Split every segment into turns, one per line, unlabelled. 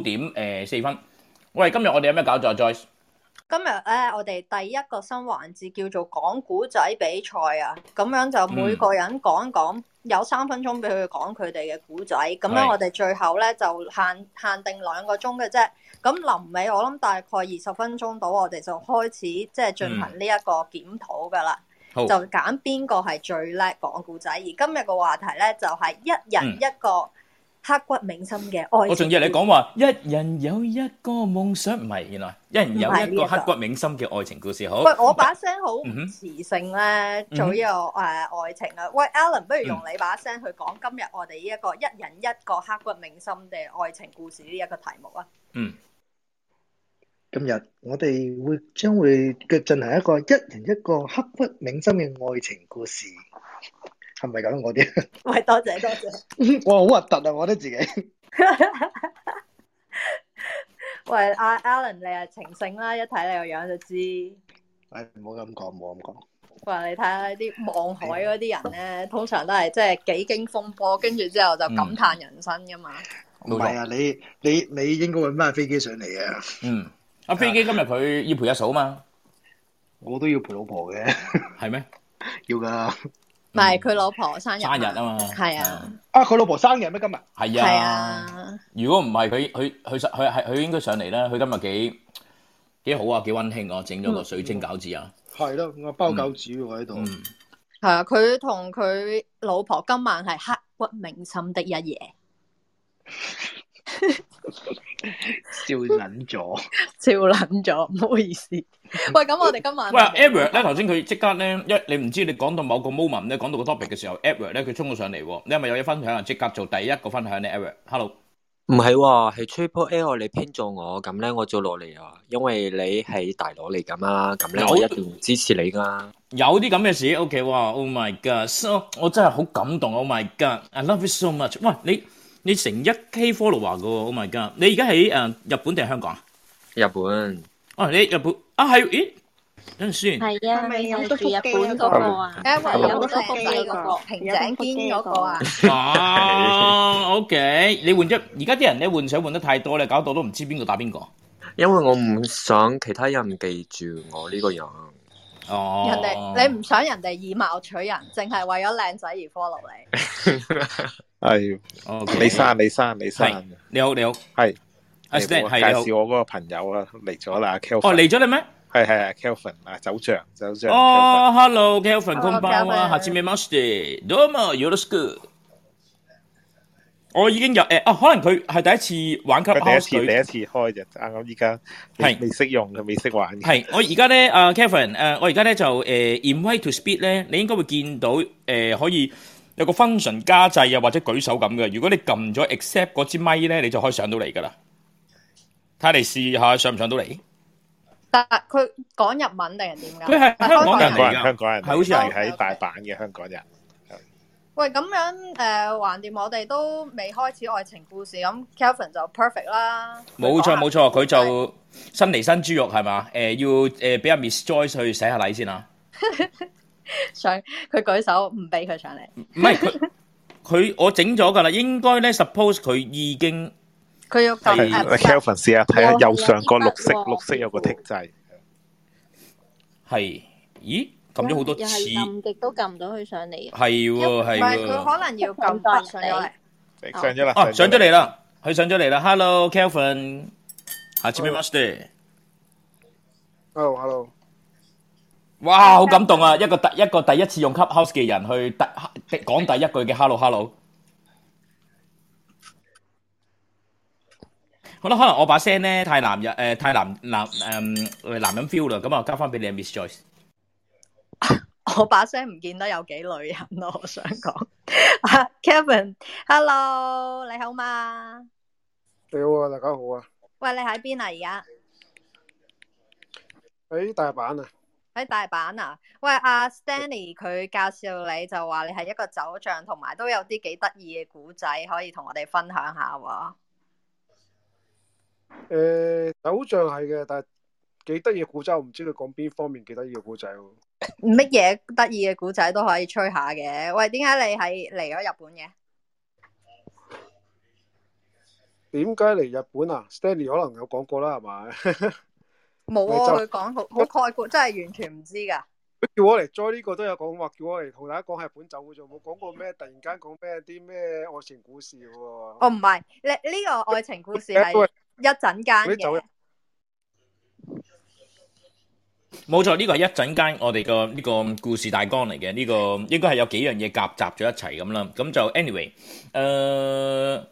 點誒四分。喂，今日我哋有咩搞作啊？Joyce，
今日咧，我哋第一個新環節叫做講古仔比賽啊，咁樣
嗯
就每個人講一講，有三分鐘俾佢講佢哋嘅古仔，咁
係
樣我哋最後咧就限限定兩個鐘嘅啫。咁臨尾我諗大概二十分鐘到，我哋就開始即係進行呢一個檢討噶啦，
嗯好
就揀邊個係最叻講古仔。而今日嘅話題咧就係、一人一個刻骨銘心嘅愛情。
嗯我仲以為你講話一人有一個夢想，唔係，原來一人有一個刻骨銘心嘅愛情故事。好，
喂，我把聲好
嗯哼
磁性咧，
嗯哼嗯
做呢個誒愛情啊！喂，Alan，不如用你把聲去講今日我哋呢一個一人一個刻骨銘心嘅愛情故事呢一個題目啊！
今日我哋會將會嘅進行一個一人一個刻骨銘心嘅愛情故事，係咪咁？我啲
喂，多謝多 謝。
我好核突啊！我覺得自己
喂，阿 Alan，你係情聖啦，一睇你個樣就知。
唉，哎唔好咁講，唔好咁講。
喂，你睇下啲望海嗰啲人
嗯
咧，通常都係即係幾經風波，跟住之後就感嘆人生噶嘛。
冇錯
唔係啊，你你你應該揾翻飛機上嚟啊！
嗯，阿飛機今日佢要陪阿嫂嘛，
我都要陪老婆嘅，
係咩？
要㗎。啊，
唔係佢老婆生日嘛
嗯生日啊嘛，
係啊，
佢老婆生日咩？今日
係
係
啊。
啊，
如果唔係佢佢佢實佢係佢應該上嚟啦。佢今日幾幾好啊，幾温馨啊，整咗個水晶餃子啊。
係咯，我包餃子喎我喺度。
嗯，
係啊，佢同佢老婆今晚係刻骨銘心的一夜。
笑撚咗。
笑撚咗，唔好意思。喂，咁我哋今晚
喂，Edward 咧，頭先佢即刻咧，因為你唔知你講到某個 moment 咧，講到個 topic 嘅時候，Edward 咧佢衝咗上嚟喎。你係咪有嘢分享啊？即刻做第一個分享咧，Edward，hello。
唔係喎，係 Triple L 你編咗我，咁咧我做落嚟啊，因為你係大佬嚟噶嘛，咁咧
有
我一定支持你噶。
有啲咁嘅事，OK，哇，Oh my God，so 我真係好感動，Oh my God，I love you so much。喂，你你成一 K follower 嘅喎，Oh my God，你而家喺誒日本定係香港啊？
日本
哦，你日本啊係，咦，等陣先。
系啊，咪有住日本嗰個啊，
誒喂，有
有
個
個
腹
腹
肌
肌
嗰
嗰
個
個啊
平井堅嗰個啊，
哦，OK，你換咗而家啲人咧換水換得太多咧，搞到都唔知邊個打邊個。
因為我唔想其他人記住我呢個人。
哦，
人哋你唔想人哋以貌取人，淨係為咗靚仔而 follow 你。
系
OK
李生，李生，李生，
係你好，你好，
係
阿
你
Stan
冇
係你
介
好。
紹我嗰個朋友啊，嚟咗啦
哦，
，Kelvin，
嚟咗啦咩？
係係啊，Kelvin 啊，走像走像，Kelvin，
哦，Hello，Kelvin，
Hello，
こんばんは
Kelvin
はじめましてどうもよろしく。我已經有誒啊，可能佢係第一次玩
佢
Clubhouse
第一次第
佢
一次開就啱啱依家未
係
未識用嘅，未識玩嘅，
係我而家咧，阿 Kevin，誒我而家咧就誒 invite to speed 咧，你應該會見到誒可以有個 function 加掣啊，或者舉手咁嘅。如果你撳咗 accept 嗰支咪咧，你就可以上到嚟噶啦。睇下你試下上唔上到嚟？
但係佢講日文定係點㗎？
佢係香港人
香港
嚟㗎
人，香港人，
係好似係
喺大阪嘅香港人，
喂，咁樣誒，橫掂我哋都未開始愛情故事，咁 Kelvin 就 perfect 啦。
冇錯冇錯，佢
係
就新嚟新豬肉係嘛？誒要誒俾阿 Miss Joyce 去洗下禮先啊！
上佢舉手唔俾佢上嚟，
唔係佢佢我整咗㗎啦，應該咧 suppose 佢已經。
佢要撳
係
accept
，Kelvin 試下睇下
哇
啊右上角綠色，
有啲筆喎
綠色有個剔掣，
係，咦？撳咗好多次，
又係
係
撳極都撳唔到佢上嚟。啊
喎，係
唔係佢
喎。
可能要撳筆上咗嚟。哦
上咗啦，
哦，上咗
嚟
嚟啦，佢上咗嚟啦。Hello，Kelvin，下次咩 master？
Hello Hello，
哇，好感動啊！一個第一個第一次用 Clubhouse 嘅人去第講第一句嘅 Hello Hello。好啦，可能我把聲咧太男人誒、呃太男男誒、呃男人 feel 啦，咁啊交翻俾你啊 Miss Joyce。
我把聲唔見得有幾女人咯， 我想講。啊 Kevin，hello，你好嘛？
你好啊，大家好啊，
喂，你喺邊啊？而家
喺大阪啊，
喺大阪啊？喂，阿、Stanley 佢介紹你就話你係一個酒匠，同埋都有啲幾得意嘅古仔可以同我哋分享下喎。
誒、偶像係嘅，但係幾得意嘅古仔，我唔知佢講邊方面幾得意嘅古仔喎。
乜嘢得意嘅古仔都可以吹下嘅。喂，點解你係嚟咗日本嘅？
點解嚟日本啊？Stanley à. 可能有講過啦，係咪？
冇啊，
咪
佢講好好概括，真係完全唔知㗎。
佢叫我嚟 join 呢個都有講話，叫我嚟同大家講日本酒嘅啫，冇講過咩突然間講咩啲咩愛情故事喎。
哦，唔係，呢呢個愛情故事係一陣間
嗰啲酒
嘅
人，
冇錯，呢個係一陣間我哋個呢個故事大綱嚟嘅，呢、個應該係有幾樣嘢夾雜咗一齊咁啦。咁就 anyway，誒、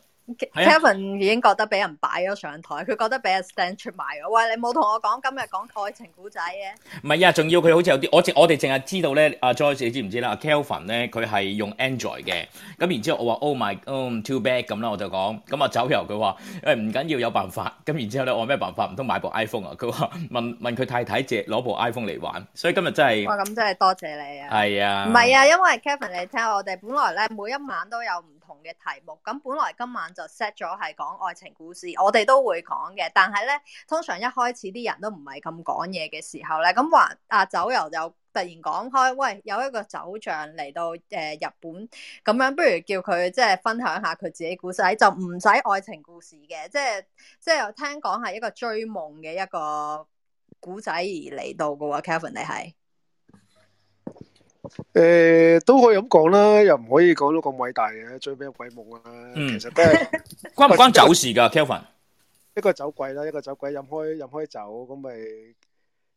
係啊
Kevin 已經覺得俾人擺咗上台，佢覺得俾人 stand 出埋咗。喂，你冇同我講今日講愛情故仔嘅，
唔係啊，仲要佢好似有啲，我淨我哋淨係知道咧，阿 Joyce 你知唔知啦？阿 Kelvin 咧佢係用 Android 嘅，咁然之後我話 Oh my oh, too bad 咁啦，我就講，咁啊走油佢話誒唔緊要有辦法，咁然之後咧我話咩辦法？唔通買部 iPhone 啊？佢話 問問佢太太借攞部 iPhone 嚟玩，所以今日真係啊
哇，咁真係多謝你啊！
係啊，
唔係啊，因為 Kevin 你聽我哋本來咧每一晚都有唔同嘅題目，咁本來今晚就 set 咗係講愛情故事，我哋都會講嘅。但係咧，通常一開始啲人都唔係咁講嘢嘅時候咧，咁話啊酒友就突然講開，喂有一個酒匠嚟到誒、呃日本，咁樣不如叫佢即係分享下佢自己故仔，就唔使愛情故事嘅，即係即係我聽講係一個追夢嘅一個故仔而嚟到嘅喎，Kevin 你係。
诶、都可以咁講啦，又唔可以講到咁偉大嘅，追咩鬼夢啊？
嗯
其實都係。
關唔關酒事㗎？Kelvin
一個酒鬼啦，一個酒鬼飲開飲開酒，咁咪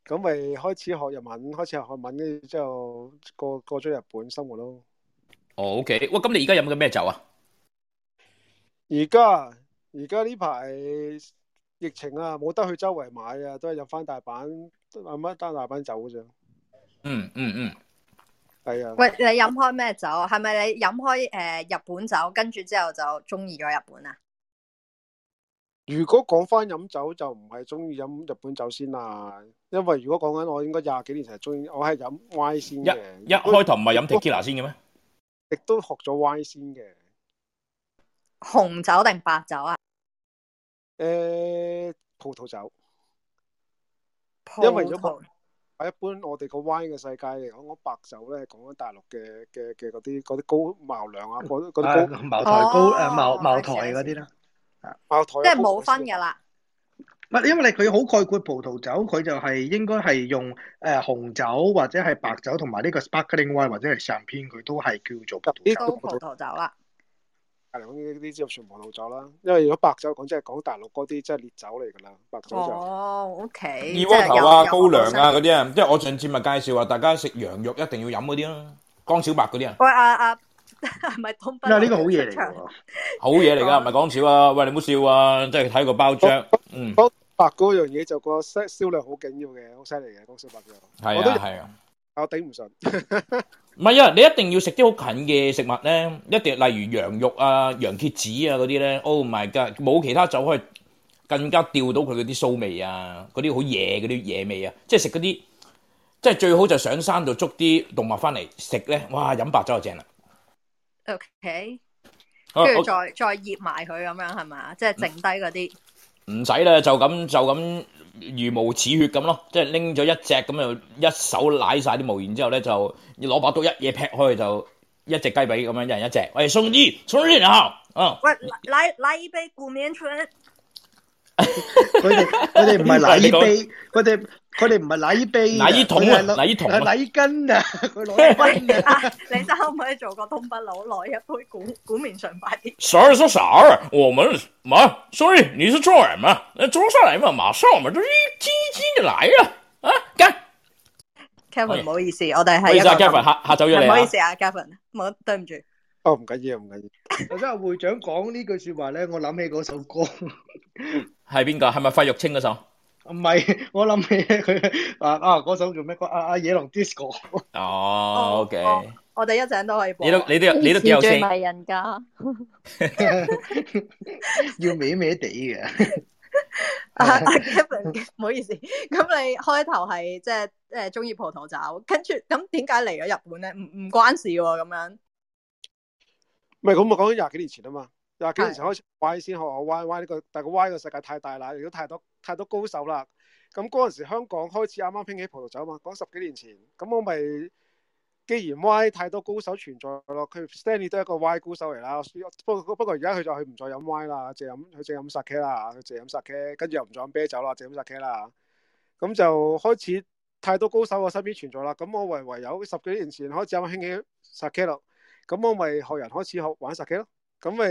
咁咪開始學日文，開始學韓文，跟住之後過過咗日本生活咯。
哦，OK，哇，咁你而家飲緊咩酒啊？
而家而家呢排疫情啊，冇得去周圍買啊，都係飲翻大阪，飲翻單大阪酒嘅啫。
嗯嗯嗯。
係啊，
喂，你飲開咩酒啊？係咪你飲開诶、呃日本酒，跟住之後就中意咗日本啊？
如果講翻飲酒就唔係中意飲日本酒先啦，因為如果講緊我應該廿幾年前係中意，我係飲 Y 先嘅，
一開頭唔係飲 tequila 先嘅咩？
亦都學咗 Y 先嘅。
紅酒定白酒啊？
诶、呃葡萄酒。
葡
因為如
萄
果一般我哋個 Y 嘅世界嚟講，講白酒咧，講緊大陸嘅嘅嘅嗰啲嗰啲高茅梁啊，嗰啲嗰啲高
啊茅台高
哦
誒茅茅台嗰啲啦。
茅台啊，
即係冇分
嘅
噶。啦。
唔係，因為你佢好概括葡萄酒，佢就係應該係用誒、呃、紅酒或者係白酒同埋呢個 sparkling wine 或者係上篇，佢都係叫做葡萄
呢
酒。
高
個
葡萄酒啊啦，
大陸呢啲就全葡萄酒啦，因為如果白酒講，即係講大陸嗰啲，即係烈酒嚟㗎啦，白酒就
哦，OK，
二
即
鍋
係
頭啊、
有
高粱。啊
有
嗰啲啊，即係我上次咪介紹話，大家食羊肉一定要飲嗰啲啦，江小白嗰啲啊，
喂啊啊， 係咪東北？
嗱，呢個好嘢嚟嘅
長
喎。
好嘢嚟㗎，唔係講笑啊！喂，你唔好笑啊，即係睇個包裝，嗯，
白嗰樣嘢就個銷銷量好緊要嘅，好犀利嘅，江小白嘅，
係
我都
啊，係啊。
我頂唔順。
唔係啊！你一定要食啲好近嘅食物咧，一定例如羊肉啊、羊蝎子啊嗰啲咧。Oh my god！冇其他酒可以更加調到佢嗰啲騷味啊，嗰啲好野嗰啲野味啊，即係食嗰啲，即係最好就上山度捉啲動物翻嚟食咧。哇！飲白酒就正啦。
OK，
好
跟住
好嗯
再再醃埋佢咁樣係嘛？即係剩低嗰啲。
唔使啦，就咁就咁如無似血咁咯，即係拎咗一隻咁就一手舐晒啲毛，然之後咧就攞把刀一嘢劈開就一隻雞髀咁樣，一人一隻。喂，送啲送啲啊！啊！
喂，嚟嚟一杯古面春，
佢哋佢哋唔係奶
你講
杯，佢哋佢哋唔係奶杯啊，
奶衣筒啊
佢係攞
奶衣筒啊
係奶巾啊，佢攞
喂
嚟
啊，你真可唔可以做個東北佬攞一杯古古面春快啲？
sorry 说 sorry，我们嘛，sorry，你是中人嘛？那中上来嘛，马上嘛，这是一斤一斤的来呀、啊，干！
Kevin，
喂
唔好意思，我哋
唔好
係
意
一
思啊
個咁
，Kevin，下下走咗
係
你
哎唔好意
啊。
思啊，Kevin，冇對 唔住。
哦，唔緊要，唔緊要。
頭先阿會長講呢句説話咧，我諗起嗰首 歌，唔
係邊個？係咪費玉清嗰首？
哦
係我諗 起佢啊啊嗰首叫咩歌？啊啊野狼 disco，
哦，OK，
哦我哋一陣都可以播。
你都你都有你都幾
以
有
前最
聲。
迷人噶，
要歪歪地嘅。
啊啊 Kevin，唔好 意思，咁你開頭係即係誒中意葡萄酒，跟住咁點解嚟咗日本咧？唔唔關事喎，咁樣
唔係咁我講緊廿幾年前啊嘛，廿幾年前開始 Y 先學我 Y Y 呢個，但係個 Y 個世界太大啦，亦都太多太多高手啦。咁嗰陣時香港開始啱啱興起葡萄酒啊嘛，講十幾年前，咁我咪既然 Y 太多高手存在咯，佢 Stanley 都係一個 Y 高手嚟啦。不過不過而家佢就佢唔再飲 Y 啦，淨飲佢淨飲 sake 啦，佢淨飲 sake，跟住又唔再飲啤酒啦，淨飲 sake 啦。咁就開始太多高手啊我身邊存在啦。咁我唯唯有十幾年前開始飲興起 sake 咯，咁我咪學人開始學玩 sake 咯。咁咪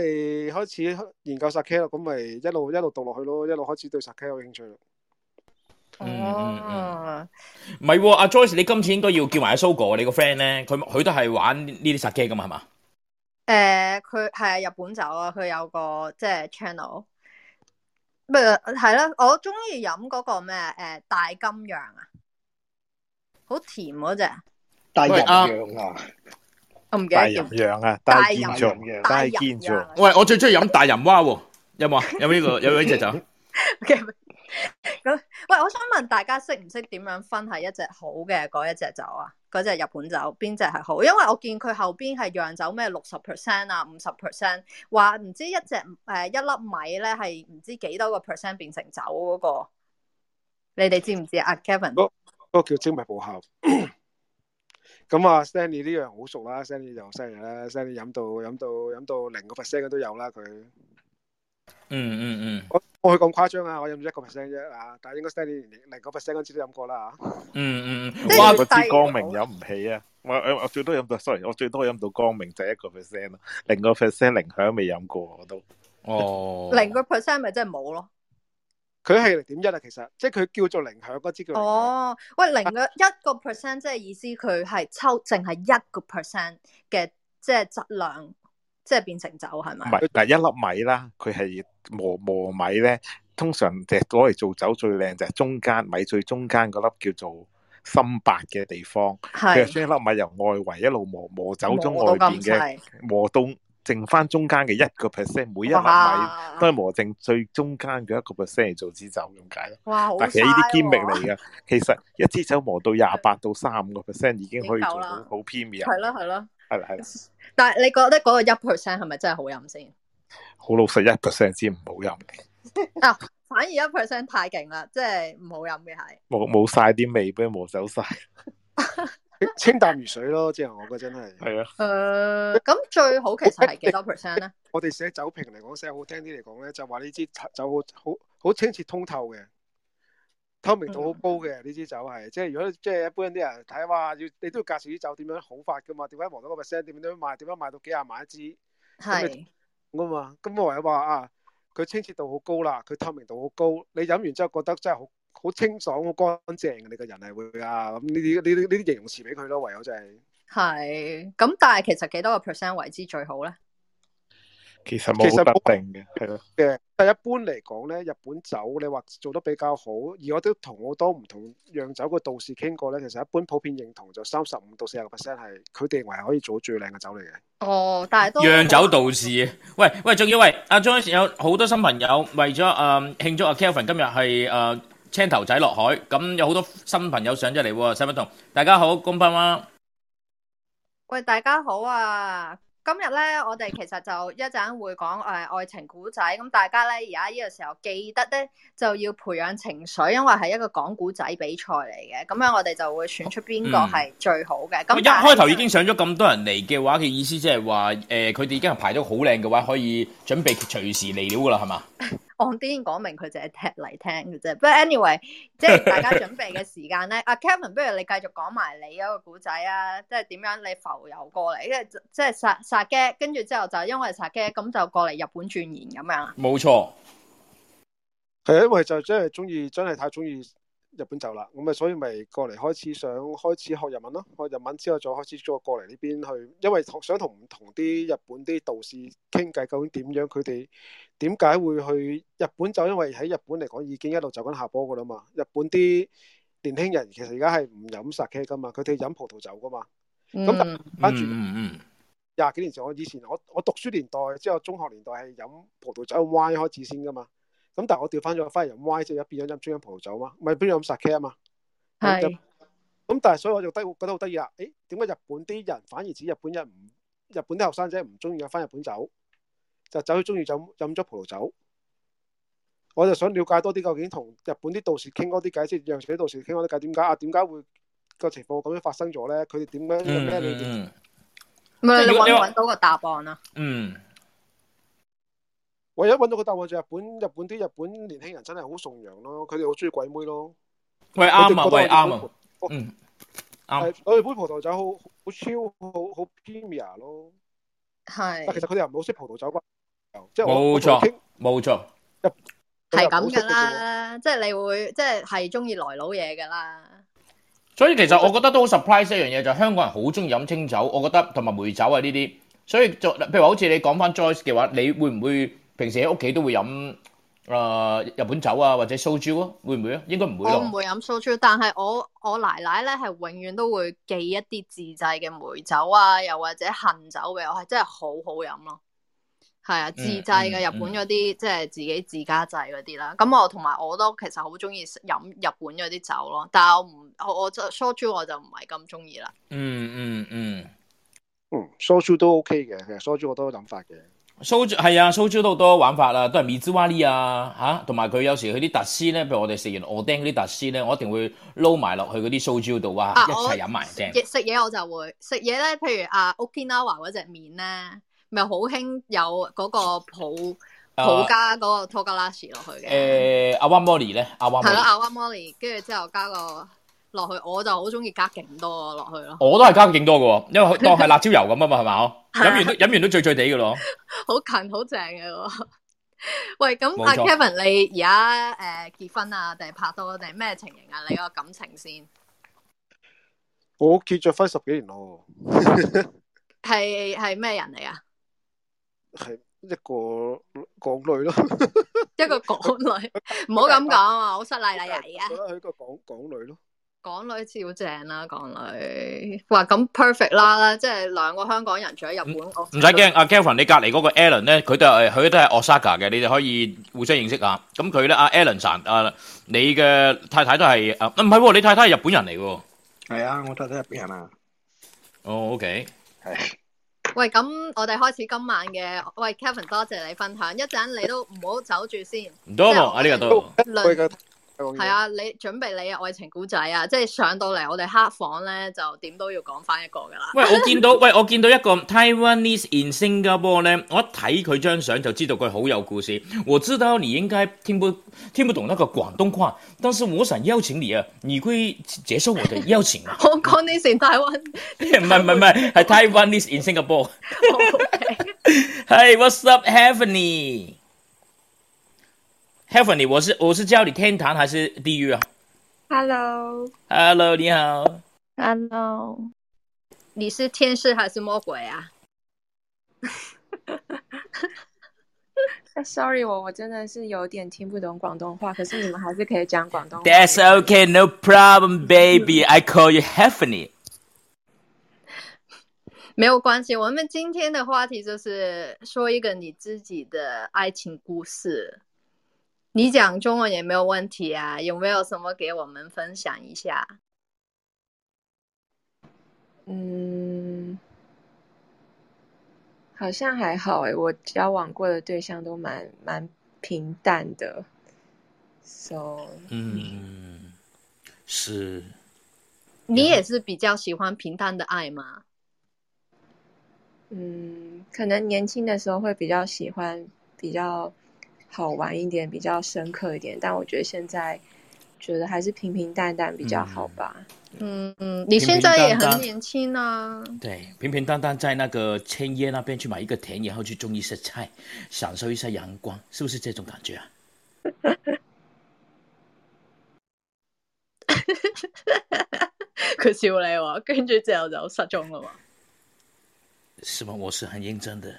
開始研究 sake 咯，咁咪一路一路讀落去咯，一路開始對 sake 有興趣咯。
嗯
哦，
唔係喎，阿 Joyce，你今次應該要叫埋阿 Sogo 你個 friend 咧，佢佢都係玩呢啲殺機噶嘛，係嘛？
诶，佢係啊日本酒啊，佢有個即係 channel，咪係啦，我中意飲嗰個咩诶大金羊啊，好甜嗰只，
但係
喂啊
人樣啊，
我唔記
大
得
淫
叫。
羊啊，
大
健
淫
壯
羊
大
大啊
健
淫
壯
羊。
喂，我最中意飲大淫蛙喎，有冇啊？有冇呢、個？有冇呢只酒？
咁喂，我想問大家識唔識點樣分係一隻好嘅嗰一隻酒啊？嗰隻日本酒邊隻係好？因為我見佢後邊係釀酒咩六十 percent 啊，五十 percent，話唔知一隻誒、呃一粒米咧係唔知幾多個 percent 變成酒嗰、個，你哋知唔知啊阿？Kevin
嗰嗰個叫精密步效。 咁啊，Stanley 呢樣好熟啦，Stanley 就犀利啦，Stanley 飲到飲到飲到零個 percent 嘅都有啦佢。
嗯嗯嗯
我我佢咁誇張啊，我飲咗一個 percent 啫啊，但係應該 Stanley 零零個 percent 嗰支都飲過啦嚇。
嗯嗯
即
嗯，
係
哇
哇！
要
嗰
細
支光
個
明飲唔起啊！我我我最多飲到，sorry，我最多飲到光明就一個 percent 咯，零個 percent 零響未飲過我都。
哦，
零個 percent 咪真係冇咯？
佢係零點一啊，其實即係佢叫做零響嗰支叫零響。
哦，喂，零個一個 percent 即係意思佢係抽淨係一個 percent 嘅即係質量，即係變成酒係
唔
咪？
係嗱，一粒米啦，佢係磨磨米咧，通常就攞嚟做酒最靚就係中間米最中間嗰粒叫做心白嘅地方，佢
係
係將一粒米由外圍一路磨磨走咗
冇
外
到
邊
咁細
嘅，磨到剩翻中間嘅一個 percent，每一粒米
哇
都係磨剩最中間嘅一個 percent 嚟做支酒咁解咯。
哇，好
但其實呢啲堅力
嘥喎，
嚟嘅，其實一支酒磨到廿八到三五個 percent 已經可
已
以做
經夠
到
啦
好 premium，
係咯係咯。
係啦係啦，
但係你覺得嗰個一 percent 係咪真係好飲先？
好老實一 percent 之唔好飲，
啊反而一 percent 太勁啦，即係唔好飲嘅係。
冇冇晒啲味俾佢磨走 晒，
清清淡如水咯，即係我覺得真係。
係啊，
誒、
嗯
咁最好其實係幾多 percent 咧？
我哋寫酒評嚟講，寫好聽啲嚟講咧，就話呢支酒好好好清澈通透嘅，透明度好高嘅呢支酒係，即係如果即係一般啲人睇哇，要你都要介紹啲酒點樣好法噶嘛，點解黃到個 percent，點樣賣，點樣賣到幾廿萬一支
係
咁啊嘛，咁我唯有話啊，佢清澈度好高啦，佢透明度好高，你飲完之後覺得真係好好清爽、好乾淨嘅，你個人係會啊，咁呢啲呢啲呢啲形容詞俾佢咯，唯有就係、
係。咁但係其實幾多個 percent 為之最好咧？
其實冇
其實
得
冇
定嘅，係咯，
嘅，但一般嚟講咧，日本酒你話做得比較好，而我都同好多唔同釀酒嘅道士傾過咧，其實一般普遍認同就三十五到四十 percent 係佢哋認為可以做最靚嘅酒嚟嘅。
哦，但係都
釀酒道士啊！喂喂，仲要喂阿 Joyce 有好多新朋友為咗誒慶祝阿 Kelvin 今日係誒青頭仔落海，咁有好多新朋友上咗嚟喎，使乜同？大家好，公賓啦，
喂，大家好啊！今日咧，我哋其實就一陣會講诶、愛情古仔，咁大家咧而家呢個時候記得咧就要培養情緒，因為係一個講古仔比賽嚟嘅，咁樣我哋就會選出邊個係最好嘅。咁、
嗯喂一
但係
開頭已經上咗咁多人嚟嘅話，嘅意思即係話誒，佢哋已經係排咗好靚嘅話，可以準備隨時嚟料噶啦，係嘛？
on 啲講明佢就係踢嚟聽嘅啫。不過 anyway，即係大家準備嘅時 間咧，阿 Kevin，不如你繼續講埋你嗰個古仔啊，即係點樣你浮游過嚟，跟住即係殺殺 g 跟住之後就因為殺 g 咁就過嚟日本轉研咁樣啊。
冇錯，
係因為就真係中意，真係太中意日本酒啦，咁啊所以咪過嚟開始想開始學日文咯，學日文之後再開始再過嚟呢邊去，因為同想同唔同啲日本啲道士傾偈，究竟點樣佢哋點解會去日本酒？因為喺日本嚟講已經一路走緊下坡噶啦嘛，日本啲年輕人其實而家係唔飲 sake 噶嘛，佢哋飲葡萄酒噶嘛。
嗯，
嗯
跟住
嗯嗯。
廿幾年前，我以前我我讀書年代，之後中學年代係飲葡萄酒 Y 開始先噶嘛。咁但係我調翻咗，翻嚟飲 Y 即係變咗飲中飲葡萄酒嘛，咪變咗飲 sake 啊嘛。
係。
咁但係所以我就得覺得好得意啦。誒點解日本啲人反而指日本人唔日本啲後生仔唔中意飲翻日本酒，就走去中意飲飲咗葡萄酒？我就想了解多啲，究竟同日本啲道士傾多啲偈，即係釀酒啲道士傾多啲偈，點解啊？點解會個情況咁樣發生咗咧，佢哋點樣有咩理念？
嗯
咪啊你
如果
搵
你
唔
話
搵到個答案啊？
嗯
唯一揾到個答案就係日本，日本啲日本年輕人真係好崇洋咯，佢哋好中意鬼妹咯。
喂啱啊，
我
喂
哋覺得我哋
啱啊
本，葡
嗯啱
係我哋杯葡萄酒好好超好好 premier 咯，但其
係
實佢哋又唔係好識葡萄酒吧？即係我
冇
我同佢
錯
傾
冇錯，
係咁噶
佢又唔係好識嘅啫喎
啦，即係你會即係係中意來佬嘢噶啦。
所以其實我覺得都好 surprise 一樣嘢，就係香港人好中意飲清酒，我覺得同埋梅酒啊呢啲。所以就譬如話好似你講翻 Joyce 嘅話，你會唔會平時喺屋企都會飲誒、呃日本酒啊，或者蘇椒啊？會唔會啊？應該唔會
我唔
咯。
會飲蘇椒，但係我我奶奶咧係永遠都會寄一啲自製嘅梅酒啊，又或者杏酒俾我，係真係好好飲咯。係啊，自製嘅
嗯
日本嗰啲，即係自己自家製嗰啲啦。咁我同埋我都其實好中意飲日本嗰啲酒咯，但係我唔我我就蘇椒我就唔係咁中意啦。
嗯嗯嗯，
嗯，soju 都 OK 嘅，其實 soju 我都有諗法嘅。
蘇椒係啊，蘇椒都好多玩法啦，都係 mizuwari 啊嚇，同埋佢有時佢啲特斯咧，譬如我哋食完我丁嗰啲特斯咧，我一定會撈埋落去嗰啲蘇椒度啊，
啊
一
我
齊飲埋正。
食食嘢我就會食嘢咧，譬如啊 Okinawa 嗰只面咧，咪好興有嗰個普普加嗰個 togarashi 落去嘅。
誒啊呃阿 m o r i 咧，阿 m o
係
r
咯，
i
阿灣 Molly，跟住之後加個落去，我就好中意加勁多落去咯，
我都係加勁多嘅喎，因為當係辣椒油咁啊嘛，係嘛？哦飲完都飲完都醉醉地嘅咯。
好近好正嘅喎。 喂，咁
冇
阿
錯
Kevin，你而家誒結婚啊，定係拍拖定係咩情形啊？你個感情先
我結咗婚十幾年咯，
係係咩人 嚟啊？
係一個港女咯。
一個港 女，唔好咁講啊，好失禮啦而 家
覺。得佢一個港港女咯。
港女照正啦，港女，哇咁 perfect 啦，即係兩個香港人住喺日本，我
唔使驚，阿 Kevin 你隔離嗰個 Alan 咧，佢都係佢都係 Osaka 嘅，你哋可以互相認識下。咁佢咧，阿 Alan 神啊，你嘅太太都係啊，唔係喎，你太太係日本人嚟嘅喎。
係啊，我睇睇入邊人啊，
哦，OK，
係
喂，咁我哋開始今晚嘅，喂 Kevin，多謝你分享，一陣你都唔好走住先，
唔多望啊呢個都。
論
佢嘅
系，啊，你準備你嘅愛情古仔啊，即係上到嚟我哋黑房咧，就點都要講翻一個噶啦。
喂，我 見到 喂，我見到一個 Taiwanese in Singapore 咧，我一睇佢張相就知道佢好有故事。我知道你應該聽不聽不懂那個廣東話，但是我想邀請你啊，你會接受我的邀請嗎？
香港呢線大灣
唔係唔係唔係，係 Taiwanese in Singapore。
，OK，
Hey, what's up, Heavenly? Heavenly，我是我是叫你天堂还是地狱啊
Hello，Hello，
？Hello，你好。
你是天使還是魔鬼啊？
哎 Sorry，我我真的是有点听不懂广东话，可是你们还是可以讲广东话。
That's okay, no problem, baby. I call you Heavenly.
没有關係，我們今天的話題就是說一個你自己的愛情故事。你講中文也沒有問題啊，有沒有什麼給我們分享一下？
嗯，好像还好诶，我交往过的对象都蛮蛮平淡的，so
嗯，是。
你也是比較喜歡平淡的愛嗎？
嗯，可能年轻的时候会比较喜欢比较好玩一点、比较深刻一点，但我觉得现在觉得还是平平淡淡比较好吧。
嗯，嗯，你
平
现
平
在也
淡
很
淡
年轻啊。
对，平平淡淡在那个千叶那边去买一个田，然后去种一些菜，享受一下阳光，是不是这种感觉啊？
佢笑你喎，跟住之後就失蹤啦喎。
是吗？我是很认真的。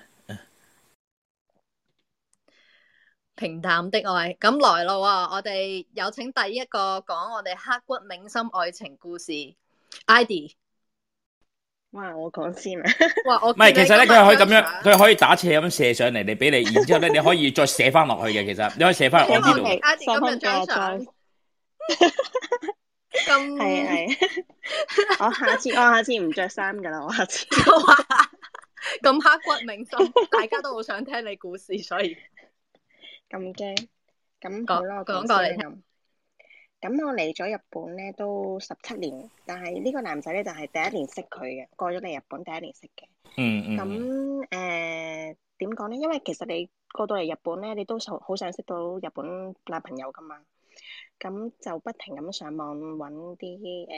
平淡的愛，咁來咯喎，我哋有請第一個講我哋刻骨銘心愛情故事，Idy。
哇！我講先啊，
哇，我
唔係，其
見你
實咧，
今
佢
日
係可以咁
張
樣，
相
佢係可以打斜咁射上嚟，你俾你，然之後咧，你可以再射翻落去嘅。其實你可以射翻
希
我呢
望
度
你
嘅。
Ivy
十分
今日張
鐘
相
再
咁
係啊係啊，我下次我下次唔着衫噶啦，我下次
哇 咁刻骨銘心，大家都好想聽你故事，所以
咁驚。咁
講
好啦，我
講
講
過
先啦咁。誒、咁我嚟咗日本咧都十七年，但係呢個男仔咧就係、第一年識佢嘅，過咗嚟日本第一年識嘅。
Ừ.
嗯嗯嗯，
咁誒點講咧？因為其實你過到嚟日本咧，你都想好想識到日本男朋友噶嘛。咁就不停咁上網揾啲誒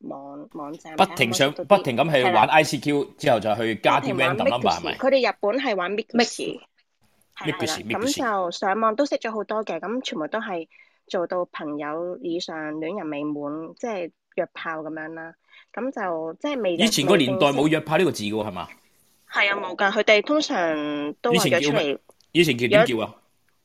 網網站，
不停上，
睇下
不停咁去
係啦
玩 ICQ，之後就去加啲
不停玩
random number 係咪
Mixi，？佢哋日本係玩 Mix，係啦
Mixi，，
咁就上網都識咗好多嘅，咁全部都係做到朋友以上、戀人未滿，即係約炮咁樣啦。咁就即係未
以前個
個
年代冇約炮呢個字嘅喎，係嘛？
係啊冇㗎，佢哋通常都
以
話
前
約
叫
出嚟
咩？。以前叫點叫啊？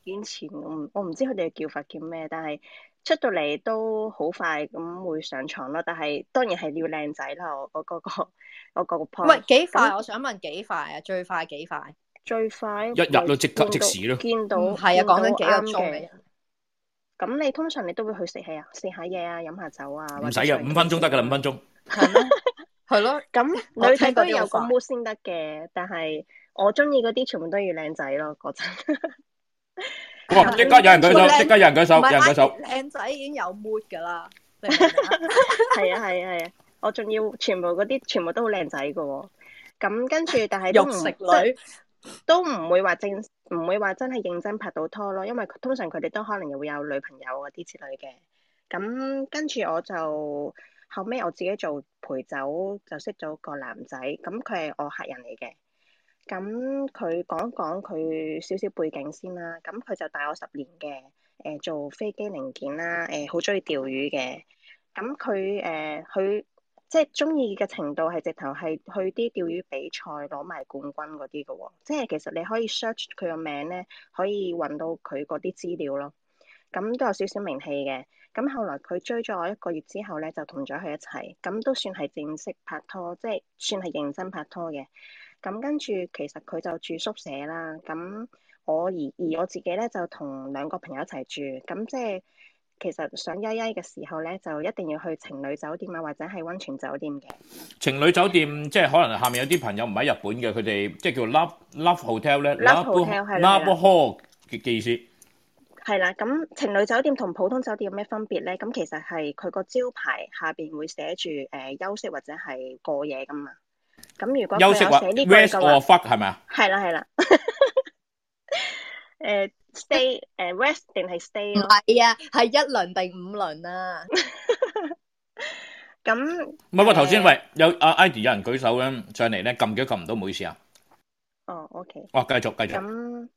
以前我唔我唔知佢哋嘅叫法叫咩，但係出到嚟都好快咁會上床咯。但係當然係要靚仔啦，我我嗰個我嗰個 point
唔係幾快？我想問幾快啊？最快幾快？
最快一
一入咯即刻即時咯
見到
嗯係啊，
見到
講緊幾個
啱
鐘嘅
嘅。咁你通常你都會去食嘢啊，食下嘢啊，飲下酒啊，
唔使嘅，五分鐘得㗎啦，五分鐘。
係咯。
咁
我
女仔
聽
都
過呢個
有個
法
mood 先得嘅，但係我中意嗰啲全部都要靚仔咯，嗰陣。
哇！哦即刻有人舉手，即刻有人舉手，
唔
有
係啊
人舉手。
靚仔已經有 mood 㗎啦，你明唔明啊
係啊係啊係啊，我仲要全部嗰啲全部都好靚仔嘅喎。咁跟 住，但係都
肉
唔
食
即係
女，
都唔會話正唔會話真係認真拍到拖咯，因為通常佢哋都可能又會有女朋友嗰啲之類嘅。咁跟住我就後尾我自己做陪酒就識咗個男仔，咁佢係我客人嚟嘅。咁佢講講佢少少背景先啦，咁佢就大我十年嘅，誒、做飛機零件啦，誒好中意釣魚嘅。咁佢誒佢即係中意嘅程度係直頭係去啲釣魚比賽攞埋冠軍嗰啲嘅喎，即係其實你可以 search 佢個名咧，可以揾到佢嗰啲資料咯。咁都有少少名氣嘅。咁後來佢追咗我一個月之後咧，就同咗佢一齊，咁都算係正式拍拖，即係算係認真拍拖嘅。咁跟住其實佢就住宿舍啦，咁我而而我自己咧就同兩個朋友一齊住，咁即係其實想曳曳嘅時候咧，就一定要去情侶酒店啊，或者係温泉酒店嘅。
情侶酒店即係可能下面有啲朋友唔喺日本嘅，佢哋即係叫 Love Love Hotel 咧
Love Hotel，係啦
Love Hall 嘅嘅意思。
係啦，咁情侶酒店同普通酒店有咩分別咧？咁其實係佢個招牌下邊會寫住誒、呃休息或者係過夜噶嘛。咁如果佢
休息或
有寫呢句
rest
嘅
or
話，
fuck 係咪啊？
係啦係啦。 誒 stay 誒、rest 定係
唔
stay 咯？
係啊，係一輪定五輪啊？
咁
唔係喎，頭先
誒
喂有阿 Ivy 有人舉手咧上嚟咧，撳幾撳唔到，唔好意思啊。
哦，OK。
哇，繼續繼續。
咁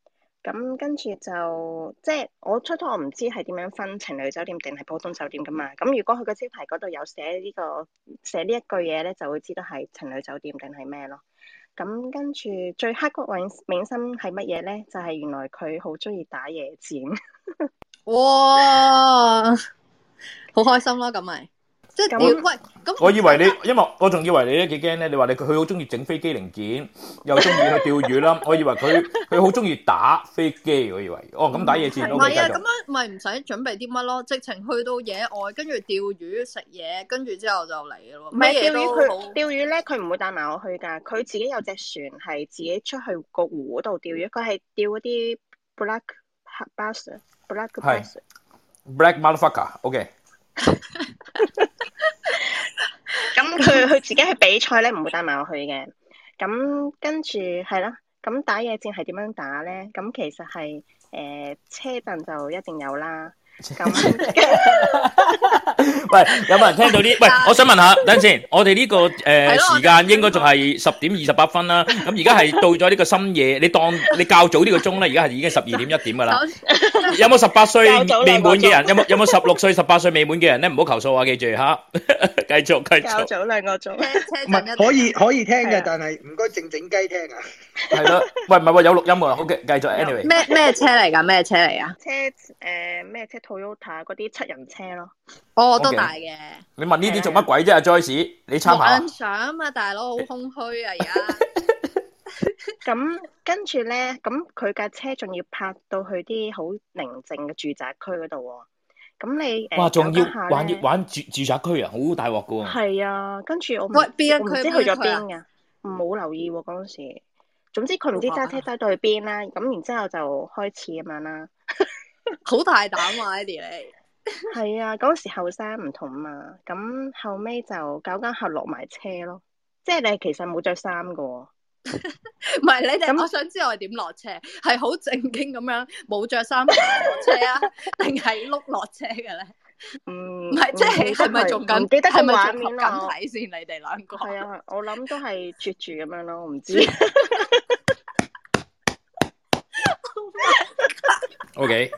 咁跟住就即係我初初我唔知係點樣分情侶酒店定係普通酒店噶嘛。咁如果佢個招牌嗰度有寫呢、個寫呢一句嘢咧，就會知道係情侶酒店定係咩咯。咁跟住最刻骨銘銘心係乜嘢咧？就係、原來佢好中意打野 戰。
哇，好開心咯，咁咪即係
咁
屌喂，咁
我以為你，因為我仲以為你咧幾驚咧，你話你佢好中意整飛機零件，又中意去釣魚啦。我以為佢佢好中意打飛機，我以為。哦，咁打野戰
唔
OK
係啊，
繼
咁
續。
樣咪唔使準備啲乜咯，直情去到野外，跟住釣魚食嘢，跟住之後就嚟咯，
唔係
咩
釣
嘢
魚
都
佢
好。
釣魚咧，佢唔會帶埋我去㗎。佢自己有隻船係自己出去個湖嗰度釣
嗯
魚，佢係釣嗰啲 black bass、black
係
bass。
Black motherfucker，OK。
咁佢佢自己去比賽咧，唔會帶埋我去嘅。咁跟住係啦，咁打野戰係點樣打咧？咁其實係誒、呃、車凳就一定有啦。咁
喂，有 冇人聽到啲？喂，我想問 下，等陣先，我哋呢個
係
誒
咯
時間應該仲係十點二十八分啦。咁而家係到咗呢個深夜，你當你較早呢個鐘咧，而家係已經十二點一點㗎啦。有冇十八歲
較早啦
未滿嘅人？有冇有冇十六歲、十八歲未滿嘅人咧？唔好求數啊，記住吓。 繼續繼
較
續，
早兩個鐘，
車車
唔
震一
係可以可以聽
係啊
嘅，但係唔該靜靜雞聽啊。
係咯。喂，唔係喎，有錄音㗎。好嘅，繼續。Anyway，
咩咩車嚟㗎？咩車嚟啊？
車誒咩、車 Toyota 嗰啲七人車咯。
哦，都
OK
大嘅。
你問呢啲做乜鬼啫？阿 Joyce，你參考啊
幻。想啊嘛，大佬好空虛啊， 而家
咁跟住咧，咁佢架車仲要泊到去啲好寧靜嘅住宅區嗰度喎。咁你誒
哇，仲要
走嗰下
玩
咧
要玩住住宅區啊，好大鑊㗎喎。
係啊，跟住我唔
哦喂邊一
我唔
區
知去咗
邊一區啊
邊噶，冇留意喎嗰陣時。總之佢唔知揸車
哇
揸到去 邊啦，咁然之後就開始咁樣啦。
好大膽啊 e d d i e
係啊，嗰時後生唔同啊嘛，咁後尾就搞間客落埋車咯，即係你其實冇着衫噶喎。
唔係你哋，
咁啊
我想知我哋點落車，係好正經咁樣冇着衫落車 啊，定係碌落車嘅咧？
嗯，
唔係，即係係咪仲緊？
唔記得個
係咪
畫
仲合
面
緊
啦？
睇先？你哋兩個
係啊，我諗都係啜住咁樣咯，我唔 知。
O K，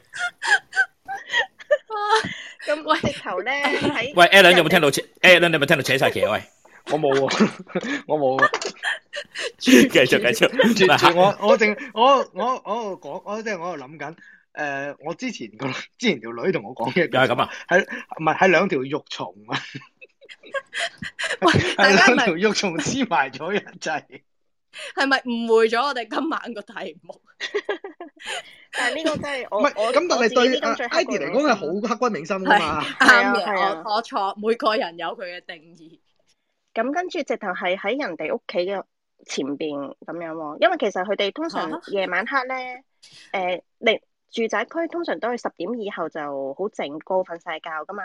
咁
喂
直頭咧 喺
喂，Alan 有冇聽到扯？Alan 你有冇聽到扯晒旗啊？喂，
我冇喎， 我冇喎。
繼續繼續，
住住我 我正我我我講我即係我喺度諗緊。誒、我之前個之前條女同我講嘅，
又係咁啊！
喺唔係喺兩條肉蟲啊，
喂，大
係
家
兩
咪
條肉蟲黐埋咗一齊。
係咪誤會咗我哋今晚個題目？
但係呢個真係我
唔係
我
咁，但係對
阿
阿 Ivy 嚟講係好刻骨銘心 㗎嘛。
係啊
啱
係啊
嘅，我我錯，每個人有佢嘅定義。
咁跟住直頭係喺人哋屋企嘅前邊咁樣喎，因為其實佢哋通常
嚇
夜晚黑咧，誒、你住宅區通常都係十點以後就好靜，個個瞓晒覺噶嘛。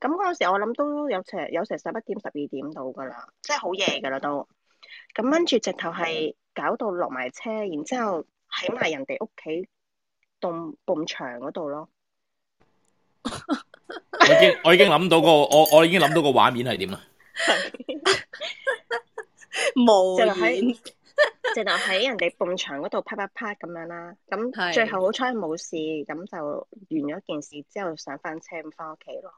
咁嗰陣時我諗都有成有成十一點十二點到噶啦，即係好夜噶啦都。咁跟住直頭係搞到落埋車，然之後喺埋人哋屋企棟埲牆嗰度咯。
我已經我已經諗到個我我已經諗到個畫面係點啦。
無
就喺
言
直頭喺人哋埲牆嗰度啪啪啪咁樣啦，咁
係
最後好彩冇事，咁就完咗件事之後上翻車咁翻屋企咯。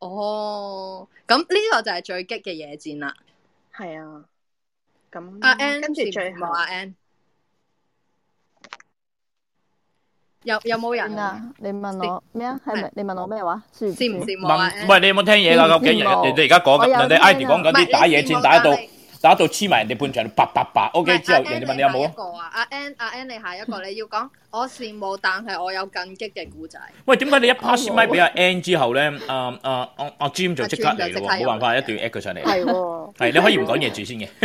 哦，咁呢個就係最激嘅野戰啦。
係啊，咁
阿 N
跟住最後
冇啊阿 N，有有冇人
先啊！你問我咩啊？係咪你問我咩話？羨唔
羨唔
羨？
羨慕啊阿
問
N？
喂，你有冇聽嘢㗎？究竟人
羨慕
哋而家講
我有
緊人哋
聽啊
Ivy 講緊啲打野戰打到打到黐埋人哋半場，八八八。O K 之後，人哋問你有冇
啊
啊？？
阿 N 阿 N 你下一個你要講，我羨慕，但係我有更激嘅故仔。
喂，點解你一 pass 咪俾阿 N 之後咧？啊啊阿阿 Jim 就即刻嚟咯
阿
喎，
Jim 就即刻入嚟
冇辦法，一定要 at 佢上嚟。
係喎，
係你可以唔講嘢住先嘅。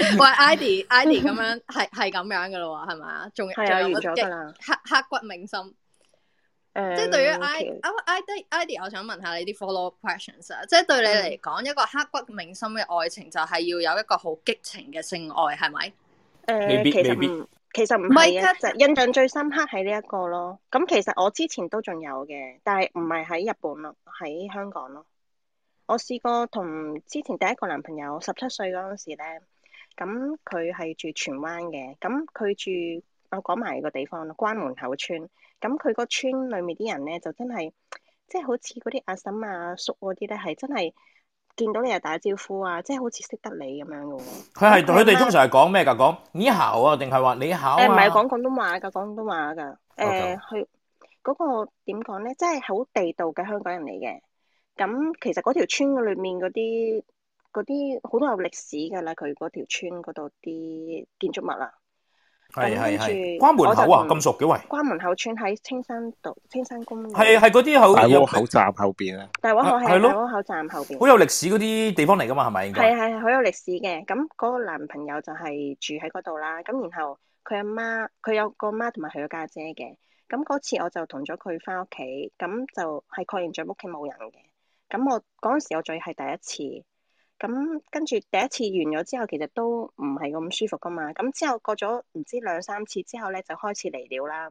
喂，Ivy Ivy 咁樣係係咁樣噶咯喎，係嘛？仲仲
係啊，
有
完
乜
咗
激
㗎啦。
刻刻骨銘心。
誒，
即係對於 I 啊
其
I I D，我想問下你啲 follow up questions 啊，即係對你嚟講，一個刻骨銘心嘅愛情就係要有一個好激情嘅性愛，係咪？
誒
未必
呃其實
未必
唔其實唔
唔係
係啊，
即
就印象最深刻係呢一個咯。咁其實我之前都仲有嘅，但係唔係喺日本咯，喺香港咯。我試過同之前第一個男朋友十七歲嗰陣時咧，咁佢係住荃灣嘅，咁佢住我講埋個地方咯，關門口村。咁佢個村裡面啲人咧就真係，即係好似嗰啲阿嬸啊、阿叔嗰啲咧，係真係見到你又打招呼啊，即係好似識得你咁樣嘅喎。
佢係佢哋通常係講咩㗎？講你好啊，定係話你好啊？
誒唔係講廣東話㗎，廣東話㗎。
Okay.
誒，佢嗰個點講咧，即係好地道嘅香港人嚟嘅。咁其實嗰條村嘅裏面嗰啲嗰啲好多有歷史㗎啦，佢嗰條村嗰度啲建築物啊，
係係係
跟住
關門口啊，
我就同
咁熟嘅喂。
關門口村喺青山道、青山公路，
係係嗰啲
大
好
窩
有
口站後邊啊，
大窩口
係係
係
咯
大窩口站後邊。
好有歷史嗰啲地方嚟㗎嘛？係咪應該
係？係係好有歷史嘅。咁嗰個男朋友就係住喺嗰度啦。咁然後佢阿媽，佢有個媽同埋佢個家姐嘅。咁嗰次我就同咗佢翻屋企，咁就係確認咗屋企冇人嘅。咁我嗰陣時我最係第一次。咁跟住第一次完咗之後，其實都唔係咁舒服噶嘛。咁之後過咗唔知兩三次之後咧，就開始嚟料啦。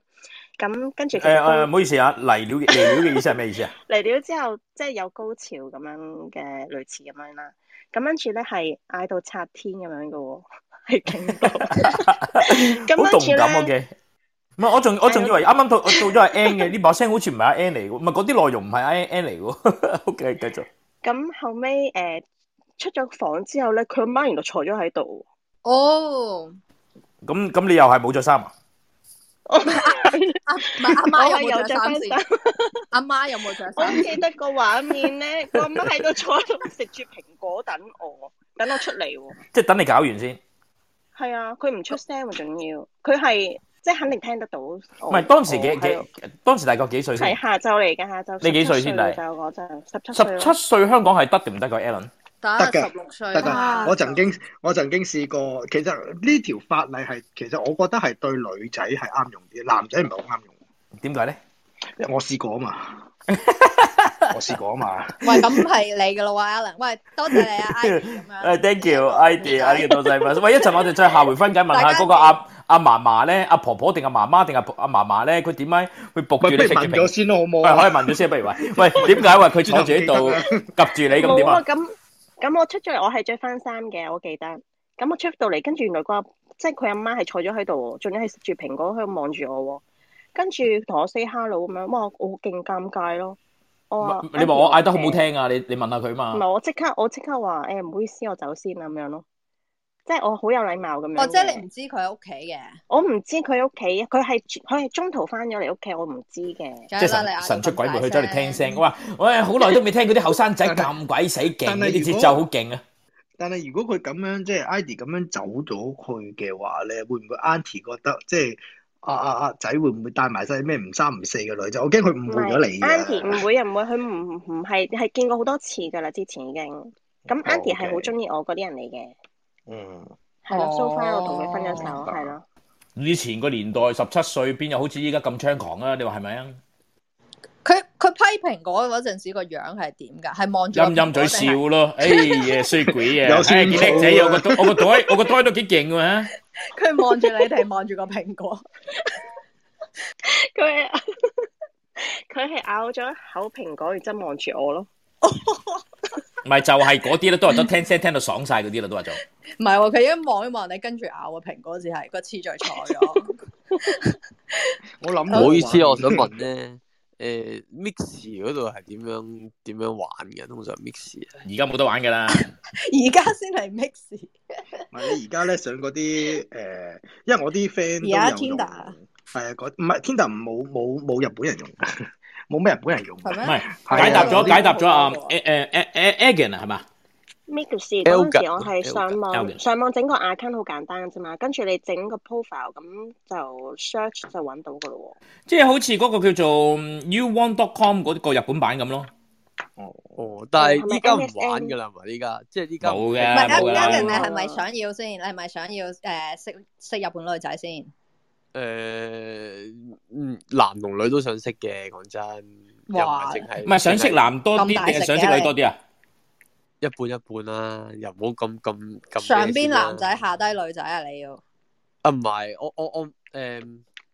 咁跟住
誒
其實都
誒，唔好意思啊，嚟 料嘅嚟料嘅意思係咩意思啊？
嚟料之後，即係有高潮咁樣嘅，類似咁樣啦。咁跟住咧係嗌到拆天咁樣嘅喎， 係勁 到。 咁
好
跟
動
住
感我
咧，
嘅。唔係，我仲我仲以為啱啱到到咗係 N 嘅呢把聲，好似唔係阿 N 嚟嘅，唔係嗰啲內容唔係阿 N 嚟嘅。OK，繼續。
咁後尾誒、出咗房之後咧，佢阿媽原來坐咗喺度
哦，
咁咁，你又係冇着衫啊？
喎。我
阿唔係阿媽
係
有冇
有
着
着
衫
翻
先？
衫，
阿媽有冇着
我
衫？
記得個畫面 咧，個阿媽喺度坐喺度食住蘋果等我，等我出嚟喎。
即係等你搞完先。
係啊，佢唔出聲喎，仲要佢係即係肯定聽得到我。唔
唔係當時幾幾，當時大概幾歲
係
先？
下晝嚟嘅下晝。
你幾歲先
17
但
歲
係
就我就十七歲
十
咯。
七歲香港係得定唔得個 Alan？
打
得
十
㗎
六歲啊
得㗎
啊
啦
我曾經我曾經試過，其實呢條法例係其實我覺得係對女仔係啱用啲，男仔唔係好啱用。
點解咧？
因為我試過啊嘛，我試過啊嘛。
喂，咁係你噶啦喎，Alan。喂，多謝你啊，Ivy 咁樣。
誒，thank you，ID 啊，呢個多謝唔喂，一陣我哋再下回分解問下嗰個阿阿嫲嫲咧，阿婆婆定阿媽媽定阿阿嫲嫲咧，佢點解會僕住
喂，
你
不如
食住
問咗
蘋？
先咯，好冇
喂，
啊？
可以問咗先，不如喂，喂，點解話佢坐住 喺度夾住你咁點
冇啊，
啊？
咁咁我出咗嚟，我係着翻衫嘅，我記得。咁我出到嚟，跟住原來個阿即係佢阿媽係坐咗喺度喎，仲要係食住蘋果喺度望住我喎。跟住同我 say hello 咁樣，哇！我我勁尷尬咯。我話
你話我嗌得好唔好
誒
聽啊？你你問下佢嘛
唔。係，我即刻我即刻話誒唔好意思，我走先啦咁樣咯。即係我好有禮貌咁樣嘅。
哦，即係你唔知佢喺屋企嘅，
我唔知佢屋企，佢係佢係中途翻咗嚟屋企，我唔知嘅。
即係
梗係啦，你
神
嗌
神出鬼沒去咗嚟聽聲，
咁大
哇！喂，好耐都未聽嗰啲後生仔咁鬼死勁，
但
呢
係
啲
如
節
果
奏好勁啊！
但係如果佢咁樣即係 ID 咁樣走咗去嘅話咧，會唔會 Auntie 覺得即係啊啊啊仔會唔會帶埋晒咩唔三唔四嘅女仔？我驚佢
唔
誤會咗
係
你
Auntie
嘅。
唔會啊，唔會，佢唔唔係係見過好多次㗎啦，之前已經。咁 Auntie 係好中意我嗰啲人嚟嘅，
嗯，
係
哦
咯。So far 我同佢分咗手，
明白
係咯。
以前個年代十七歲邊有好似依家咁猖狂啊？你話係咪啊？
佢佢批評我嗰陣時個樣係點㗎？係望住
陰陰嘴笑
笑，
咯，哎呀衰鬼啊！
有
哎
先
幾叻仔，我個袋我個袋我個袋都幾勁喎
佢望住你哋，望住個蘋果。
佢 佢係咬咗一口蘋果，然之後望住我咯。
唔係就係嗰啲啦，都係得聽聲聽到爽晒嗰啲啦，都話做。
唔係喎，佢一望一望你，跟住咬個蘋果，只係個次序錯咗。
我諗
唔好意思，
過
我想問 咧，诶，mix 嗰度係點樣點樣玩嘅？通常 mix
而家冇得玩㗎啦，
而家先係 mix，
唔係你而家咧上嗰啲誒，因為我啲 friend 都
而家
有用
Tinder
係啊，嗰唔係 Tinder 冇冇冇日本人用，啊冇咩日本人用。啊
係
唔
咩？
係解答咗
係啊
解答咗啊
我都冇玩過
誒誒誒誒 Egan 啊係嘛？
Mix 嗰陣時，
Elgin，
我係上
Elgin
網上網整個 account 好簡單嘅啫嘛，跟住你整個 profile 咁就 search 就揾到㗎咯
即係好似嗰個叫做 uone.com 嗰個日本版咁咯，
哦，但
係咪
係依家唔
MSN
玩㗎啦，係咪依家？即係依家
冇
唔
嘅
係
冇㗎
家
啦
人，你係咪想要先？你係咪想要誒識識日本女仔先？
诶，嗯，男同女都想識嘅，講真，又唔
哇
啊係淨係
唔係想識男多啲
咁大
定係
食
想識
嘅
女多啲啊？
一半一半啦，又唔好咁咁咁咩
上邊
先啦
男仔，下低女仔啊！你要
啊唔係，我我我诶，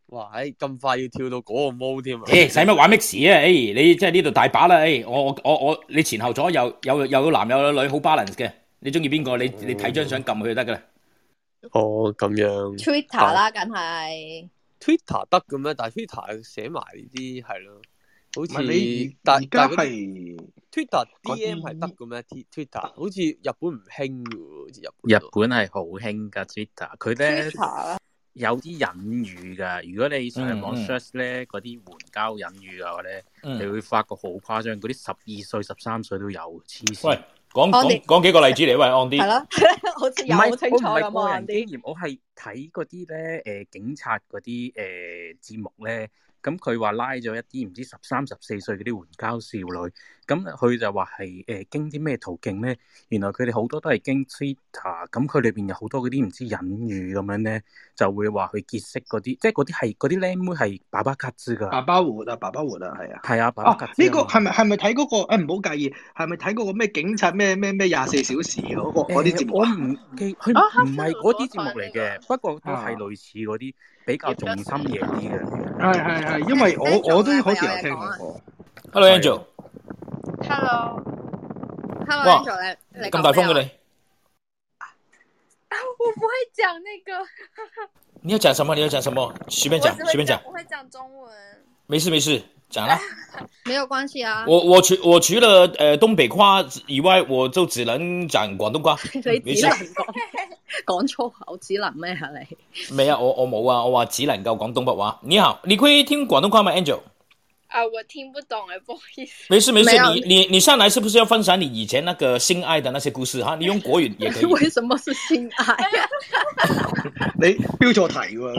哇，唉咁快要跳到嗰個 mode 添啊！
誒使乜玩 mix 啊？誒、你即係呢度大把啦！誒、我我我我你前後左右有有有男有女，好 balance 嘅。你中意邊個？你你睇張相撳佢就得噶啦。
哦，咁樣
Twitter 啦，梗係
Twitter 得嘅咩？但係 Twitter 寫埋呢啲係咯，好
唔係
似
你而
但
而家
但嗰啲
係
Twitter
嗰
DM 係得嘅咩？T-？Twitter 好似日本唔興嘅喎，好似日
日
本度
本係好興㗎 Twitter，佢咧
Twitter 啦。
有啲隱喻㗎。如果你上網
嗯嗯
search 咧嗰啲援交隱喻嘅話咧，你
嗯，
會發覺好誇張，嗰啲十二歲、十三歲都有，黐
喂
線。，
講
我哋
講講幾個例子嚟喂，
係
按啲
咯， 好似
唔係，
有清
我
楚
唔係
咁
個
啊
人
啲。
經驗，我係睇嗰啲咧誒警察嗰啲誒節目咧，咁佢話拉咗一啲唔知十三、十四歲嗰啲援交少女，咁佢就話係誒經啲咩途徑咧？原來佢哋好多都係經 Twitter，咁佢裏邊有好多嗰啲唔知隱喻咁樣咧，就會話去結識嗰啲，即係嗰啲係嗰啲僆妹係爸爸卡之㗎，
爸爸活啊，爸爸活啊，係啊。
係啊，爸爸
哦
卡，之
呢
啊
個
嘛
係咪係咪睇嗰個？誒唔好介意，係咪睇嗰個咩警察咩咩咩廿四小時嗰個嗰啲
誒
節目
我
啊？
唔記，佢
啊
唔
黑色
係嗰
嗰
啲節
個
目嚟嘅，不過都係類似嗰啲比較重心嘢啲嘅。
係係係，因為我
Angel，
我都
你係咪
好似有
有嘢
聽
講啊
過。
Hello
係
Angel，
Hello，
Hello
哇
Angel，你你
咁大風
講咩
嘅
啊
你，
我不会讲那个，
你要講什麼？你要講什麼？隨便
我
講，
只
隨
会
便講
讲，，我会讲中文。
沒事沒事，講啦。
沒有關係啊，
我我除我除了呃東北話以外，我就只能講廣 東話。
你
你
只
知
能 講講粗口，只能咩啊你？
沒啊，我我冇啊，我話只能夠講東北話。你好，你可以聽廣東話嗎，Angel？
啊，我听不懂哎，不好意思。
没事没事
没，有
你你你上来是不是要分享你以前那个性爱的那些故事哈？ 你用国语也可以
為什麼是性愛啊？
你標錯題喎，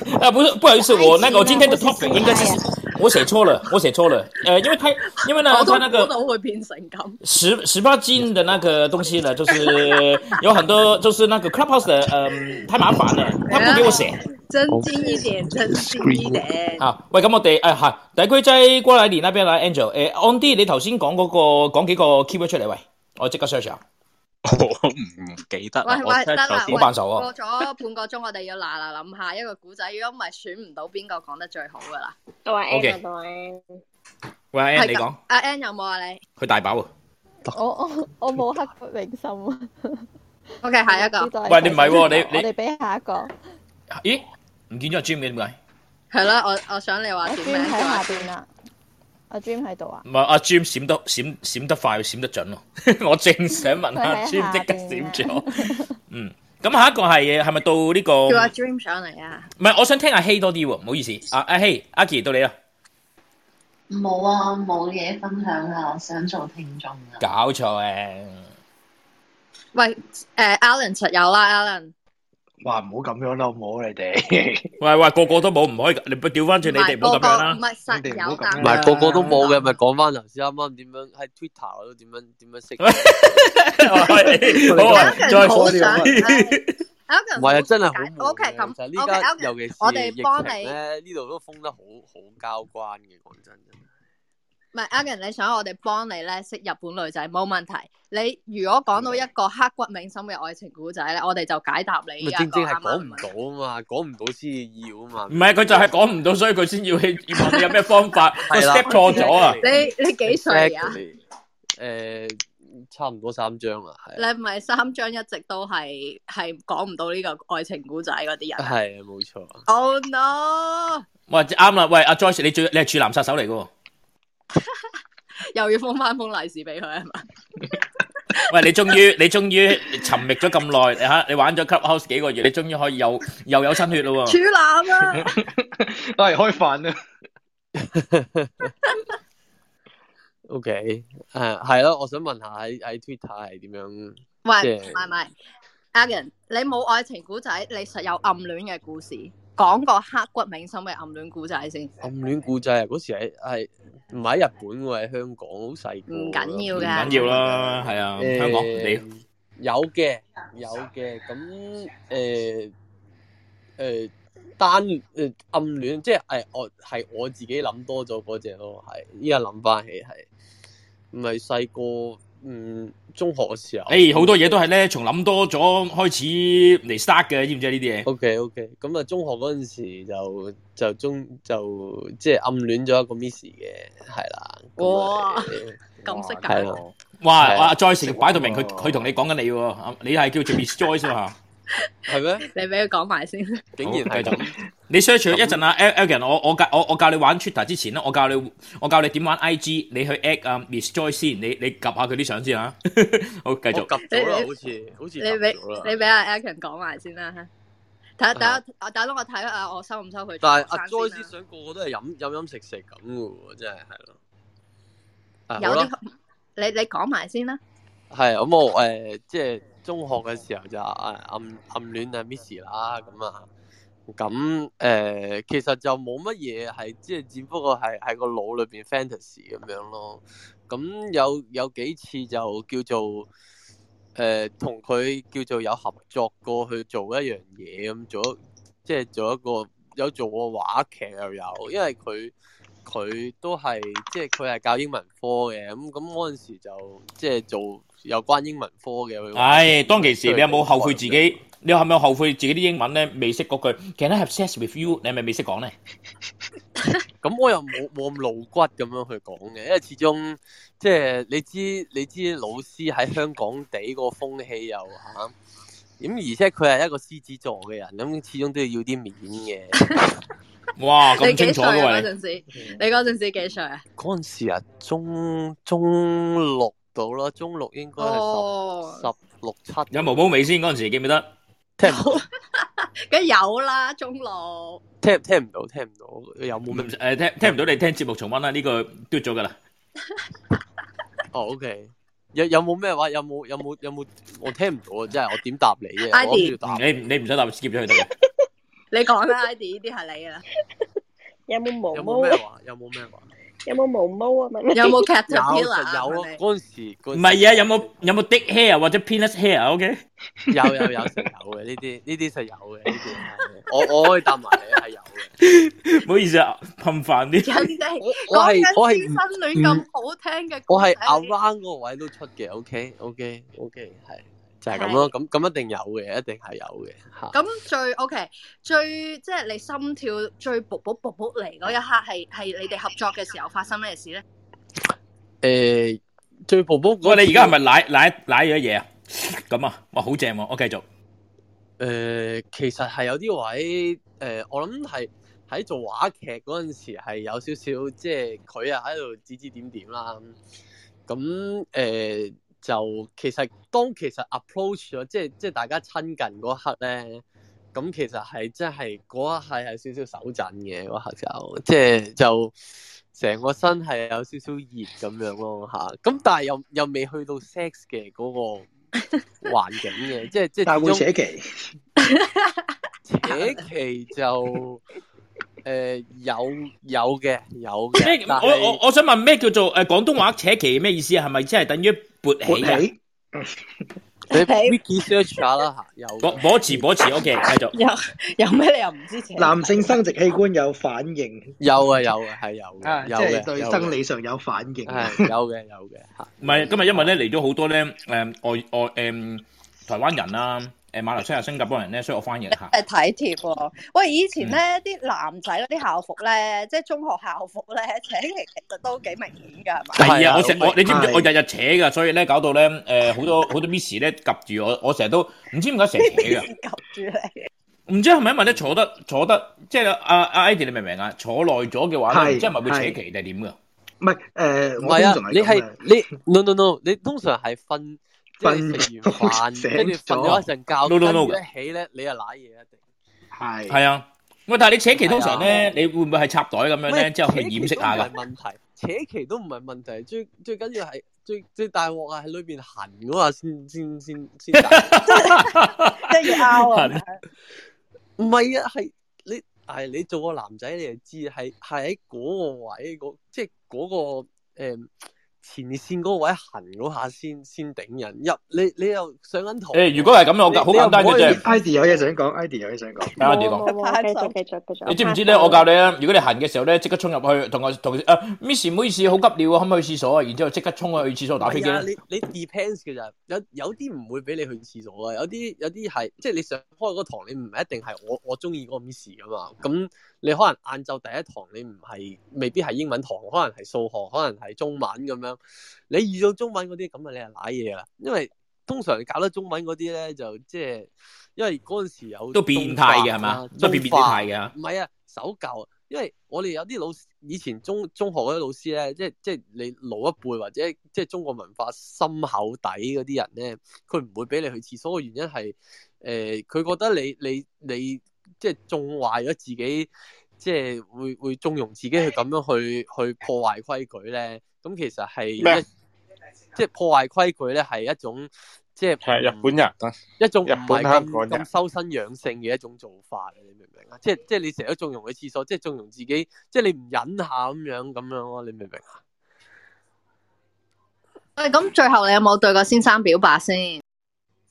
今日
啊，不是不好意思，我 那
哎
个
我
我今天的
不是
topic 应该是
性爱
我写错了，我写错了，呃，因为他因为呢
我，都
他那
估
个
到會變成咁。
十十八禁的那个 东西呢， 就是有很多就是那个 clubhouse 的，嗯、太麻烦了，他不给我写，
真精一点，真精一点。
啊，喂，咁我哋誒係第一區仔瓜乃蓮啦，邊啦，Angel，誒，on D，你頭先講嗰個講幾個 keyword 出嚟，喂，我即刻 search 下。
我唔記
啊
得
喂
啦，我
喂，
真
得
係
啦，
頭
喂
先
好扮手啊
過咗半個鐘，我哋要嗱嗱諗下一個古仔，如果唔係選唔到邊個講得最好噶啦。
到阿
N 啊 OK
到阿 N，
喂
係
，Ann，你
咁
講，
阿 N 有冇啊？你
佢大飽啊！
我我我冇刻骨銘心啊！
OK，下一個
喂你唔係喎你你
我哋俾下一個，
咦，唔見咗阿 Jim 嘅點解？
係啦，我我想你
我
話點
Dream
名
喺下邊啦，我 Dream 喺度啊，
唔係阿 Jim 閃得閃閃得快，閃得準 咯。我正想問
佢
阿
喺
Jim，
下
即刻
邊
閃
啊
咗。嗯，咁下一個係係咪到呢個？
哦
叫阿 Dream 上嚟啊！
唔係，我想聽阿希多啲喎，唔好意思。阿阿希，阿奇到你啦，
冇啊，冇嘢分享啊，我想做聽眾啊。
搞錯誒！
喂，誒 Alan 實有啦，Alan
哇，唔好咁樣啦，好唔好你哋？
喂喂，個個都冇，唔可以，你唔調翻轉你哋唔好咁樣啦
唔。係實有，但
唔係個個都冇嘅，咪講翻頭先啱啱點樣喺 Twitter 嗰度點樣點 樣識，
哎
好啊，再
好想 Alan
唔係啊，真係好悶
OK，
嘅
咁
就係呢家
OK，OK，
尤其是
我哋幫
疫
你
情咧，呢度都封得好好交關嘅，講真真係。
唔係 Alan，你想我哋幫你咧識日本女仔冇問題。你如果講到一個刻骨銘心嘅愛情故仔咧，我哋就解答你
咪
依家
正正
個
係
啱
講
啱
唔到啊嘛，講唔到先要啊嘛。
唔係佢就係講唔到，所以佢先要去要問你有咩方 法。個 step 錯咗啊！
你你幾歲啊？
Exactly？誒，差唔多三張啦，係
你唔係三張一直都係係講唔到呢個愛情故仔嗰啲人。
係啊，冇錯。
Oh no！
喂，啱啦，喂，阿 Joyce，你最你係處男殺手嚟嘅喎。
又要封翻封利是俾佢係嘛？
喂，你終於 你終於沉溺咗咁耐嚇，你玩咗 Clubhouse 幾個月，你終於可以又又有新血
哦
咯
處
喎！
男啊！
攞嚟 開飯啊！
O K，誒呃係咯，我想問下喺喺 Twitter 係點樣？即
喂，唔
係
係唔係，Agan，你冇愛情故仔，你實有暗戀嘅故事。講個刻骨銘心嘅暗戀故仔先，
暗戀故仔啊！嗰時喺係唔喺日本喎，喺香港，好細個。
唔緊要
唔
㗎
緊要啦，係啊，
誒
香港你
有嘅，有嘅。咁誒誒單誒暗戀，即係誒我係我自己諗多咗嗰只咯，係依家諗翻起係唔係細個嗯中學嘅時候。
誒好多嘢都係咧，從諗多咗開始嚟 start 嘅，知唔知啊呢啲嘢？
O K O K，咁啊，中學嗰陣時就就中就即係暗戀咗一個 Miss 嘅，係啦。
哇
誒
咁啊識
係
㗎，
啦，
哇！
係啊
阿 Joyce 擺到明，佢佢同你講緊你喎，你係叫做 Miss Joyce 啊嘛？
係咩？
你俾佢講埋先。
竟然係
好繼
咁，
你 search 一陣啊 e l g i n 我我教我我教你玩 Twitter 之前咧，我教你我教你點玩 IG，你去 at 啊 Miss Joy 先，你你及下佢啲相先嚇。 好，繼
我
續。
及咗啦，好似好似及
你俾
咗啦。
你俾阿 Alan 講埋先啦。睇等我等我睇下我收唔收佢。
但係阿
啊
Joyce 想個個都係飲飲飲食食咁嘅喎，真係係咯。啊
有
好啦
啲，你你講埋先啦。
係咁我誒，即係中學嘅時候就誒啊暗暗戀啊 Miss 啦，咁啊，咁誒其實就冇乜嘢係，即係只不過係喺個腦裏邊 fantasy 咁樣咯。咁有有幾次就叫做誒同佢叫做有合作過去做一樣嘢咁做，即係做一個有做過話劇又有，因為佢。佢都係即係佢係教英文科嘅，咁咁嗰陣時就即係做有關英文科嘅。佢話
唉，當其時你有冇後悔自己？你有冇後悔自己啲英文咧未識嗰句 Can I have sex with you？你係咪未識講咧？
咁我又冇冇咁露骨咁樣去講嘅，因為始終即係你知你知老師喺香港地個風氣又嚇，咁、而且佢係一個獅子座嘅人，咁始終都要要啲面嘅。
哇，
你
咁
幾
清
歲
楚嘅
啊？嗰
喎你。
陣時，你嗰陣時幾歲啊？
嗰陣時啊，中中六到啦，中六應該係
哦
十十六七，
有毛毛味先嗰陣時記唔記得？
聽唔到
梗有啦，中六。
聽聽唔到聽唔到，有冇咩？
誒聽聽唔到你聽節目重温啦，呢個嘟咗㗎啦。
哦，OK，有有冇咩話？有冇有冇有冇？我聽唔到啊！真係我點答你啫？
Ivy
我諗住答
你唔你唔使答，skip 咗佢得嘅。
你講啦，Ivy，呢啲係你噶啦。
有冇毛
有
毛
冇？咩話？有冇咩話？
有冇毛毛啊？問你
有冇
有
caterpillar 啊
有啊，嗰阵时嗰
唔係啊，有冇有冇 dick hair 或者 penis hair？OK，、
有有有實有嘅呢啲呢啲實有嘅呢啲，我我可以 答埋你係有嘅。
唔好意思啊，頻繁啲。
人哋
我係我
講緊
係
師生戀咁好聽嘅
我係
故仔
around 嗰個位都出嘅，OK OK OK，係就係咁咯，咁咁一定有嘅，一定係有嘅嚇。
咁最 OK 最即係你心跳最卜卜卜卜嚟嗰一刻係係你哋合作嘅時候發生咩事咧？
誒，最婆婆
喂，你而家係咪奶奶奶咗嘢啊？咁啊，哇，好正喎！我繼續。
誒，呃其實係有啲位誒，我諗係喺做話劇嗰陣時係有少少，即係佢啊喺度指指點點啦。咁誒就其實當其實 approach 咗，即係即係大家親近嗰刻咧，咁其實係真係嗰一刻係有少少手震嘅嗰刻就，即係就成個身係有少少熱咁樣咯嚇。咁但係又又未去到 sex 嘅嗰個環境嘅，即係即係
但係會
始終
寫期。
扯旗就誒、呃有有嘅 有
咩
嘅，但
我我
係
我想問咩叫做誒呃廣東話扯旗咩意思啊？係咪即係等於勃起啊？
你 wiki search 下啦嚇，有
保保持保持，OK，繼續。
有有咩理由唔知情？
男性生殖器官有反應，
有啊有啊係有嘅，
啊，即
有
係
嘅
對
有
生
嘅
理上有反應。
係有嘅有嘅嚇，
唔係今日因為咧嚟咗好多咧誒、外外誒、台灣人啦、啊、誒馬來西亞、新加坡人咧，所以我翻譯 下。
係體貼喎！喂，以前
嗯
咧啲男仔嗰啲校服咧，即係中學校服咧，請嚟其實都幾明顯㗎，係咪？
係啊，我成我你知唔知
係
我日日扯㗎，所以咧搞到咧誒好多好多 miss 咧及住我，我成日都唔知點解成日扯㗎。
及住你。
唔知係咪因為咧坐得坐得，即係阿阿 Eddie 你明唔明啊？坐耐咗嘅話咧，
係
唔知係咪會扯
係
旗定係點㗎？
唔係誒，
唔
我通
係啊
常係
你
咁嘅
係你 no no no，你通常係瞓即係食
瞓
完飯
醒
跟住瞓咗一陣
No, no,
覺，跟
no
住一起咧你又賴嘢一定。
係
係啊，喂！但係你扯旗通
係
常咧，你會唔會係插袋咁樣咧，之後去
啊扯旗
掩飾
都
下
唔
㗎
係？問題，扯旗都唔係問題，最最緊要係最最大鑊啊，喺裏邊痕嗰下先先先先大鑊。
即系要拗啊！
唔係啊，係你係你做個男仔你就知，係係喺嗰個位嗰即係嗰個诶、誒前線嗰個位行嗰下先先頂人入你你又上緊堂。
誒，如果係咁樣，我教
你
好
你又
簡單嘅
唔可以
啫。
，ID 有嘢想講，ID 有嘢想講。
等我哋啊講。
冇冇 冇，繼續繼續繼續。
你知唔知咧？我教你咧，如果你行嘅時候咧，即刻衝入去，同我同佢啊，Miss 唔好意思，好急尿啊，可唔可以去廁所啊？然之後即刻衝去廁所打飛機
係啊，
啦。
你你 depends 嘅咋，有有啲唔會俾你去廁所啊，有啲有啲係即係你上開嗰堂，你唔一定係我我中意嗰個 miss 噶嘛，咁你可能晏晝第一堂你唔係未必係英文堂，可能係數學，可能係中文咁樣，你遇到中文嗰啲咁啊，你係賴嘢啦，因為通常搞得中文嗰啲咧就即係因為嗰陣時有
都變態嘅係
中法
嘛
啦啊
都變變
中法
態嘅嚇
唔係啊，守舊啊，因為我哋有啲老師以前中中學嗰啲老師咧，即係即係你老一輩或者即係中國文化深厚底嗰啲人咧，佢唔會俾你去廁所嘅原因係誒，佢、覺得你你你即係縱壞咗自己，即係會會縱容自己去咁樣去去破壞規矩咧。咁其實係
咩啊
一即係破壞規矩咧，係一種即係
係日本人啊，
一種唔
日
係
本香
咁
港人
咁修身養性嘅一種做法，你明唔明啊？即係即係你成日都縱容去廁所，即係縱容自己，即係你唔忍下咁樣咁樣咯，你明唔明啊？
喂，咁最後你有冇對個先生表白先？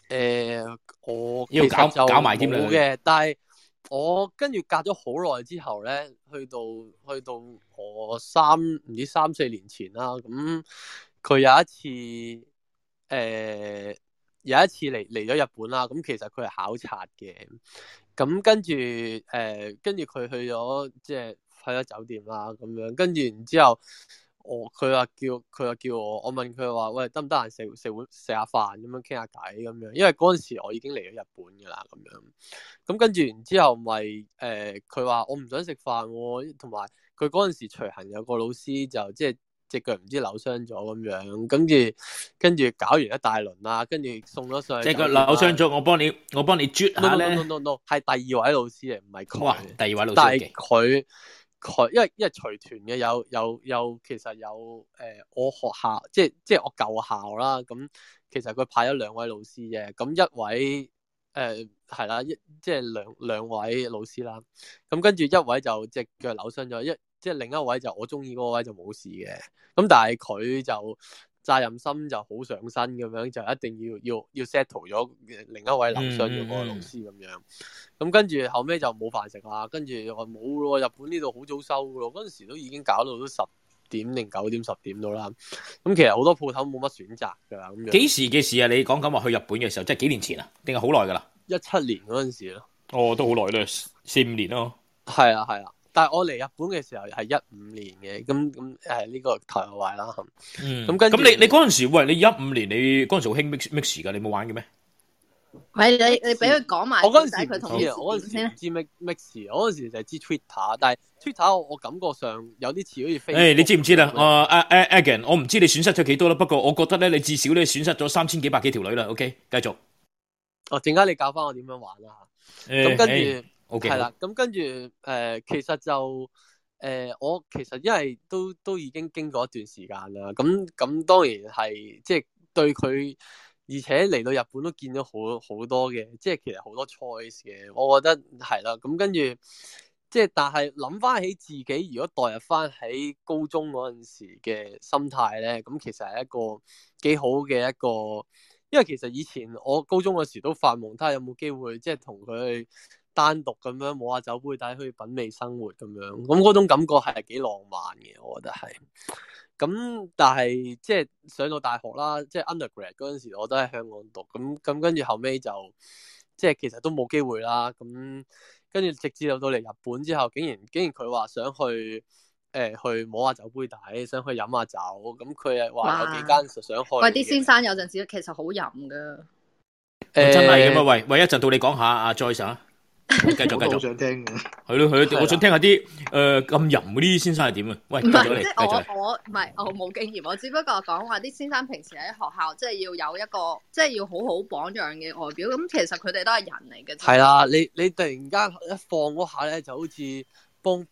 誒、我
要
其實
搞
就
搞埋添啦
冇嘅，但係我跟住隔咗好耐之後咧，去到去到我三唔知三四年前啦，咁佢有一次誒、有一次嚟嚟咗日本啦，咁其實佢係考察嘅，咁跟住誒、跟住佢去咗即係去咗酒店啦，咁樣跟住然之後。我佢話叫佢話叫我，我問佢話喂得唔得閒食食碗食下飯咁樣傾下偈咁樣，因為嗰陣時我已經嚟咗日本㗎啦咁樣，咁跟住然之後咪誒佢話我唔想食飯喎，同埋佢嗰陣時隨行有個老師就即係只腳唔知扭傷咗咁樣，跟住跟住搞完一大輪啦，跟住送咗上去
即係
酒
個
店
扭
啦
傷咗，我幫你我幫你啜
no
下
no no no
咧。
no no 係第二位老師嚟，唔係佢。
哇！第二位老
但
師
係
嘅，
佢佢因為因為隨團嘅有有有其實有誒、呃我學校即係即係我舊校啦，咁其實佢派咗兩位老師嘅，咁一位呃誒係啦，一即係兩兩位老師啦，咁跟住一位就隻腳扭傷咗，一即係另一位就我中意嗰個位就冇事嘅。咁但係佢就責任心就好上身咁樣，就一定要要要 settle 咗另一位劉商耀嗰個老師咁樣。咁跟住後尾就冇飯食啦，跟住我冇咯，日本呢度好早收噶咯，嗰陣時都已經搞到都十點定九點十點到啦。咁其實好多鋪頭冇乜選擇㗎啦，咁樣。
幾時嘅事啊？你講緊話去日本嘅時候，即係幾年前啊？定係好耐㗎啦？
一七年嗰陣時咯。
哦，都好耐啦，四五年咯。
係啊係啊，但係我嚟日本嘅時候係一五年嘅，咁咁誒呢個台外啦。咁
嗯
咁跟住
咁你你嗰陣時，喂，你一五年你嗰陣時好興 mix mix 㗎，你冇玩嘅咩？
唔係你你俾佢講埋
我嗰
故仔，
陣時
佢
唔
同
知啊，我嗰陣時唔知 mix mix，我嗰陣時就係知 Twitter，但係 Twitter 我我感覺上有啲似好似 Facebook
誒，你知唔知啦？啊啊啊，Agan，我唔知你損失咗幾多啦，不過我覺得咧，你至少咧損失咗三千幾百幾條女啦。OK，繼續。
哦，陣間你教翻我點樣玩啊啦嚇。
誒
咁跟
誒
住
，OK，
係
好
啦，咁跟住誒、呃其實就誒、呃我其實因為都都已經經過一段時間啦，咁咁當然係即係對佢，而且嚟到日本都見咗好好多嘅，即係其實好多 choice 嘅，我覺得係啦。咁跟住即係但係諗翻起自己，如果代入翻喺高中嗰陣時嘅心態咧，咁其實係一個幾好嘅一個。因為其實以前我高中嗰時都發夢，睇下有冇機會即係同佢去單獨咁樣摸下酒杯底，去品味生活咁樣。咁嗰種感覺係幾浪漫嘅，我覺得係。咁但係即係上到大學啦，即係 undergrad 嗰陣時，我都喺香港讀。咁咁跟住後尾就即係其實都冇機會啦。咁跟住直至到到嚟日本之後，竟然竟然佢話想去誒、呃去摸下酒杯底，想去飲下酒。咁佢係話有幾
哇
間就想去嘅。
喂，啲先生有陣時其實好飲噶。
喂真係咁啊！喂喂，一陣到你講下阿 Joyce 啊，繼續繼
我都好
續。
想聽嘅。
係咯係咯，
係啦
我想聽下啲誒咁淫嗰啲先生係點啊？喂，繼
唔
續
係，
你，
即
繼
係
續
我我唔係我冇經驗，我只不過講話啲先生平時喺學校即係要有一個即係要好好榜樣嘅外表，咁其實佢哋都係人嚟嘅啫。
係啦，你你突然間一放嗰下咧，就好似幫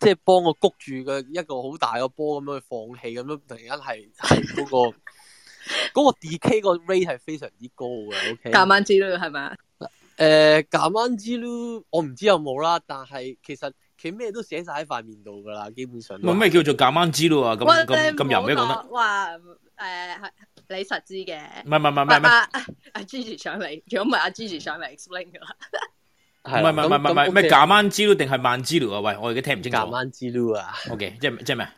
即係幫我谷住嘅一個好大個波咁樣去放氣咁樣，突然間係係嗰個嗰個 DK 個 rate 係非常之高嘅。OK，
夾晚之類係咪啊？
誒夾啱之咯，我唔知有冇啦，但係其實佢咩都寫晒喺塊面度㗎啦，基本上都
喂，咩叫做夾彎知咯啊？咁
喂
咁
你
咁
唔
淫
好
咩講得
講？哇誒，係你實知嘅。
唔係唔係唔係唔
阿
係
阿阿 Gigi 上嚟，如果唔係阿 Gigi 上嚟 explain 噶啦。
唔
係
係
啦
唔係唔
咁
係唔係
咁
咩
OK
夾彎知咯定係慢知咯啊？喂，我而家聽唔清楚。
夾彎知咯啊
！OK，即係即係咩啊？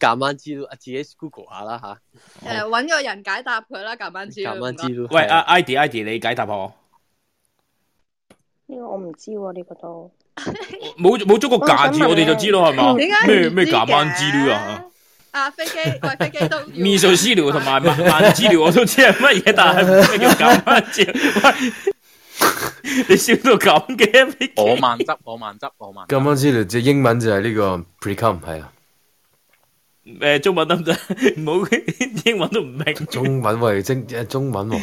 夾啱之咯，自己 Google 下啦吓。
誒，揾個人解答佢啦，夾晚之類。
夾彎
唔該
知咯。
喂，阿 Idy，Idy，你解答下我。
呢個我唔知喎，呢個都
冇冇捉個架字，
我想問
我哋就知咯，係嘛？
點解
咩
唔
咩
知
夾彎
嘅
知料啊？
啊，飛機喂，飛機都要
面數資料 同埋慢慢資料我都知係乜嘢，但係咩叫減翻資料？喂你笑到咁嘅，
我慢執，我慢執，我慢執。
咁啱知道，即係英文就係呢個 precum 係啊，
誒中文得唔得？唔好英文都唔明。
中文喂，精誒中文喎，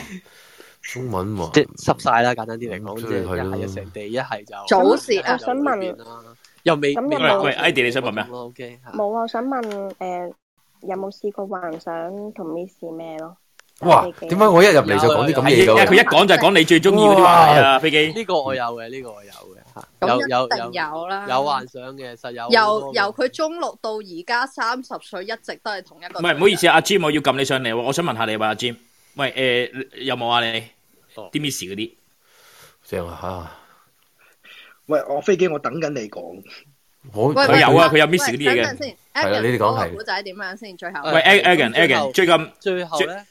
中文喎，
即係濕晒啦，簡單啲嚟講，即係
係
一
咯
係就成地，一係就
早泄啊
一係就
想問
裏邊啦，又未
咁有
未
冇
喂喂，Ivy 你想問咩啊
？O K，
冇啊！我想問誒、有冇試過幻想同 Miss 咩咯？
哇！點解我一入嚟就講啲咁嘢
因為哎佢一
嘅？
講就係講你最中意嗰啲話題啊啊，飛機。
呢個我有嘅，呢個我有嘅嚇，
咁
有
一定
有
有啦
有幻想嘅，實有好
由
多嘅
由佢中六到而家三十歲，一直都係同一個。
唔係，唔好意思啊，阿 Jim，我要撳你上嚟喎，我想問下你喎，阿 Jim，喂誒有冇啊你啲 miss 嗰啲？
正啊
喂，我飛機我等緊你講。
嚇！我啊
喂。
佢
喂
有啊佢有
喂
miss 嗰啲
等
嘢嘅
陣先
係啦
Egan
你哋講係
嗰個古仔點樣先？最後
喂，Agan Agan，最近
最後
最
咧，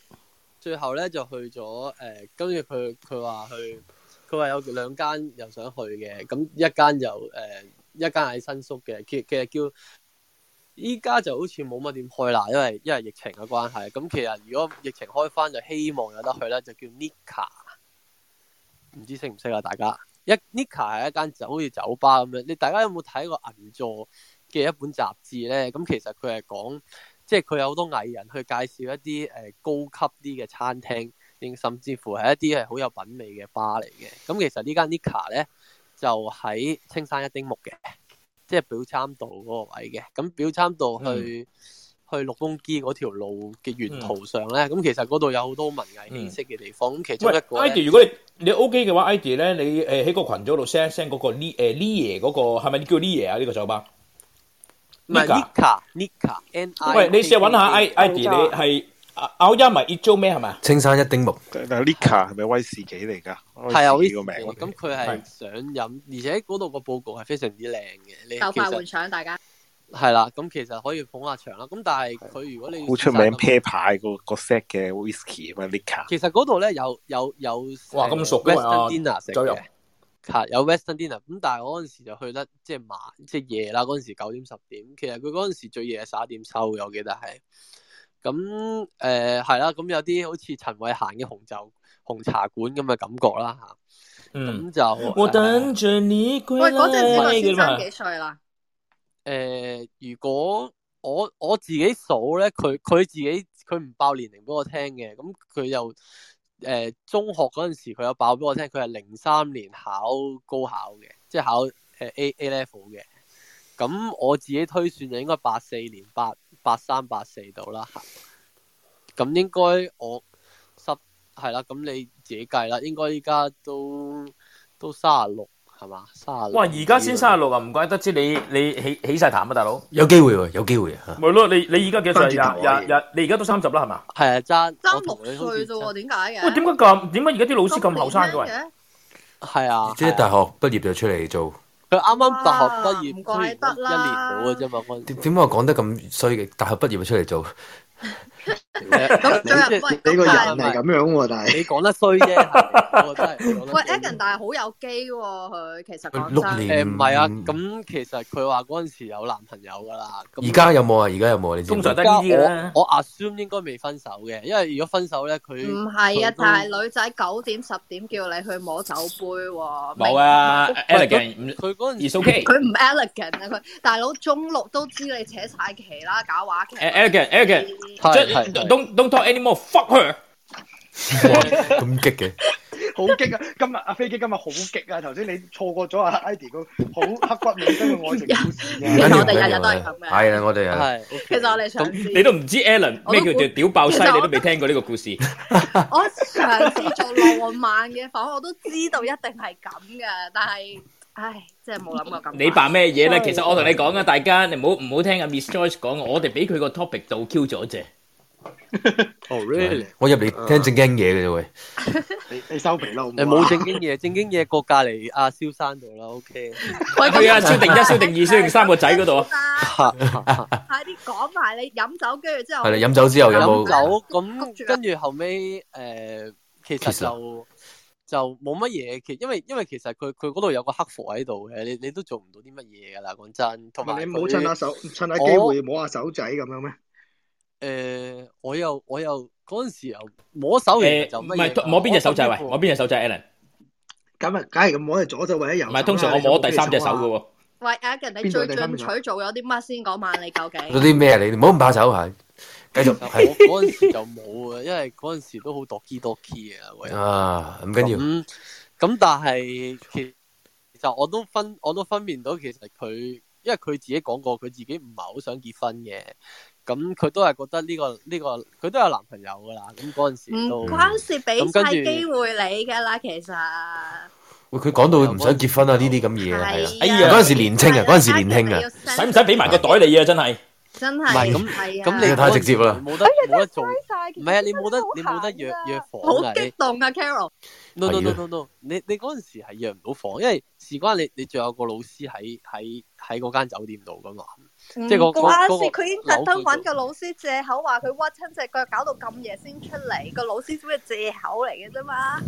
最後咧就去咗誒，呃跟住佢佢話去，佢話有兩間又想去嘅，咁一間就誒、一間喺新宿嘅，其其實叫依家就好似冇乜點開啦，因為因為疫情嘅關係，咁其實如果疫情開翻就希望有得去咧，就叫 Nika，唔知識唔識啊大家？一 Nika 係一間酒好似酒吧咁樣，你大家有冇睇過銀座嘅一本雜誌咧？咁其實佢係講。即係佢有好多藝人去介紹一啲誒、呃高級啲嘅餐廳，甚至乎係一啲係好有品味嘅吧嚟嘅。咁其實呢間 Nika 咧就喺青山一丁目嘅，即係表參道嗰個位嘅。咁表參道去、去六公基嗰條路嘅沿途上咧，咁、其實嗰度有好多文藝氣息嘅地方。咁、其中一個
喂
呢
，Ivy，如果你你 OK 嘅話，Ivy 咧，你誒喺個群組度 send 一 send 嗰個 Lee 誒 Lee 爺嗰個係咪叫 Lee 爺啊？呢個酒吧
唔係
Nika？
Nika，Nika。N I
喂，你試下揾下 I I D，你係咬音咪 i 做咩係咪？
青山一丁目。
嗱，Lika 係咪威士忌嚟㗎？
係啊，
威士
威士
忌個
忌
名嚟
咁佢係想飲，而且嗰度個報告係非常之靚嘅。你
手
其
快
實
換相，大家
係啦，咁其實可以捧下場啦。咁但係佢如果你要
好出名
選擇
pair 牌個個 set 嘅 whisky 啊嘛，Lika。
其實嗰度咧有有有
哇
誒
咁熟嘅嘛
Western dinner 食
酒肉
嘅，係有 Western dinner。咁但係我嗰陣時就去得即係晚即係夜啦，嗰陣時九點十點。其實佢嗰陣時最夜係十一點收嘅，我記得係。咁誒係啦，咁有啲好似陳慧嫻嘅紅酒紅茶館咁嘅感覺啦嚇。
嗯，
就
我等着你歸來
喂，嗰陣時個先
嘅
生
嘛
幾歲啦？
誒、呃如果我我自己數咧，佢佢自己佢唔爆年齡俾我聽嘅，咁佢又誒中學嗰陣時佢有爆俾我聽，佢係零三年考高考嘅，即係考誒 A A level 嘅。咁我自己推算就應該八四年八八三八四度啦。咁應該我十係啦，咁你自己計啦。應該依家都都三十六係嘛？三十六。
哇，而家先三十六啊，唔怪得知你你起起晒痰啊，大佬。
有機會喎，有機會啊！
咪咯，你你而家幾多歲？
三
廿
字頭啊
廿廿，你而家都三十啦，係嘛？
係啊，爭
爭六歲啫喎，點解
喂，
嘅？
點解咁？點解而家啲老師咁後生嘅？喂
嘅？
係啊，
即係大學畢業就出嚟做，
佢啱啱大學畢
唔
業，雖
怪
然
得
一年冇嘅啫嘛，嗰陣時
點點解我講得咁衰嘅？大學畢業就出嚟做，
咁最後喂，
你個人
咁
係咁樣喎，但係
你講得衰啫，我真係講
但
得
係喂
衰
Egan，但係好有機喎，佢其實講
六
真，
年
誒唔係啊，咁其實佢話嗰陣時有男朋友噶啦，咁
而家有冇啊？而家有冇啊？你知唔知？
而家我我 assume 應該未分手嘅，因為如果分手咧，佢
唔係啊
佢，都
但係女仔九點十點叫你去摸酒杯喎，
冇啊
喂
à, ，elegant，
佢嗰陣
it's okay。
佢唔 elegant 啊！佢大佬中六都知你扯晒旗啦，搞話劇。
elegant elegant，
係係係
don't don't talk anymore. Fuck her。
咁激嘅，
好激啊！今日阿飛機今日好激啊！頭先你錯過咗阿 Ivy 個好 刻骨銘心嘅愛情故事
其實
啊！
我哋日日都係咁嘅。
係啊，我哋啊，
係
其實我哋上次，
你都唔知 Alan
我
咩
都
叫做屌爆西，
其實
你
我
都未聽過呢個故事。
我上次做浪漫嘅房，我都知道一定係咁嘅，但係，唉，真係冇諗過咁。
你扮咩嘢咧？
Sorry
其實我同你講啊，大家你唔好唔好聽阿 Miss Joyce 講，我哋俾佢個 topic 倒 Q 咗啫。
哦，really？
我入嚟聽正經嘢嘅啫喂，
你你收皮啦，好唔
誒
好啊
冇正經嘢，正經嘢過隔離阿蕭生度啦，OK。
去啊，蕭定一、蕭定二、蕭定三個仔嗰度啊。
快啲講埋你飲酒，跟住之後
係啦飲酒之後有冇
飲酒咁，跟住後尾誒、呃其實就就冇乜嘢，其因為因為其實佢佢嗰度有個黑服喺度嘅，你你都做唔到啲乜嘢㗎啦，講真。同埋
你冇
佢
趁下手，趁下機
我
會摸下手仔咁樣咩？
誒、我又我又嗰陣時又摸手其實
誒，
就
呃唔
乜嘢㗎
係摸邊隻手仔
我甚？
喂
至乎
摸邊隻手仔 Alan？
咁啊，梗係咁摸係左手或者右手
唔
啦。
係，通常我摸第三隻手嘅喎。
喂 a g a n 你
邊度
最
有第
進
三名
取
啊
做咗啲乜先？嗰晚你究
做
竟？
啲咩啊你？你唔好咁怕醜嚇，繼續
其
係
實我嗰陣時就冇啊，因為嗰陣時都好多 key 多 key 啊，喂。
啊，唔緊要，
咁咁但係其其實我都分我都分辨到，其實佢因為佢自己講過，佢自己唔係好想結婚嘅，咁佢都係覺得呢、個呢、個佢都有男朋友噶啦，咁嗰陣時都
唔關事，俾
咁跟
晒
住
機會你㗎啦，其實。
喂佢講到唔想結婚啊呢啲咁嘢啊係啊，
哎呀
嗰陣時年青啊，嗰陣時年輕啊，
使唔使俾埋個袋你啊？真係。
真
唔係
係
咁
係啊！哎
咁你
太直接啦
冇得冇得做，唔
晒其實
係啊，你冇得你冇得約約房
好
啊，
激
你
動啊，Carol！
no no
係
no
啊
no no，你你嗰陣時係約唔到房，因為事關你你仲有個老師喺喺喺嗰間酒店度噶嘛，
唔
即係嗰嗰
關
嗰
嗯事，
個
佢已經特登揾個老師借口話佢屈親只腳，搞到咁夜先出嚟，個老師只係借口嚟嘅啫嘛。
啊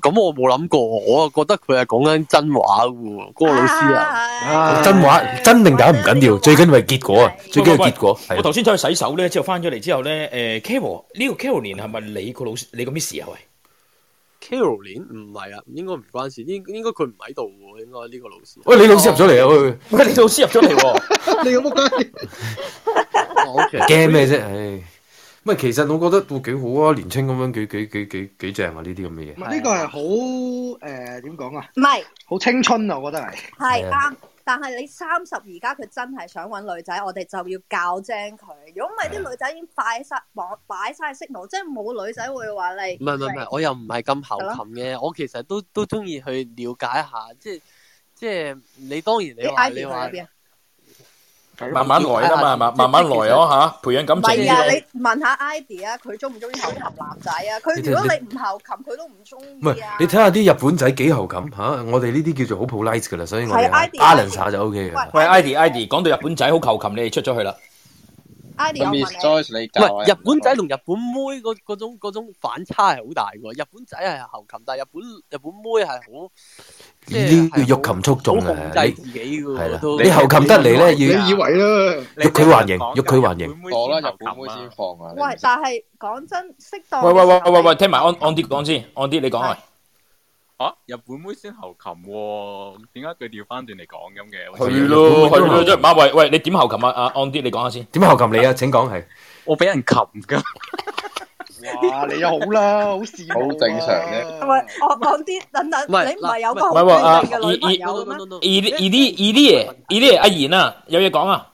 咁我冇諗過，我啊覺得佢係講緊真話嘅喎，嗰個老師啊，
啊
真話真定假唔緊要，最緊要係結果啊，最緊要結果
我
係啊
頭先走去洗手咧，之後翻咗嚟之後咧，誒 ờ, Carol 呢個 Caroline 係咪你個老師你個 Miss 啊？喂，
Caroline 唔係啊，應該唔關事，應應該佢唔喺度喎，應該呢個老師。
喂你老師入咗嚟啊
喂，你老師入咗嚟喎。
你咁嘅
喂，驚咩啫唉。唔係，其實我覺得都幾好啊，年青咁樣幾幾幾幾幾正啊！呢啲咁嘅嘢
唔，係呢個係好誒點講啊？
唔係
好青春啊！我覺得係。
Dạ.
係
係
啱，但係你三十而家佢真係想揾女仔，我哋就要教精佢。如果唔
Dạ.
係，啲女仔已經擺晒網擺晒 signal，即係冇女仔會話你
唔係唔係唔係，我又唔係咁後冚嘅，我其實都都中意去了解下，即係即係你當然你
你
話
Ivy
你
去
話
咗邊啊？
慢慢來啦嘛，慢慢慢嚟咯吓，培養感
唔
情
係
呢
啊，
啲
你問下 Ivy 啊，佢中唔中意後擒男仔啊？佢
你
如果
你
你唔後擒，佢都唔中意。
唔係，你睇下啲日本仔幾後冚嚇，啊我哋呢啲叫做好 polite 㗎啦，所以我哋啊
係 Ivy，
balance 下就 OK 嘅。
喂，Idy，Idy，講到日本仔好求擒，你哋出咗去啦。
Ivy 我
咁
問
Miss
你，
Joyce，你
唔
教啊
係日本仔同日本妹嗰嗰種嗰種反差係好大嘅喎，日本仔係後擒，但係日本日本妹係好
呢叫欲擒速縱
好
啊
控！制
你
自己嘅
係啦
喎，都
你後擒得嚟咧
啊
要
你以為
啦，
欲拒還迎，欲拒還迎。
我啦，日本妹先放啊。
喂，但係講真，適當
喂喂
嘅
喂
時候
喂喂，聽埋安安啲講先，安啲你講啊。
啊，日本妹先後擒喎，點解佢調翻轉嚟講咁嘅？
係咯，係咯，即係唔啱。喂喂，你點後擒啊？阿安啲你講下先。
點後擒你啊？請講係。
我俾人擒㗎。
哇！你又好啦，好羨慕。
好
啊
正常嘅。
喂，我講啲等等，
唔係
你唔係有個好
唔係喎，阿
專嘅女朋友嘅咩？
二啲二啲二啲嘢，二啲嘢，阿賢啊，有嘢講啊。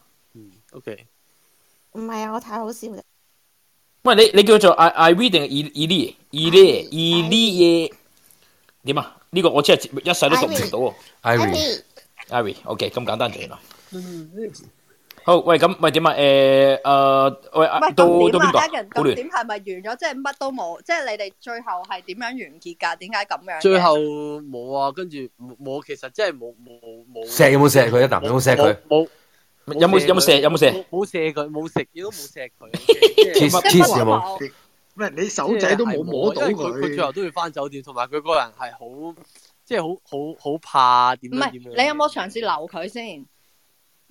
OK。
唔係啊，我太好笑啦。
喂，你你叫做 I I V 定係 E E D 二啲 E D 嘢點啊？呢個我真係一世都讀唔到喎。
Ivy
Ivy，OK，咁簡單就原來。好，喂，咁喂點啊？誒誒，喂
唔
啊，
係
到
咁
到
點啊
邊個啊？
？Egan，
好
咁
亂
點。係咪完咗？即係乜都冇，即係你哋最後係點樣完結㗎？點解咁樣嘅？
最後冇啊，跟住冇冇，其實真係冇冇冇
錫有冇錫佢一啖？有冇錫佢？
冇。
有冇有冇射？有冇射？
冇冇射佢，冇食，亦都 冇錫佢。
Kiss- kiss 有冇？
喂，你手仔都冇摸到
因為佢最後
佢。
都要翻酒店，同埋佢個人係好，即係好好好怕點
唔
樣
係
點樣。
你有冇嘗試留佢先？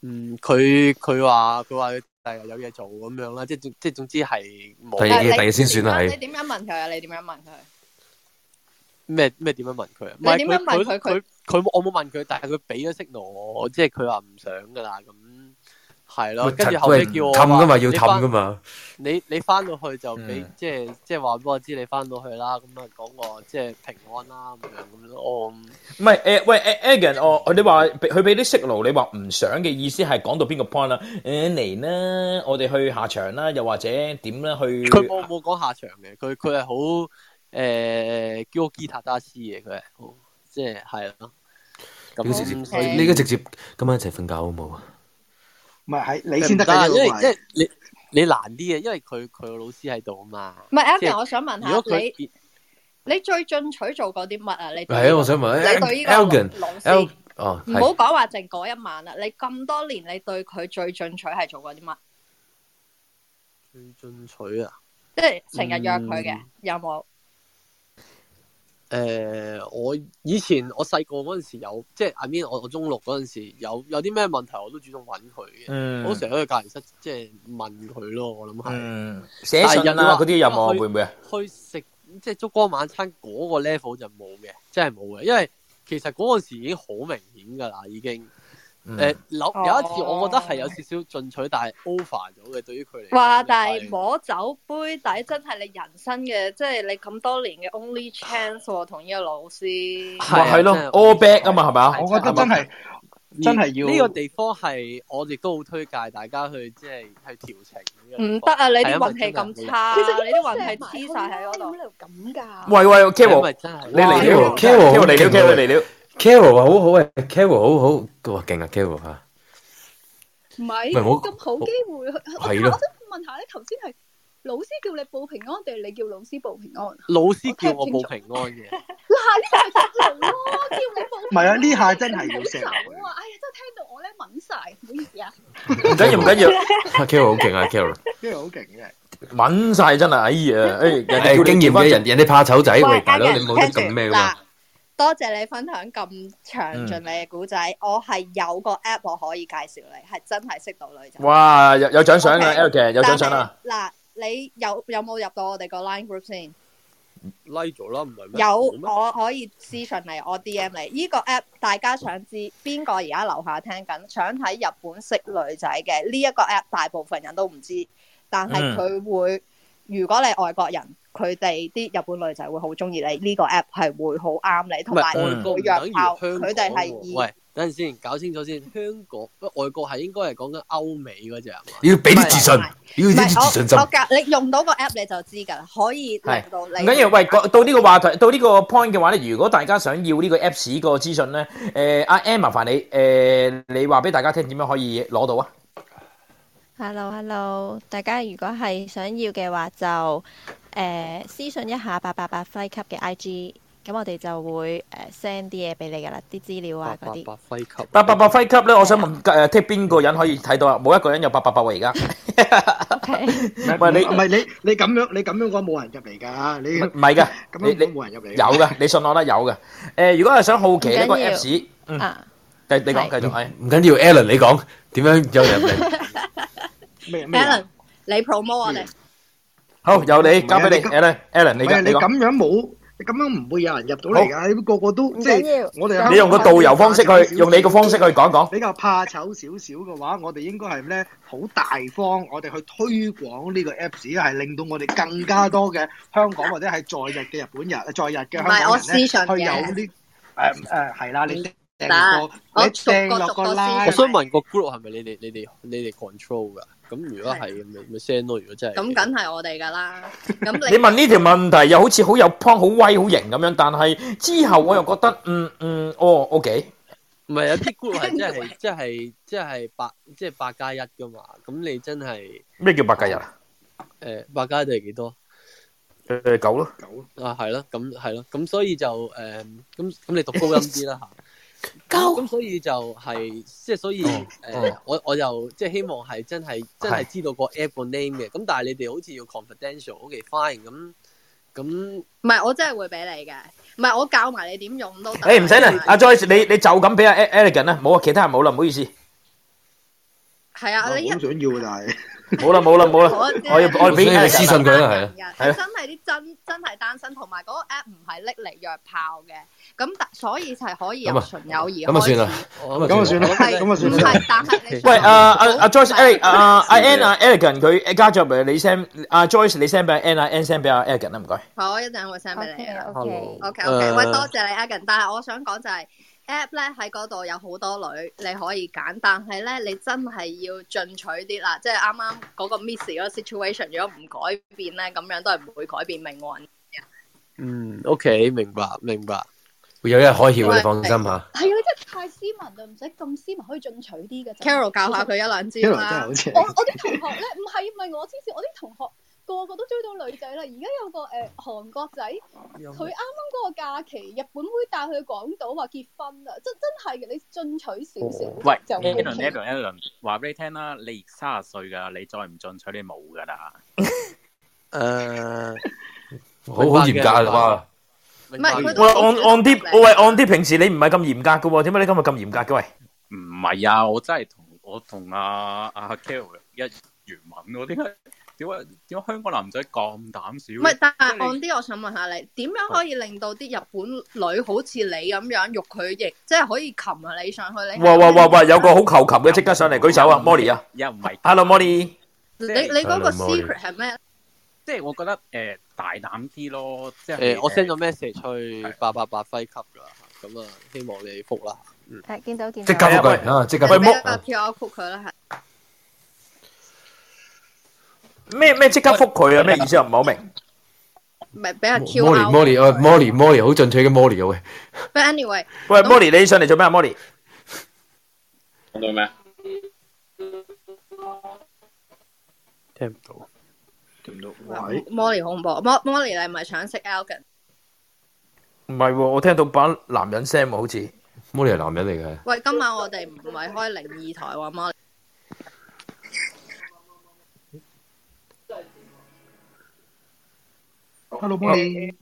嗯，佢佢話佢話佢第日有嘢做咁樣啦，即係總即係總之係冇
第日嘅第日先算啦，
你
係。
點樣問佢啊？你點樣問佢？
咩咩點樣問佢啊？唔
你
係
點樣問佢
佢佢我冇問佢，但係佢俾咗 signal 我，即係佢話唔想噶啦咁。係咯，
喂
跟住
氹
後尾
喂
叫我
氹㗎嘛
話
要
你返
氹㗎嘛
你你翻到去
嗯
就俾即係即係話俾我知你翻到去啦，咁啊講我即係平安啦咁樣哦咁樣我
唔係誒，喂誒 a g a n 哦，你話俾佢俾啲 signal，你話唔想嘅意思係講到邊個 point 啦？誒嚟啦，我哋去下場啦，又或者點啦去？
佢冇冇講下場嘅，佢佢係好誒叫我吉他大師嘅，佢係好即係係咯。
你直接，
所以
你而家直接今晚一齊瞓覺好冇啊？
唔係喺你先得
唔啊
㗎，
因
呢
為
個
即
位
係。你你難啲嘅，因為佢佢個老師喺度啊嘛。
唔係 Evan，
即係
我想問
如果
下
佢
你，你最進取做過啲乜啊？你對呢
係啊，
個
我想問
你對呢個
Elgin
老師
El 哦，
唔好
係
講話淨嗰一晚啦，你咁多年你對佢最進取係做過啲乜？
最進取啊！
即係成日約佢嘅
嗯
有冇？
誒、呃我以前我細個嗰陣時有，即係 I mean 我我中六嗰陣時有有啲咩問題我都主動揾佢嘅，
嗯
我成日喺佢隔離室即係問佢咯，我諗係。
嗯寫信啦嗰啲有冇啊會唔會啊？
去食即係燭光晚餐嗰個 level 就冇嘅，真係冇嘅，因為其實嗰陣時已經好明顯㗎啦，已經。
嗯
誒有、有一次，我覺得係有少少進取，但係 over 咗嘅對於佢嚟講。
哇！但係摸酒杯底真係你人生嘅，即係你咁多年嘅 only chance 喎，同呢個老師。
咪係咯，all back 啊嘛，係咪啊？
我覺得真係真係要
呢個地方係我亦都好推介大家去即係去調情嘅
唔
地
得
方。
啊！你
係
啲
因為
運氣
真係會
咁差，啊
其
你
實
啲運氣黐晒喺嗰度。
咁㗎？
喂喂
因為
，Carol，
真係
你嚟了
Carol 好
，Carol 嚟了
勁啊
，Carol 嚟了。
Carol 啊，好好啊，Carol 好好，哇勁啊，Carol 嚇。
唔係
唔係我
咁好機會去。我
係
我
咯
想問下咧，頭先係老師叫你報平安，定係你叫老師報平安啊？
老師叫我報平安嘅，
嗱，呢個係真係咯，叫你報平安。
唔係啊呢下真係要
你冇
錫
手啊！哎呀，真係聽到我咧抿晒，唔好意思啊。
唔緊要，唔緊要。
Carol 好勁啊，Carol。
呢個好勁嘅。
敏晒真係，哎呀，誒人哋叫
誒
你
經
結
驗
婚
嘅人，人哋怕醜仔，
喂
喂大佬
家人
你冇得咁咩㗎嘛？
多謝你分享咁詳盡你嘅故仔，我係有個 app 我可以介紹你，係真係識到女仔。
哇，有有獎賞啦
OK，
，Eric 有獎賞啦。
嗱，你有有冇入到我哋個 line group 先？
拉咗啦，唔係咩？
有，我可以私信你，我 D M 你。呢、個 app 大家想知邊個而家樓下聽緊，想睇日本式女仔嘅呢一個 app，大部分人都唔知，但
嗯
係佢會，如果你係外國人，佢哋啲日本女仔會好中意你，呢、個 app 係會好啱你，
唔
同埋
係
唔
外國
會
唔
約
等於
炮，
香
佢哋
港
係
喎
以
喂，等陣先，搞清楚先。香港不外國係應該係講緊歐美嗰只係嘛？
你要俾啲自信，
唔
你要啲
係
自信心
我我。教你用到個 app 你就知㗎啦，可以
係
令到你
唔緊要，喂，講到呢個話題，到呢個 point 嘅話咧，如果大家想要呢個 Apps 個資訊咧，誒、阿 M 麻煩你，誒、你話俾大家聽點樣可以攞到啊？
Hello，Hello，大家如果係想要嘅話就誒、呃私信一下八八八 Fly Cup 嘅 IG，咁我哋就會誒 send 啲嘢俾你噶啦，啲資料啊嗰啲。
輝級
八八八輝級咧，我想問誒剔邊個人可以睇到啊？冇一個人有八八八喎，而家。喂你
唔係你你咁樣你咁樣講冇人入嚟㗎，你
唔係㗎，
咁
你
樣
你
講冇人入嚟㗎。
有嘅，你信我啦，有嘅。誒，如果係想好奇呢個
唔緊要
Apps，嗯，
啊，
繼你講繼續，係
唔緊要，Alan 你講點樣有人嚟？
咩啊
Alan，你 promote 我哋，
好，由你交俾你
唔係
，Alan Alan，你
唔係
講
你
你講，
咁樣冇，你咁樣唔會有人入到嚟㗎。個個都即
緊要
係我哋香港
你用個導遊方式去，用你個方式去講講。
比較怕醜少少嘅話，我哋應該係咧好大方，我哋去推廣呢個 Apps 係令到我哋更加多嘅香港或者係在日嘅日本人、在日嘅香港人
唔係我私信嘅
咧，去有呢誒誒係啦，你
嗯
嗯得
訂個
我
你
逐個
訂落
逐
個
個私
line
我想問個 group 係咪你哋你哋你哋 control 噶？咁如果係咪咪 send 咯？如果真係
咁梗係我哋㗎 啦。咁
你
你
問呢條問題又好似好有 point、好威、好型咁樣，但係之後我又覺得，嗯嗯，哦，OK，
唔係有 啲 group 係真係即係即係八即係八加一噶嘛？咁你真係
咩叫白計人啊？
誒八加一係幾多
誒九咯，
啊？係咯，咁係咯，咁所以就誒咁咁你讀高音啲 啦嚇。咁咁所以就係即係所以
哦
誒、我我又即係希望係真係真係知道個 app 個 name 嘅。咁但係你哋好似要 confidential，OK、fine 咁咁。
唔係我真係會俾你嘅，唔係我教埋你點用都得。
誒唔使啦，阿 Joyce，你你就咁俾阿 e, Elegant 啦，冇啊，其他人冇啦，唔好意思，
係啊，你一
好想要但係
冇啦冇啦冇啦，我要我要俾
所以你
Elegant
私信佢啦，係啊。
人
係啊
真係啲真真係單身，同埋嗰個 app 唔係拎嚟約炮嘅，咁但所以就係可以
咁
由
啊
純友誼
咁啊
開
算
始。
啦，
咁啊算啦，咁啊算
唔
啦。
係，但係你
喂，阿阿阿 uh, Joyce Eric，阿阿 Ann 阿 Elegant 佢加咗入嚟，你 send 阿 uh, Joyce 你 send 俾阿 Ann 阿 Ann send 俾阿 Elegant 啦，唔該。
好，一陣會 send 俾你啦。
OK，
OK
誒
OK，喂，多謝你 Agan，但係我想講就係 app 咧喺嗰度有好多女你可以揀，但係咧你真係要進取啲啦，即係啱啱嗰個 miss 嗰個 situation，如果唔改變咧，咁樣都係唔會改變命運。
嗯，OK，明白明白。
會有一日開竅嘅，你放心嚇。
係啊，你真係太斯文啦，唔使咁斯文，可以進取啲嘅。
Carol 教下佢一兩招啦。
我我啲同學咧，唔係唔係我黐線，我啲同學個個都追到女仔啦。而家有個誒、呃、韓國仔，佢啱啱嗰個假期，日本妹帶佢去港島話結婚啦，真真係嘅，你進取少少
哦
喂 a
就
l a n a
OK
l a n a l a n 話俾你聽啦，你三十歲㗎，你再唔進取你冇㗎啦。
誒，
好好嚴格啊！哇，
唔係佢
喂，按按啲喂按啲平時你唔係咁嚴格嘅喎，點解你今日咁嚴格嘅喂？
唔係啊，我真係同我同阿阿 Carol 一元文我點解點解點解香港男仔咁膽小？
唔係，但係按啲，我想問下你，點
啊
樣可以令到啲日本女好似你咁樣欲佢亦，即係可以擒下你上去？你
哇哇哇哇！有個好求琴嘅即刻上嚟舉手啊，Molly 啊
又唔係
，Hello Molly，
你你嗰個 secret 係咩？
即係我覺得誒大膽啲咯，即
誒、
係呃
我 send 咗 message 去八八八輝級噶啦，咁啊，希望你復啦。嗯，
誒見到見
即
到。
刻覆佢啊！即刻
喂
覆
俾一
佢
個 QR code 佢啦，係。
咩咩即刻覆佢啊？咩意思啊？唔係好明。
唔係俾人 Q
Molly
out。
Molly 啊 Molly Molly 好進取嘅 Molly 啊喂，
But anyway，
喂，Molly 你上嚟做咩啊？Molly，
講到咩？
聽唔到，
聽唔到。
喂 Molly 好恐怖，Mo- Molly 你唔係想識 Elgin？
唔係喎，我聽到把男人聲喎，好似
Molly 係男人嚟嘅。
喂，今晚我哋唔係開靈異台喎，Molly。
Hello Molly，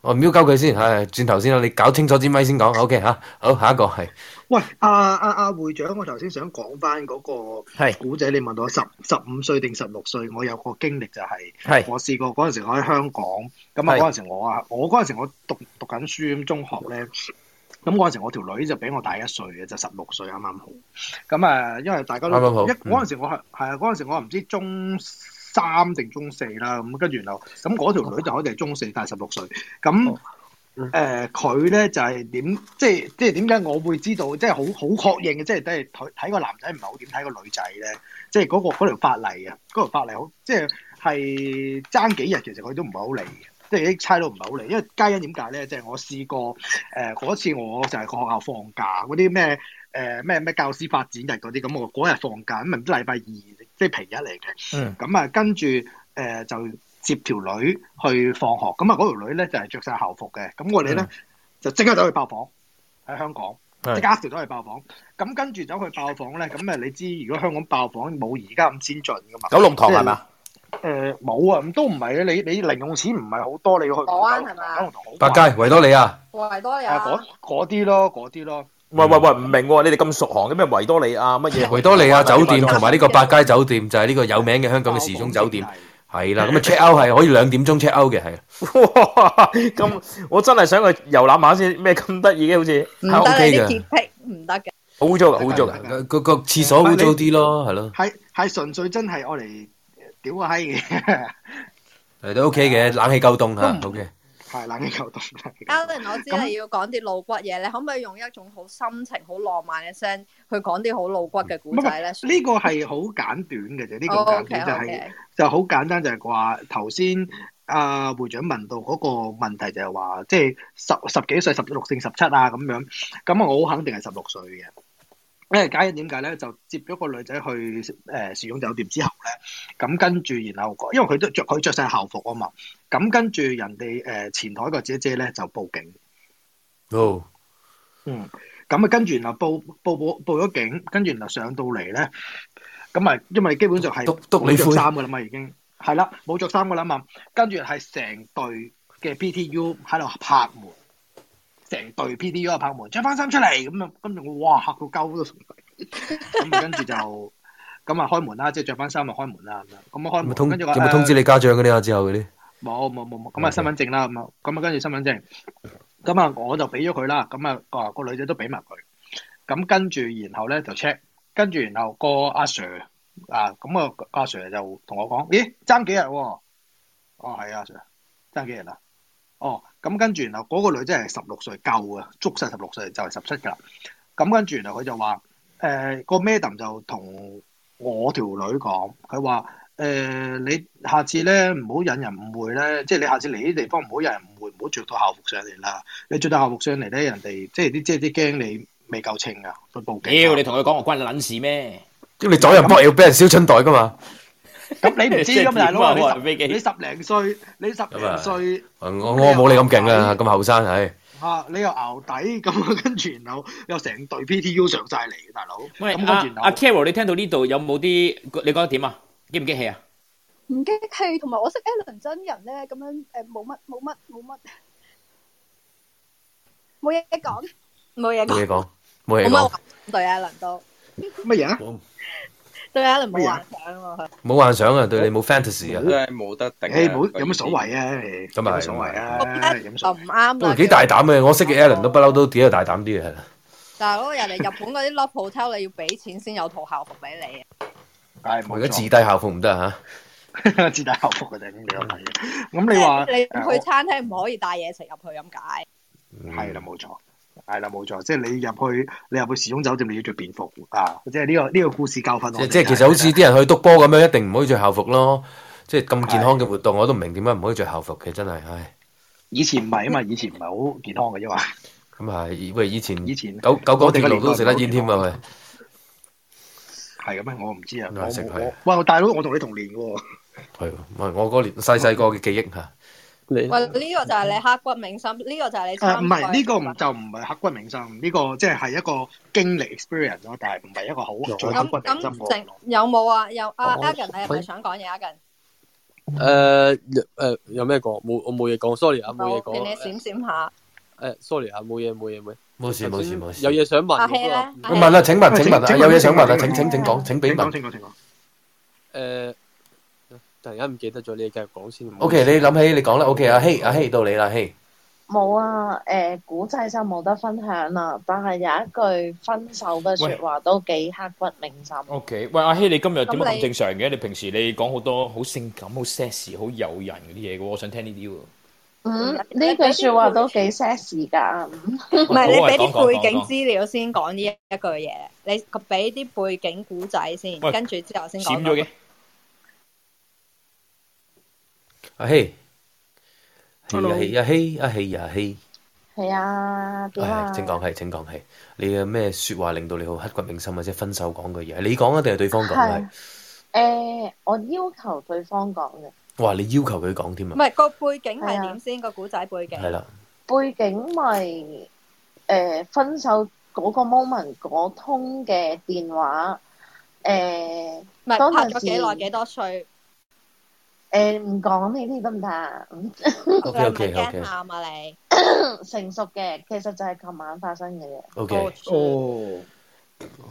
我瞄鳩佢先，係轉頭先啦，你搞清楚支咪先講，OK Ờ, 吓，好下一個係
喂，阿阿阿會長，我頭先想講翻嗰個
係
古仔，你問我十十五歲定十六歲，我有個經歷就係、
係
我試過嗰陣時我喺香港，咁啊
係
嗰陣時我啊，我嗰陣時我讀讀緊書咁中學咧，咁嗰陣時我條女就比我大一歲嘅，就十六歲啱啱好。咁啊，因為大家都
啱啱好
一
嗯
嗰陣時我係係啊，嗰陣時我唔知中三定中四啦，咁跟住然後咁嗰條女就可能係中四，但係十六歲咁。誒呃佢咧就係點，即係即係點解我會知道，即係好好確認嘅，即係都係睇睇個男仔唔係好點睇個女仔咧，即係嗰、個嗰條法例啊，嗰條法例好即係係爭幾日，其實佢都唔係好理嘅，即係啲差佬唔係好理，因為呃皆因點解咧？即係我試過誒嗰、次我就係個學校放假嗰啲咩誒咩咩教師發展日嗰啲，咁我嗰日放假，咁唔知禮拜二即係平日嚟嘅，
嗯
咁啊跟住誒、就接條女去放學，咁啊嗰條女咧就係着晒校服嘅，咁我哋咧、
嗯
就即刻走去爆房喺香港。
係
即刻條都去爆房，咁跟住走去爆房咧，咁啊你知如果香港爆房冇而家咁先進噶嘛？
九龍塘係嘛？
誒冇啊，咁都唔係啊，你你零用錢唔係好多，你要去
保安係嘛？
百佳、維多利亞，
維多利
啊
亞
嗰嗰啲咯，嗰啲咯。
喂喂喂，唔明喎，你哋咁熟行嘅咩維多利
啊
亞乜嘢？
維多利亞酒店同埋呢個百佳酒店就係呢個有名嘅香港嘅時鐘酒店，係啦，咁啊 check out 係可以兩點鐘 check out 嘅，係。
哇！咁我真係想去遊覽下先，咩咁得意嘅好似
嗯
唔得你
OK
啲
嘅
潔癖唔得嘅。
好污糟
à?
噶，好
好
污糟噶。
咗個個廁所污糟啲咯，係咯，
係係純粹真係我嚟呃屌個閪嘅，
誒都 Ờ, OK 嘅，冷氣夠凍嚇，OK。
係冷氣球動。
Alan，我知你要講啲露骨嘢，你可唔可以用一種好深情、好浪漫嘅聲去講啲好露骨嘅
唔
故
係
仔咧？
呢個係好簡短嘅啫，呢、個
哦
簡短就係、
OK，OK
就好簡單，就係話頭先啊阿會長問到嗰個問題就係話，即係十十幾歲、十六定十七啊咁樣，咁啊我好肯定係十六歲嘅。因為解點解咧？就接咗個女仔去誒、呃、時鐘酒店之後咧，咁跟住然後因為佢都着佢着晒校服啊嘛，咁跟住人哋誒、呃前台個姐姐咧就報警。
哦，
嗯，咁啊，跟住然後報報報報咗警，跟住然後上到嚟咧，咁啊，因為基本上係
督你
冇着
灰
衫噶啦嘛，已經係啦，冇着衫噶啦嘛，跟住係成隊嘅 PTU 喺度拍門，成隊 PTU 喺度拍門，着翻衫出嚟咁啊，跟住我哇嚇到鳩都，咁啊跟住就 咁啊開門啦，即係着翻衫就開門啦咁樣，咁啊開
有冇
門，
通
跟住
有
話
冇通知你家長嗰啲啊？之後嗰啲
冇冇冇冇，咁啊身份證啦，咁啊咁啊跟住身份證，咁啊我就俾咗佢啦，咁啊啊個女仔都俾埋佢，咁跟住然後咧就 check，跟住然後個阿 Sir 啊，咁啊個阿 Sir 就同我講，咦爭幾日喎、哦係啊阿 Sir，爭幾日啦，哦咁跟住然後嗰個女仔係十六歲夠啊，捉晒十六歲就係十七㗎啦，咁跟住然後佢就話，誒、呃個 Madam 就同我條女講，佢話。誒、你下次咧唔好引人誤會咧，即係你下次嚟呢啲地方唔好引人誤會，唔好着到校服上嚟啦。你着到校服上嚟咧，人哋即係啲即係啲驚你未夠稱啊，去報警。
屌，你同佢講我關你撚事咩？
因為你左入搏要俾人燒春袋噶嘛，
咁你唔知噶嘛，大佬 啊，
即係點啊
你十你十零歲，你十
啊
零歲
我我冇你咁勁啊，咁後生係。
嚇，你又熬底咁，啊跟住然後又成隊 PTU 上晒嚟，大佬。
喂，
咁跟
阿
住然
阿
後
à, Carol，你聽到呢度有冇啲你覺得點啊？激唔激氣啊？
唔激氣，同埋我識 Alan 真人咧，咁樣誒冇乜冇乜冇乜冇嘢講，
冇嘢
冇嘢講，冇
冇
嘢
乜
講，
幻對 Alan 都
乜嘢啊？
對 Alan 冇
哎
幻想喎佢。
冇幻想啊，對你冇 fantasy à.
真
啊，
係冇得頂啊。
誒冇
有乜所謂啊？你
咁啊係
有乜所謂啊？
就唔啱
都
啦。
幾大膽嘅。我識嘅 Alan 都不嬲都幾有大膽啲嘅，係啦。
大佬，人哋日本嗰啲 love hotel 你要俾錢先有套校服俾你啊！
我而家自低校服唔得嚇。
自帶校服嘅啫，咁你有睇嘅。咁你話
你
誒
去餐廳唔可以帶嘢食入去咁解。
嗯
係啦，冇錯，係啦，冇錯，即係你入去，你入去時鐘酒店，你要着便服啊！即係呢、個呢、個故事教訓我哋。
即係其實好似啲人去督波咁樣，一定唔可以着校服咯。即係咁健康嘅活動，我都唔明點解唔可以着校服嘅，真係唉。
以前唔係啊嘛，以前唔係好健康嘅啫嘛。
咁啊，喂，以前
以前
九九
我
港
哋
鐵
嘅
路都食得
年
煙添啊，喂。
係嘅咩？我唔知啊，我
係食
冇
係
我喂，我大佬，我同你同年嘅喎。
係喎，唔係我嗰年細細個嘅記憶嚇。
喂，呢個就係你刻骨銘心，呢個就係你
誒呃啊唔
參
係
賽
呢個唔就唔係刻骨銘心，呢、個即係係一個經歷 experience 咯，但係唔係一個
啊
好最刻骨
咁
銘心
咁
嘅
成。有冇啊？有阿
我
Agan，你係咪想講嘢？Agan，啊
诶诶，呃有咩講？冇我冇嘢講 s o r r y 啊，冇嘢
好，見
講。
你閃閃下。
诶，sorry 啊，冇嘢冇嘢冇嘢。
冇事冇事冇事
有嘢想問
阿 K
不過
咧
我問啦，請問請問啊，有嘢想問啊，請
請
請請講，請俾問。
诶，突然間唔記得咗，你繼續講先。
O K，你諗起你講啦。O K，阿希阿希到你啦，希。
冇啊，誒古仔就冇得分享啦，但係有一句分手嘅説話都幾刻骨銘心。
O K，喂，阿希，你今日點解
咁你
咁正常嘅？你平時你講好多好性感、好 sexy、好誘人嗰啲嘢嘅喎，我想聽呢啲喎。
嗯，呢句説話都幾 sexy 㗎。嗯
唔係
好啊
你俾
講講
啲背景
講
資料先講呢一句嘢，你俾啲背景古仔先，
喂
跟住之後先講。
閃咗嘅阿希，阿希阿希阿希阿希。
係啊，點
唉
啊，？
請講係，請講係。你有咩説話令到你好刻骨銘心，或者分手講嘅嘢？你講啊，定係對方講啊？係
係誒，我要求對方講嘅。
哇！你要求佢講添
唔
啊？
係個背景係點先？個古仔背景
係啦，
背景咪誒、呃分手嗰個 moment 嗰通嘅電話誒，
唔係
當
拍
陣
咗
時
幾耐幾多歲？
誒唔講呢啲得唔得 啊
OK，OK，OK
你係咪
驚
喊
啊你
成熟嘅，其實就係琴晚發生嘅嘢。
OK，
哦，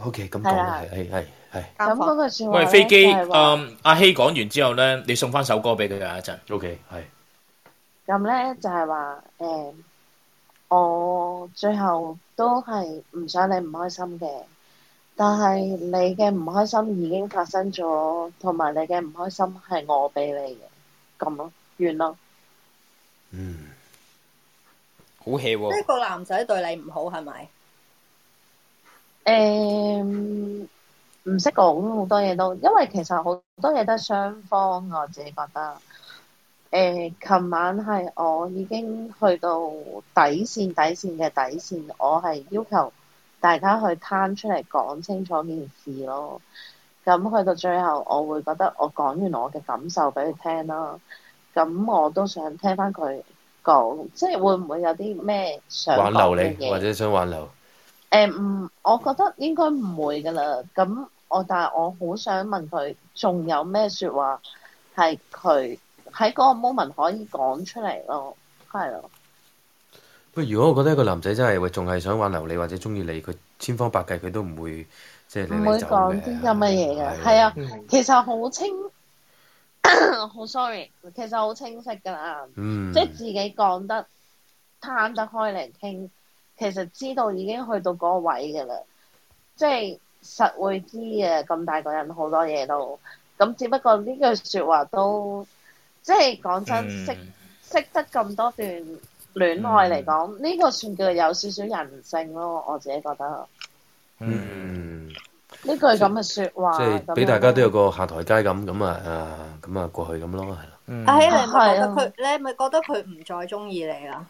OK，咁講
係
啦
啊，
係係係。
咁嗰個説話
喂，
咧
飛機，
就係話
嗯，阿希講完之後咧，你送翻首歌俾佢啊，一陣。
O K，係。
咁咧就係話誒，我最後都係唔想你唔開心嘅，但係你嘅唔開心已經發生咗，同埋你嘅唔開心係我俾你嘅，咁咯，完咯。
好 hea
即係
喎，
個男仔對你唔好係咪？
誒唔識講好多嘢都，因為其實好多嘢都係雙方，啊我自己覺得。誒，琴晚係我已經去到底線，底線嘅底線，我係要求大家去攤出嚟講清楚件事咯。咁去到最後，我會覺得我講完我嘅感受俾佢聽啦。咁我都想聽翻佢講，即係會唔會有啲咩想
挽留
講嘅
你，
嘢？
或者想挽留。
誒唔、我覺得應該唔會噶啦。咁我但係我好想問佢，仲有咩説話係佢喺嗰個 moment 可以講出嚟咯？係咯，
不過如果我覺得一個男仔真係喂，仲係想挽留你或者中意你，佢千方百計佢都唔會即係
唔
你
會
你走啊
講
嘅。
啲咁嘅嘢嘅。係啊，其實好清， 好 sorry，其實好清晰噶啦。
嗯
即係自己講得攤得開嚟傾，其實知道已經去到嗰個位嘅啦，即係實會知嘅。咁大個人好多嘢都，咁只不過呢句説話都，即係講真，
嗯
識識得咁多段戀愛嚟講，
嗯
呢、個算叫有少少人性咯，我自己覺得。
嗯，
呢句咁嘅説話，
即係俾大家都有個下台階咁，咁啊啊咁啊過去咁咯，係啦。
嗯
阿希，你係咪覺
係
得
啊
佢，你係咪覺得佢唔再中意你啊啦？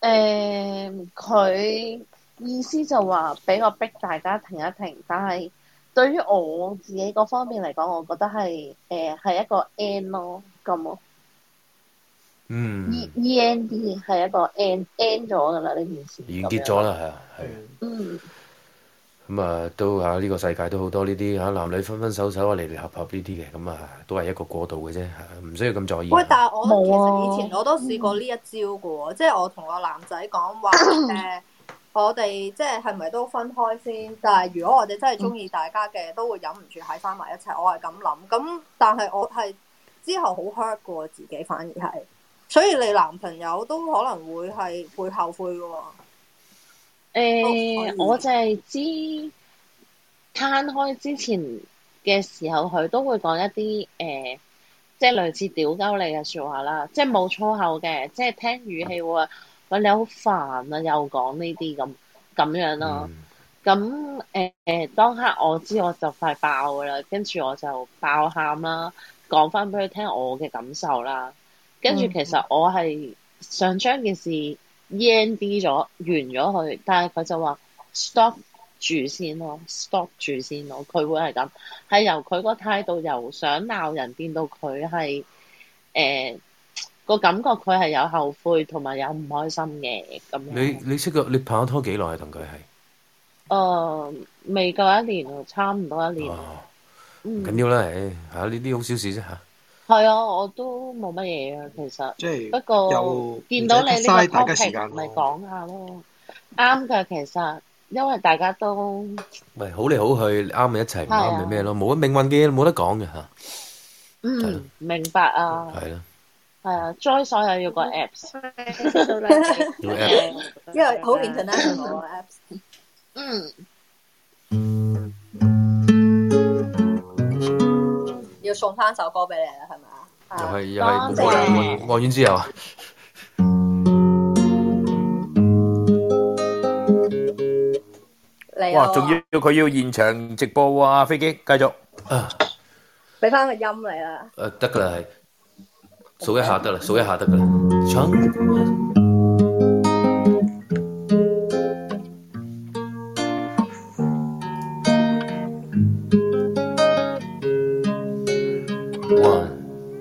誒，佢、意思就話俾我逼大家停一停，但係對於我自己嗰方面嚟講，我覺得係誒係一個 N 咯，咁咯
嗯，
，E E N D 係一個 N N 咗噶啦呢件事，
完結咗啦，係啊，係啊。
嗯，
咁啊，都嚇呢個世界都好多呢啲嚇男女分分手手啊，離離合合呢啲嘅，咁啊都係一個過渡嘅啫，嚇唔需要咁在意。
喂，但係我其實以前
啊
我都試過呢一招嘅喎，即係我同個男仔講 話誒，我哋即係係咪都分開先？但係如果我哋真係中意大家嘅，都會忍唔住喺翻埋一齊。我係咁諗，咁但係我係之後好 hurt 嘅喎，自己反而係，所以你男朋友都可能會係會後悔嘅喎。
誒、我就係知攤開之前嘅時候，佢都會講一啲誒、即係類似屌鳩你嘅説話啦，即係冇粗口嘅，即係聽語氣會話喂你好煩啊，又講呢啲咁咁樣咯。咁誒誒，當刻我知我就快爆噶啦，跟住我就爆喊啦，講翻俾佢聽我嘅感受啦。跟住
嗯
其實我係想將件事 end 咗完咗佢，但係佢就話 stop 住先咯，stop 住先咯，佢會係咁，係由佢個態度由想鬧人變到佢係誒個感覺，佢係有後悔同埋有唔開心嘅咁樣。
你你識個你拍咗拖幾耐啊？同佢係？
誒、呃未夠一年喎，差唔多一年。
唔
嗯，
緊要啦，唉嚇呢啲好小事啫嚇。
係啊，我都冇乜嘢啊，其實。
即係
不過
又
見到你呢個
唔使嘥大家
topic，
時間咯
咪講下咯。啱㗎，其實因為大家都
喂，好嚟好去，啱咪一齊，唔
係啊
啱咪咩咯？冇乜命運嘅嘢冇得講嘅嚇，
嗯明白啊，
係啦。
係啊，Joy 所有要個 apps。
要 apps
因為好 international 嘅 apps。
啊嗯。
要送翻首歌俾你啦，係咪啊？
又係又
多
係
謝
望完望完之後啊，
嚟
哇！
咯
仲要佢要現場直播喎、啊，飛機繼續。
俾翻個音你 啦。
誒得㗎啦，係數一下得啦，數一下得㗎啦。春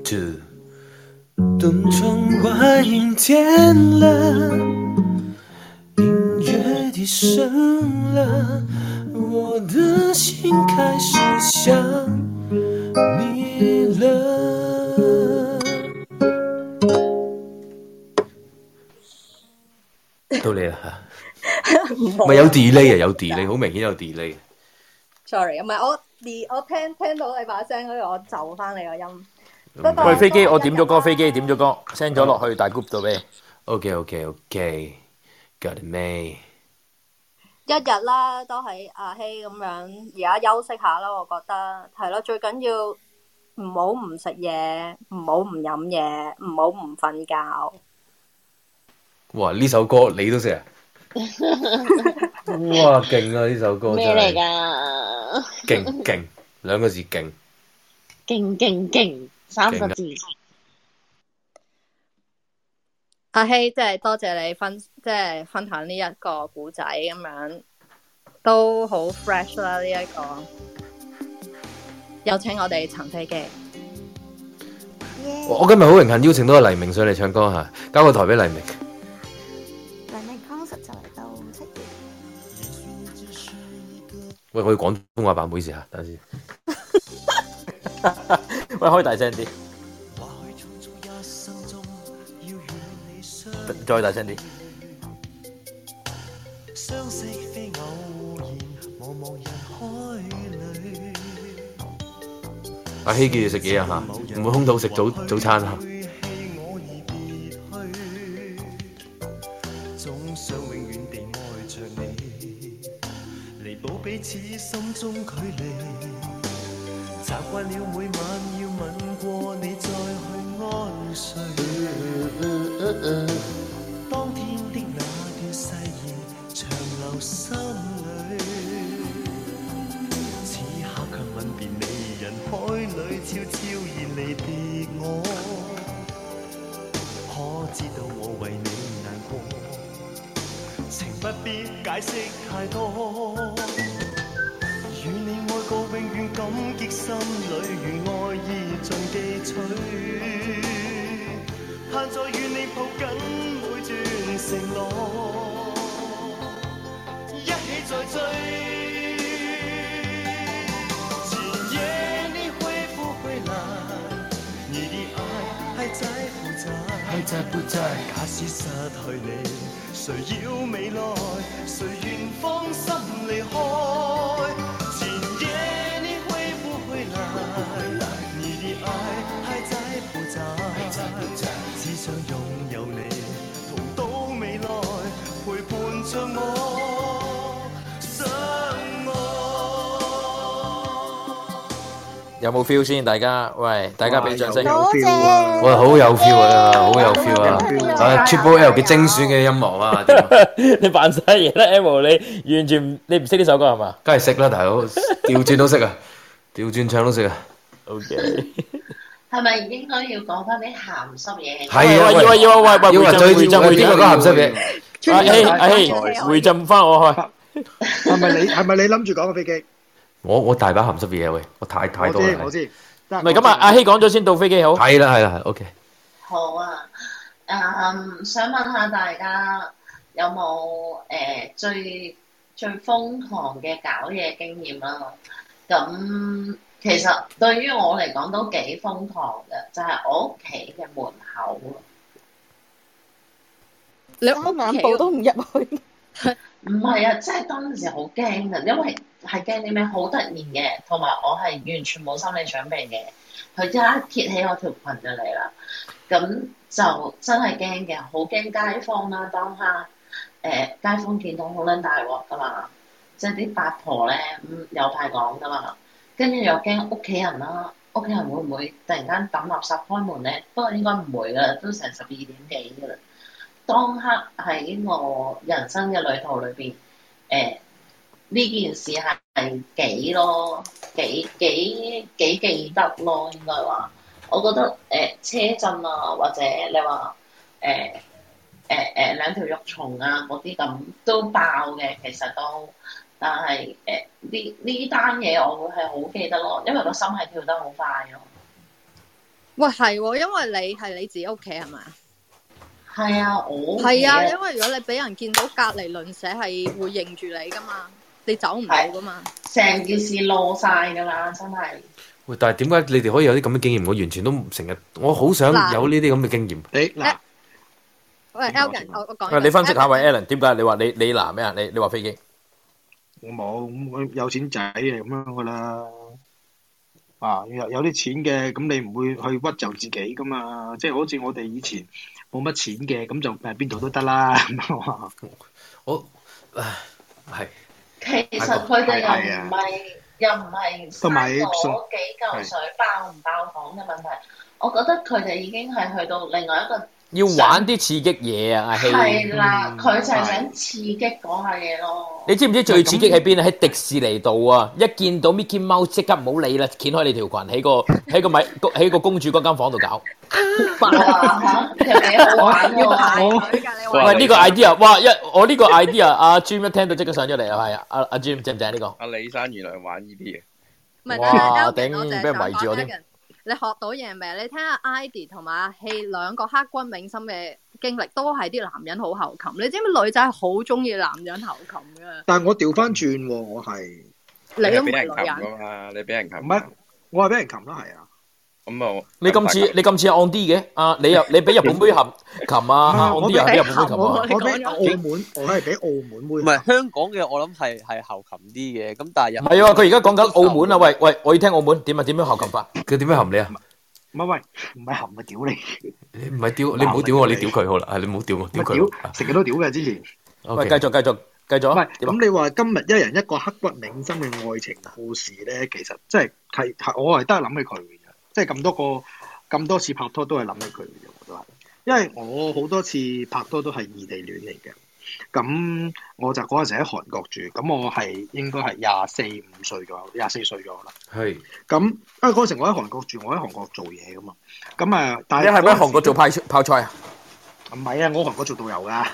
two。等窗外阴天了，音乐低声了，我的心开始想你了。
到你啦嚇咪有 delay 啊，有 delay，好明顯有 delay。
sorry，唔係我我聽聽到你把聲，所以我就翻你個音。不過
喂，飛機，我點咗歌，飛機點咗歌，send 咗落去大 group 度俾。
OK，OK，OK，got it 未？
一日啦，都喺阿希咁樣，而家休息下啦，我覺得係咯，最緊要唔好唔食嘢，唔好唔飲嘢，唔好唔瞓覺。
哇！呢首歌你都識啊？哇，勁啊！呢首歌真
咩嚟
係
㗎？
勁勁兩個字勁。
勁勁勁三個字，
啊
阿希，即係多謝你分，即係分享呢一個古仔咁樣，都好 fresh 啦呢一個。有請我哋陳飛機。
我我今日好榮幸邀請到阿黎明上嚟唱歌嚇，交個台俾黎明。
黎明 concert 就嚟到七月，
喂，我要廣東話版，唔好意思嚇，等陣先。
喂，開大聲啲，再大聲啲。
相識非偶然，茫茫人海裏，
阿希記住食嘢啊嚇，唔好空肚食早早餐啊。
總想永遠地愛着你，彌補彼此心中距離。習慣了每晚要吻過你再去安睡。當天的那段誓言長留心裏，此刻卻吻別你人海裏悄悄然離別我。可知道我為你難過，情不必解釋太多。與你愛過，永遠感激心裏，如愛意盡記取。盼再與你抱緊每段承諾，一起再追。前夜你會不會來？你的愛還在不在？還在不在？假使失去你，誰要未來？誰願芳心離開？前夜你會不會來？你的愛還在不在？還在不在？只想擁有你，同到未來，陪伴着我相愛。
有冇 feel 先？大家喂，大家俾掌聲。
哇有 feel 啊哇好有 feel 啊好有 feel 啊啊，Triple L 嘅精選嘅音樂啊，
你扮晒嘢啦 e m 你完全唔你唔識呢首歌係嘛？
梗係識啦，大佬，調轉都識啊，調轉唱都識啊。
OK。
係咪應該要講翻啲鹹濕嘢？
係啊，
喂喂喂喂喂
要話
回浸回
最
浸
喂
回浸
邊個講鹹濕嘢？
阿希阿希，回浸翻我去。
係咪你係咪你諗住講個啊飛機？
我我大把鹹濕嘢啊喂，我太太
我
多啦
知。我知。
唔係咁啊，阿希講咗先到飛機好。
係啦係啦，OK。
好啊，嗯，想問下大家有冇誒、呃最最瘋狂嘅搞嘢經驗啦？咁其實對於我嚟講都幾瘋狂嘅，就係、我屋企嘅門口啊。
你
兩步都唔入去。
唔係啊，即係當陣時好驚啊，因為係驚啲咩好突然嘅，同埋我係完全冇心理準備嘅。佢一揭起我條裙就嚟啦，咁就真係驚嘅，好驚街坊啦、當下誒、街坊見到好撚大鑊噶嘛，即係啲八婆咧，嗯有排講噶嘛，跟住又驚屋企人啦，屋企人會唔會突然間抌垃圾開門咧？不過應該唔會噶啦，都成十二點幾噶啦。當刻喺我人生嘅旅途裏邊，誒、呢件事係係幾咯，幾幾幾記得咯，應該話。我覺得誒、車震啊，或者你話誒誒誒兩條肉蟲啊嗰啲咁都爆嘅，其實都。但係誒呢呢單嘢我會係好記得咯，因為個心係跳得好快咯。
喂，系喎，因為你係你自己屋企係咪？
係啊，我
係啊，因為如果你俾人見到隔離鄰舍係會認住你噶嘛，你走唔到噶嘛。
成件事落晒㗎啦，真係。
喂，但係點解你哋可以有啲咁嘅經驗？我完全都唔成日，我好想
嗱
有呢啲咁嘅經驗。
你
嗱，喂，Elgin，我我講
啊
完，
你分析下喂 Alan 點解你話你你嗱咩啊？你你話飛機？
我冇，咁我有錢仔啊係咁樣噶啦。啊，有有啲錢嘅，咁你唔會去屈就自己噶嘛？即係好似我哋以前冇乜錢嘅，咁就誒邊度都得啦。
我係
其實佢哋又唔係又唔係生
同埋
嗰幾嚿水爆唔爆房嘅問題，我覺得佢哋已經係去到另外一個
要玩啲刺激嘢啊！阿希
係啦，佢就係想刺激嗰下嘢咯。
你知唔知最刺激喺邊啊？喺迪士尼度啊！一見到 Mickey Mouse 即刻唔好理啦，掀開你條裙喺個喺個米喺個公主嗰間房度搞。喂，呢個 idea，哇！一我呢個 idea，阿 Jim 一聽到即刻上咗嚟啊！係啊，阿阿 Jim 正唔正呢個？
阿李生原來玩呢啲嘢。
唔係，等
哇！
陣
頂，
Elgin，我淨
俾
係
人
想
圍住我
講 Elgin，
添。
你學到嘢未？你聽下 Ivy 同埋阿希兩個刻骨銘心嘅經歷，都係啲男人好後擒。你知唔知女仔好中意男人後擒嘅？
但係我調翻轉喎，我係
你都唔
俾人
係
擒
女人。
噶嘛？你俾人擒。啊
唔係，我係俾人擒啦，係啊。
咁啊，
你今次你今次 on D 嘅啊！你又你俾日本妹含擒啊啊！on D 又俾日本妹擒啊！
我俾澳門，我係俾澳門妹。
唔係香港嘅，我諗係係後擒啲嘅，咁但係
唔係啊！佢而家講緊澳門啊！喂喂，我要聽澳門點啊？點樣後擒法？
佢點樣含你啊？
唔係喂，唔係含啊！屌你，
你唔係屌，你唔好屌我，你屌佢好啦，啊係你唔啊好屌我，屌佢。
啊屌成日都屌嘅之前。
喂繼
續繼續繼續。啊
唔係咁，你話今日一人一個刻骨銘心嘅愛情啊故事咧，其實即係係係我係都係諗起佢嘅啫，即係咁多個咁多次拍拖都係諗起佢嘅啫，我都係。因為我好多次拍拖都係異地戀嚟嘅，咁我就嗰陣時喺韓國住，咁我係應該係廿四五歲左右，廿四歲左右啦。
係。
咁因為嗰陣時我喺韓國住，我喺韓國做嘢噶嘛，咁啊，但
你
係
係咪喺韓
國
國做派泡菜啊
唔係啊？我韓國做導遊噶，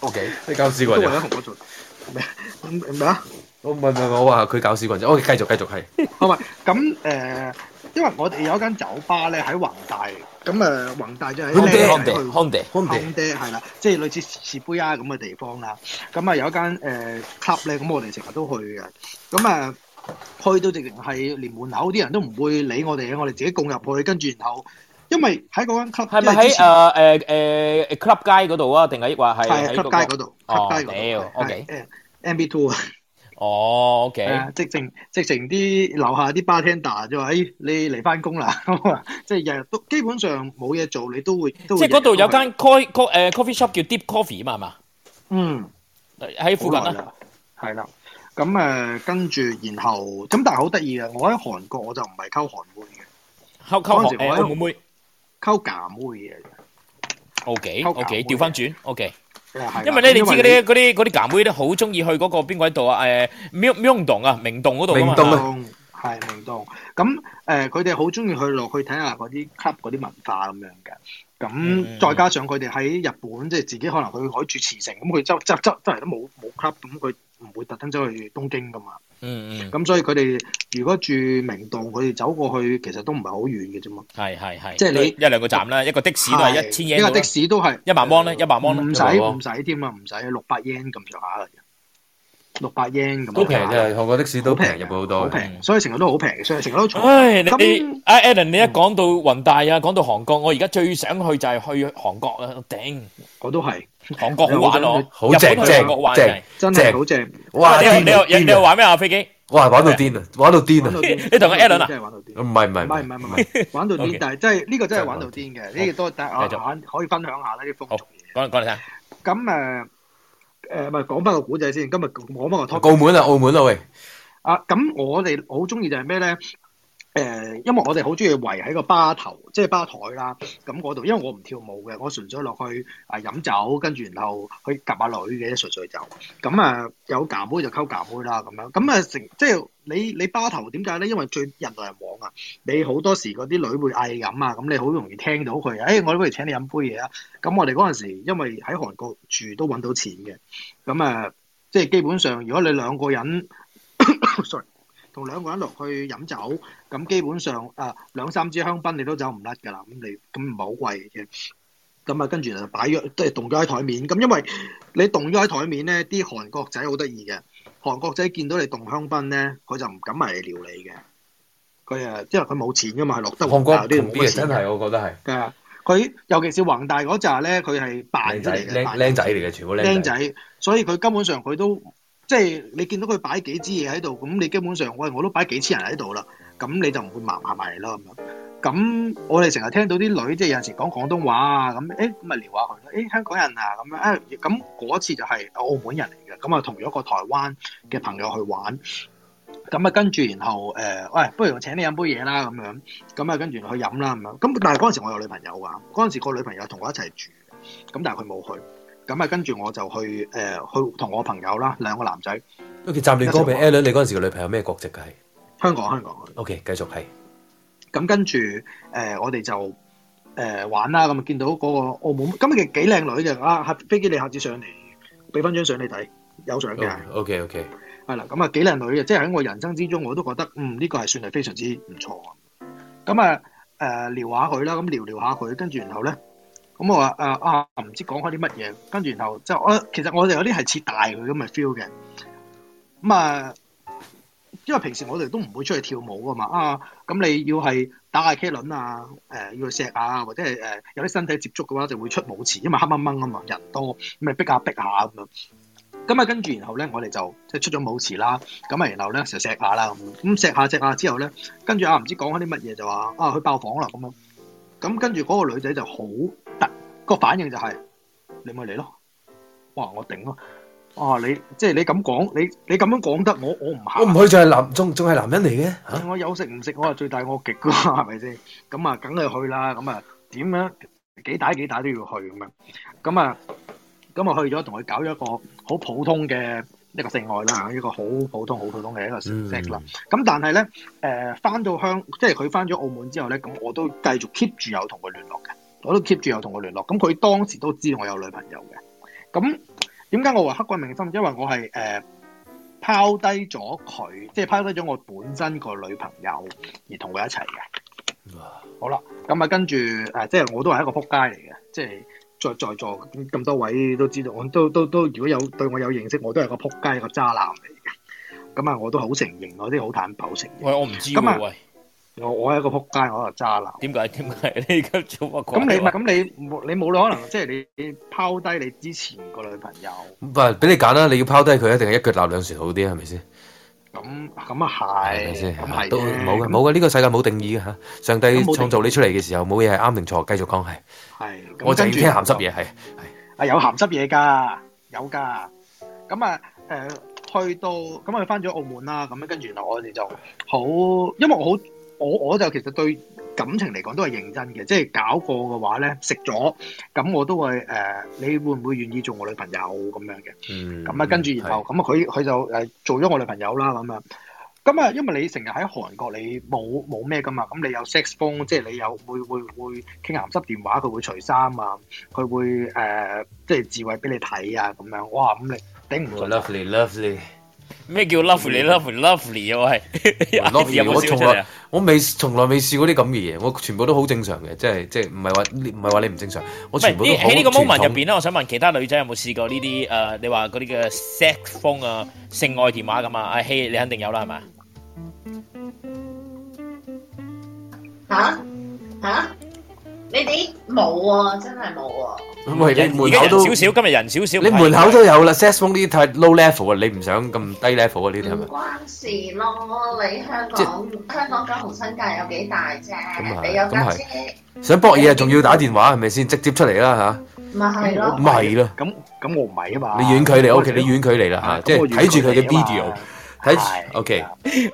？O K，
你搞屎啊棍
都係喺
啫
韓！國做咩咩啊？
我唔係唔係，我話佢搞屎棍啫。我繼續繼續係。
好嘛，咁誒、呃因為我哋有一間酒吧咧喺宏大，咁誒宏大就喺
Hyundai，Hyundai，Hyundai，Hyundai
係啦，即係類似士杯啊咁嘅地方啦。咁啊有一間誒 club 咧，咁我哋成日都去嘅。咁啊去到直情係連門口啲人都唔會理我哋嘅，我哋自己共入去，跟住然後因為喺嗰間 club
係咪
因為之
喺呃
前
誒誒誒 ờ, club 街嗰度啊？定係抑或係
係
喺
吸
嗰個
街嗰度，
哦
吸街嗰
屌
度。
，O K。
M B Two 啊。
哦，OK
係啊直情直情啲樓下啲 bartender 就話：，誒、你嚟翻工啦， 咁啊，即係日日都基本上冇嘢做，你都會都
即
會
係嗰度有
日日都去
間 coffee ờ, coffee shop 叫 Deep Coffee 嘛，係嘛？
嗯
喺附近
好耐
啊
啦。係啦。咁誒、呃跟住然後咁，但係好得意嘅，啊我喺韓國我就唔係溝韓妹嘅，
溝
嗰陣
溝
時
韓誒
我喺
澳門妹
溝假妹嘅，
O K O K，調翻轉 O K。
係啦
因為咧，你知嗰啲
你
嗰啲嗰啲鹹妹咧，好中意去嗰個邊個喺度啊？誒，苗苗洞啊，明洞嗰度啊嘛。
明洞係明洞。咁誒，佢哋好中意去落去睇下嗰啲 club 嗰啲文化咁樣嘅。
嗯
咁再加上佢哋喺日本，即係自己可能佢可以住茨城，咁佢周周周周嚟都冇冇 club，咁佢唔會特登走去東京噶嘛。
嗯嗯。
咁所以佢哋如果住明洞，佢哋走過去其實都唔係好遠嘅啫嘛。
係係係。
即係你
一兩個站啦，一個的士都係
係
一千
一
yen
個
到啦
的士都係
一萬 won 咧，一萬 won 咧
唔使唔使添啊，唔使六百 yen 咁上下嘅啫，六百 yen 咁上下。
都平嘅，韓國的士都平日本好多。
好平，所以成日都好平，所以成日都坐。
唉，你
咁
你阿 Alan，你一講到雲大啊，講到韓國，我而家最想去就係去韓國啊！頂，
我都係
韓國好玩哦，
好正
日本去
正
韓國玩
正，
真係好正。
哇！
你又
癲
你又
啊
你又玩咩啊？飛機？
哇！玩到癲啊！玩到癲啊！
你同阿 Alan 啊？
唔係唔係
唔係唔係唔 係，玩到
OK
癲，但係真係呢個真係玩到癲嘅，呢個都但係我可以分享下呢啲風俗。
講講嚟聽。
咁誒誒，咪講翻個古仔先。今日講翻個 topic。
澳門啊，澳門啊，喂！
啊，咁我哋好中意就係咩咧？誒、因為我哋好中意圍喺個吧頭，即係吧台啦。咁嗰度，因為我唔跳舞嘅，我純粹落去啊飲酒，跟住然後去夾下女嘅，純粹就咁啊，有夾妹就溝夾妹啦，咁樣咁啊，成即係你你吧頭點解咧？因為最人來人往啊，你好多時嗰啲女會嗌你飲啊，咁你好容易聽到佢，誒、哎我不如請你飲杯嘢啊。咁我哋嗰陣時，因為喺韓國住都揾到錢嘅，咁啊，即係基本上如果你兩個人。sorry，同兩個人落去飲酒，咁基本上誒兩三支香檳你都走唔甩㗎啦，咁你咁唔係好貴嘅啫。咁啊，跟住就擺咗，即係凍咗喺台面。咁因為你凍咗喺台面咧，啲韓國仔好得意嘅。韓國仔見到你凍香檳咧，佢就唔敢埋嚟撩你嘅。佢啊，因為佢冇錢㗎嘛，係落得
韓國
大啲
啲
冇
啲
乜
啊，真
錢㗎
係我覺得係
係啊。佢尤其是宏大嗰扎咧，佢係扮
靚
出
仔
嚟嘅，
靚
扮
靚仔嚟嘅，全部靚
僆。仔，所以佢根本上佢都即係你見到佢擺幾支嘢喺度，咁你基本上喂我都擺幾千人喺度啦，咁你就唔會麻麻埋嚟咯咁樣。咁我哋成日聽到啲女即係有陣時講廣東話啊，咁誒咁咪聊下佢啦，誒香港人啊咁樣，啊咁嗰次就係澳門人嚟嘅，咁啊同咗個台灣嘅朋友去玩。咁啊，跟住然後誒、呃喂，不如我請你飲杯嘢啦，咁樣，咁啊，跟住去飲啦，咁樣，咁但係嗰陣時我有女朋友㗎，嗰陣時個女朋友同我一齊住嘅，咁但係佢冇去，咁啊，跟住我就去誒、呃去同我朋友啦，兩個男仔，
都叫暫亂歌俾 Alan，你嗰陣時個女朋友咩國籍嘅係？
香港香港。
OK，繼續係。
咁跟住誒、呃我哋就誒、呃玩啦，咁啊見到嗰個澳門，咁其實幾靚女嘅啊，下飛機你下次上嚟，俾翻張相你睇，有相嘅。
OK OK，
係啦，咁啊幾靚女嘅，即係喺我人生之中我都覺得，嗯呢、個係算係非常之唔錯啊。咁啊誒聊下佢啦，咁聊聊下佢，跟住然後咧，咁我話誒啊唔知講開啲乜嘢，跟住然後就我、其實我哋有啲係似大佢咁嘅 feel 嘅，咁啊因為平時我哋都唔會出去跳舞噶嘛，啊咁你要係打下茄輪啊，誒、要去錫啊，或者係誒、有啲身體接觸嘅話就會出舞池，因為黑掹掹啊嘛，人多咁咪逼下逼下咁樣。咁啊，跟住然後咧，我哋就即係出咗舞池啦。咁啊，然後咧就錫下啦咁。咁錫下錫下之後咧，跟住啊唔知講開啲乜嘢就話啊去爆房啦咁樣。咁跟住嗰個女仔就好突個反應就係、你咪嚟咯。哇！我頂咯。啊！你即係你咁講，你你咁樣講得我我唔
我唔去就係男，仲仲係男人嚟嘅 嚇。
我有食唔食，我係最大惡極噶嘛， 係咪先？咁啊，梗係去啦。咁啊，點樣幾大幾大都要去咁樣。咁啊，咁啊去咗，同佢搞咗一個好普通嘅一個性愛啦，一個好普通、好普通嘅一個 sex 啦。咁、但係咧，誒翻到香，即係佢翻咗澳門之後咧，咁我都繼續 keep 住有同佢聯絡嘅，我都 keep 住有同佢聯絡。咁佢當時都知道我有女朋友嘅。咁點解我話刻骨銘心？因為我係誒。呃拋低咗佢，即係拋低咗我本身個女朋友而同佢一齊嘅。好啦，咁啊跟住誒、呃即係我都係一個撲街嚟嘅，即係在在座咁咁多位都知道，我都都都如果有對我有認識，我都係個撲街一個渣男嚟嘅。咁啊，我都好承認，我啲好坦白好承認。
喂，我唔知
咁啊
喎，喂，
我我係一個撲街，我係一個渣男。
點解？ 點解你咁做乜鬼
咁你
話
咁你冇你冇可能即係你拋低你之前個女朋友。
唔係俾你揀啦，你要拋低佢，啊一定係一腳鬧兩船好啲，係咪先？
咁咁啊
係咪
係，
先
咁係
都
嘅
冇嘅，
咁
冇嘅，呢個世界冇定義嘅嚇。上帝
咁冇定義
創造你出嚟嘅時候，冇嘢係啱定錯，繼續講係。
係。咁
我就要
跟住
聽鹹濕 嘢係。
啊有鹹濕嘢㗎，有㗎。咁啊誒，去到咁啊翻咗澳門啦，咁樣跟住然後我哋就好，因為我好我我就其實對感情嚟講都係認真嘅，即係搞過嘅話咧，食咗咁我都會誒、呃你會唔會願意做我女朋友咁樣嘅？
嗯
咁啊，跟住然後咁啊，佢佢就誒做咗我女朋友啦咁樣。咁啊，因為你成日喺韓國，你冇冇咩噶嘛，咁你有 sex phone，即係你有會會會傾鹹濕電話，佢會除衫啊，佢會誒、呃即係自慰俾你睇啊咁樣，哇咁你頂唔順。
Oh, Lovely lovely。
咩叫 lovely lovely lovely 啊？喂
lovely，
有冇
我
笑
從
出嚟
來
啊？
我未從來未試過啲咁嘅嘢，我全部都好正常嘅，即係即係唔係話唔係話你唔正常，我
唔係
全
呢
部都好
喺呢個
傳
moment 入
統。
邊咧，我想問其他女仔有冇試過呢啲誒？你話嗰啲嘅 sex phone 啊、性愛電話咁啊？阿希你肯定有啦，係嘛？
吓吓，你哋冇喎，真係冇喎。
喂，你
人
門
而家
口都
人少少，今日人少少，
你
唔係
門口都有啦 s e x p h o n e 呢啲太 low level 啊，你唔想咁低 level 啊？呢啲係
嗯
咪？
關事咯，你香港香港九紅新界有幾大啫？
咁係
你有架
咁
車，
想搏嘢啊仲要打電話係咪先？直接出嚟啦
咪係
哦
嚇，
咯
唔。係啦，
咁咁我唔係啊嘛
你遠距離 OK，你遠距離啦嚇，即係睇住佢嘅 video，睇住 OK。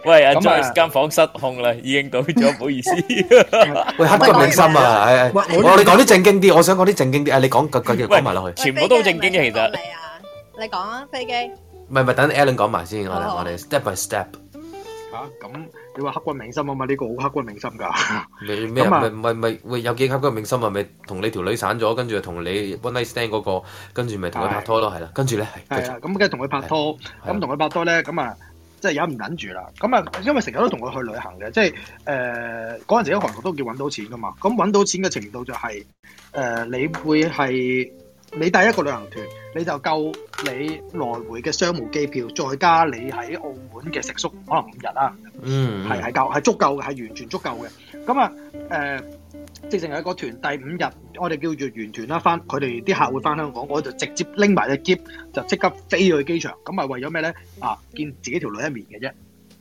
喂阿
咁啊
Joyce 間房失控啦，已 經到咗，唔好意思。
喂，刻骨銘心啊！係係
喂我
我哋講啲正經啲，我想講啲正經啲。誒，你講繼繼續講埋落去。
全部都好正經嘅，其實。
你講啊，飛機。
唔係唔係，等 Alan 講埋先，我哋
好
我哋 step by step。
嚇咁你話刻骨銘心啊嘛？呢、個好刻骨銘心㗎。
你咩
咁啊
咪咪咪喂有幾級嘅明心啊？咪同你條女散咗，跟住同你 one night stand 嗰個，跟住咪同佢拍拖咯，係啦。跟住咧，係繼
係
續
啊，咁跟住同佢拍拖，咁同佢拍拖咧，咁啊即係忍唔忍住啦。咁啊，因為成日都同佢去旅行嘅，即係誒嗰陣時喺韓國都叫揾到錢噶嘛。咁揾到錢嘅程度就係、呃你會係你第一個旅行團，你就夠你來回嘅商務機票，再加你喺澳門嘅食宿，可能五日啦。
嗯，
係係夠係足夠嘅，係完全足夠嘅。咁啊誒，直情係個團第五日，我哋叫做完團啦，翻佢哋啲客會翻香港，我就直接拎埋只箧，就即刻飛去機場。咁啊為咗咩咧？啊，見自己條女一面嘅啫。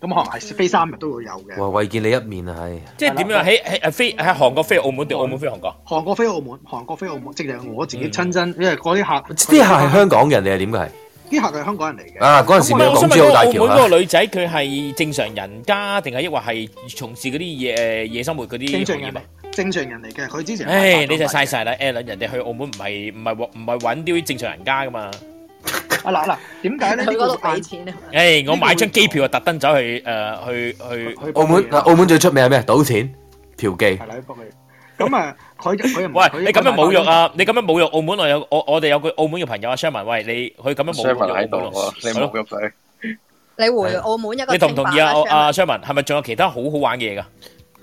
咁可能係飛三日都會有嘅。
哇，為見你一面啊，係。
即係點樣喺喺喺飛喺韓國飛澳門定澳門飛韓國？嗯
韓國飛澳門，韓國飛澳門，直情係我自己親身，因為嗰啲客
啲客係香港人定係點嘅係？
啲客係香港人嚟嘅。
啊，嗰陣時
唔
未
係，
有
我想問
港珠
嗰
澳
個
大
澳
橋
門嗰
啊。
個女仔，佢係正常人家定係抑或係從事嗰啲夜誒夜生活嗰啲
正
行
常
業
人
啊？
嚟，正常人嚟嘅。佢之前係
唉，
賣化妝
你就
品
嘥晒啦，Alan！人哋去澳門唔係唔係唔係揾啲正常人家噶嘛？
啊嗱嗱，點解咧？
佢嗰度
呢個
俾錢啊！
唉，我買張機票啊，特登走去誒去去
澳門嗱，澳門最出名係咩？賭錢、嫖妓。
咁啊，佢佢唔
喂，你咁樣侮辱！啊！你咁樣侮辱澳門，我有我我哋有個澳門嘅朋友啊，Sherman，喂，你佢咁樣侮辱澳
Sherman
門
喺度喎你侮
辱佢，
你回澳門一個
你同唔同意啊？
清白啦
阿 ờ, Sherman 係咪仲有其他好好玩嘅嘢㗎？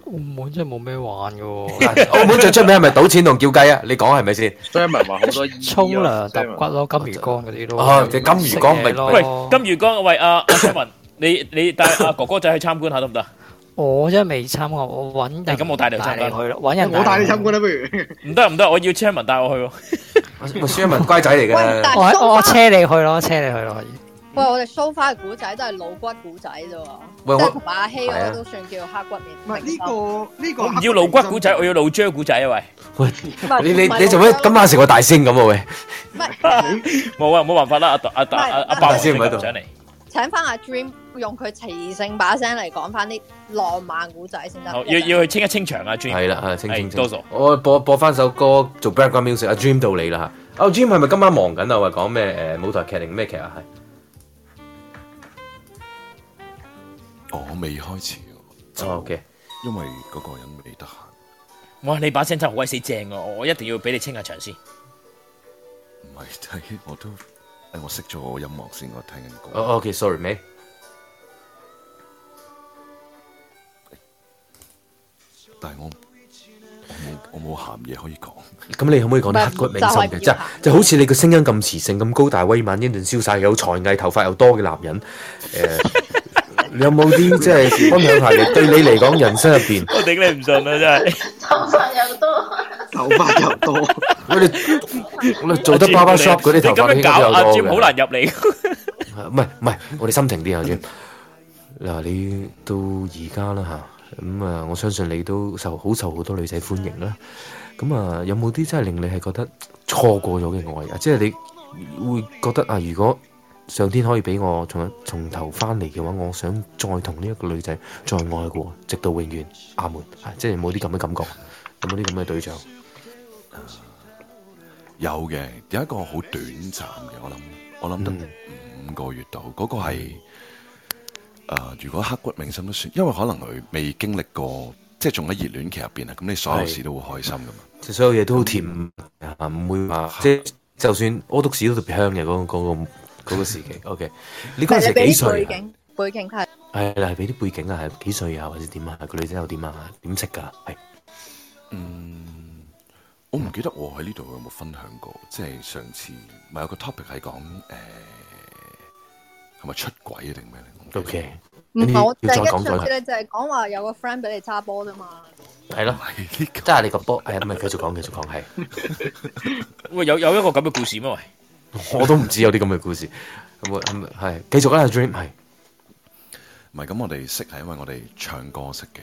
澳門真係冇咩玩嘅
嗱
喎，
澳門最出名係咪賭錢同叫雞啊？你講係咪先？張文話好多
沖涼、揼骨咯、金魚缸嗰啲咯。
哦隻金魚缸咪
食嘢咯
喂，金魚缸，喂，阿阿 Sherman，你你帶阿哥哥仔去參觀下得唔得？
我真係未參過，我揾人
咁我帶你去參
帶
加
你去咯，揾人
我帶你參
觀
啦，不如。
唔得唔得，我要 Sherman 帶我去喎。
Sherman 乖仔嚟
ờ,
嘅
我我我車你去咯，車你去咯，可以。
喂，我哋 so far 嘅古仔都係老骨古仔啫喎，
喂
即
我
係同馬希
係
我
啊
都算叫刻骨銘心。唔係
呢個呢
我唔要露骨古仔，我要露張古仔啊！喂，
個
你你你做咩今晚成個大聲咁啊？喂，
冇啊，冇辦法啦，阿阿阿阿阿
大
伯
師唔喺度
上嚟。
請翻阿 à, Dream 用佢磁性把聲嚟講翻啲浪漫古仔先得。
Ờ,
好，要要去清一清場啊，Dream。
係啦，係清清
多數
清。我播播翻首歌做 background music，阿 à, Dream 到你啦嚇。阿 Dream 係咪今晚忙緊啊？話講咩誒舞台劇定咩劇啊？係。
哦我未開始就、
哦 OK，
因為嗰個人未得閒。
哇，你把聲真係好鬼死正啊！我一定要俾你清下場先。
唔係 睇我都誒，我熄咗我音樂先，我聽緊歌。
哦，OK，sorry，咩？
哎但係我我冇我冇鹹嘢可以講。
咁你可唔可以講啲刻骨銘心嘅？
就
即
係
係就好似你個聲音咁磁性、咁高大威猛、英俊瀟灑、有才藝、頭髮又多嘅男人， 誒，你有冇啲即係分享下嘅？對你嚟講，人生入邊，
我頂你唔順啦，真係。
頭髮又多，
頭髮又多。
我哋我哋做得 barber shop 嗰啲頭髮
你咁樣
應該
搞
都
阿
有
Dream 好
多
難
嘅。
入嚟。
唔係唔係，我哋心情啲啊，Jim。嗱，你到而家啦嚇，咁啊，我相信你都受好受好多女仔歡迎啦。咁啊，有冇啲真係令你係覺得錯過咗嘅愛啊？即係你會覺得啊，如果上天可以俾我從從頭翻嚟嘅話，我想再同呢一個女仔再愛過，直到永遠。阿門，啊即係有冇啲咁嘅感覺，有冇啲咁嘅對象？
有嘅，有一個好短暫嘅，我諗我諗得
嗯
五個月度，嗰、個係呃如果刻骨銘心都算，因為可能佢未經歷過，即係仲喺熱戀期入邊啊，咁你所有
係
事都會開心噶嘛。
即係所有嘢都好甜啊，唔會話即係就算屙督屎都特別香嘅嗰、個嗰、個嗰、個時 期。OK，你嗰陣時
俾啲背
幾歲啊？
景背景睇。
係啦，係俾啲背景啊，係幾歲啊，或者點啊？個女仔又點啊？點識㗎？係
嗯，我唔記得我喺呢度有冇分享過，即係上次咪有個 topic 係講誒係咪出軌定咩咧？O
K，
唔嗯係我第一上次你就係講話有個 friend 俾你揸波啫嘛，
係 咯，
即
係你個波哎係咪繼續講繼續講係？
喂，有有一個咁嘅故事咩？喂，
我都唔知有啲咁嘅故事，咁啊咁啊係繼續啦，Dream 係
唔係咁，我哋識係因為我哋唱歌識嘅。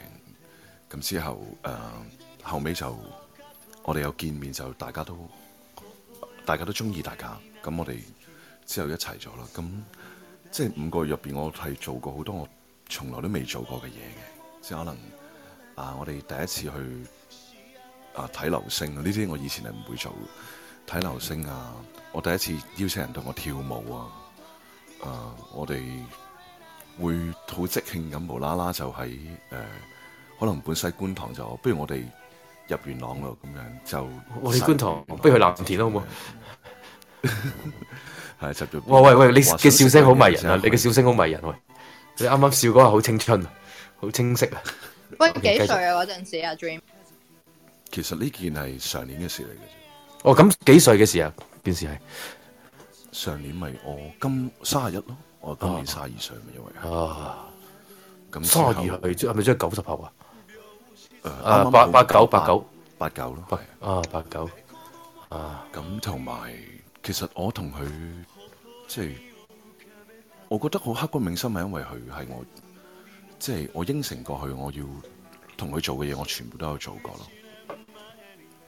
咁之後誒、呃、後尾就我哋有見面，就大家都大家都中意大家。咁我哋之後一齊咗啦。咁即係五個月入邊，我係做過好多我從來都未做過嘅嘢嘅。即係可能啊，我哋第一次去啊睇流星啊，呢啲我以前係唔會做嘅睇流星啊。我第一次邀請人同我跳舞啊。誒、我哋。會好即興咁無啦啦就喺誒、呃可能本西觀塘就不如我哋入元朗咯咁樣就
我哋觀塘，不如去藍田啦，好唔好？
係就
喂喂喂，你嘅笑聲好迷人啊
哇
啊！你嘅笑聲好迷人喂，你啱啱笑嗰下好青春啊，好清晰啊！
喂，
OK，
幾
繼續
歲啊？嗰陣時啊，Dream
其實呢件係上年嘅事嚟嘅啫。
哦，咁幾歲嘅時候？件事係
上年咪我今卅一咯，我今年卅二歲咪因為
哦啊，
咁呃
三十二係係咪即係九十後啊？
啱啱
啊，八
好
八九八九
八九咯，
係啊八九
啊，咁同埋其實我同佢即係，我覺得好刻骨銘心係因為佢係我即係我應承過佢，我要同佢做嘅嘢，我全部都有做過咯。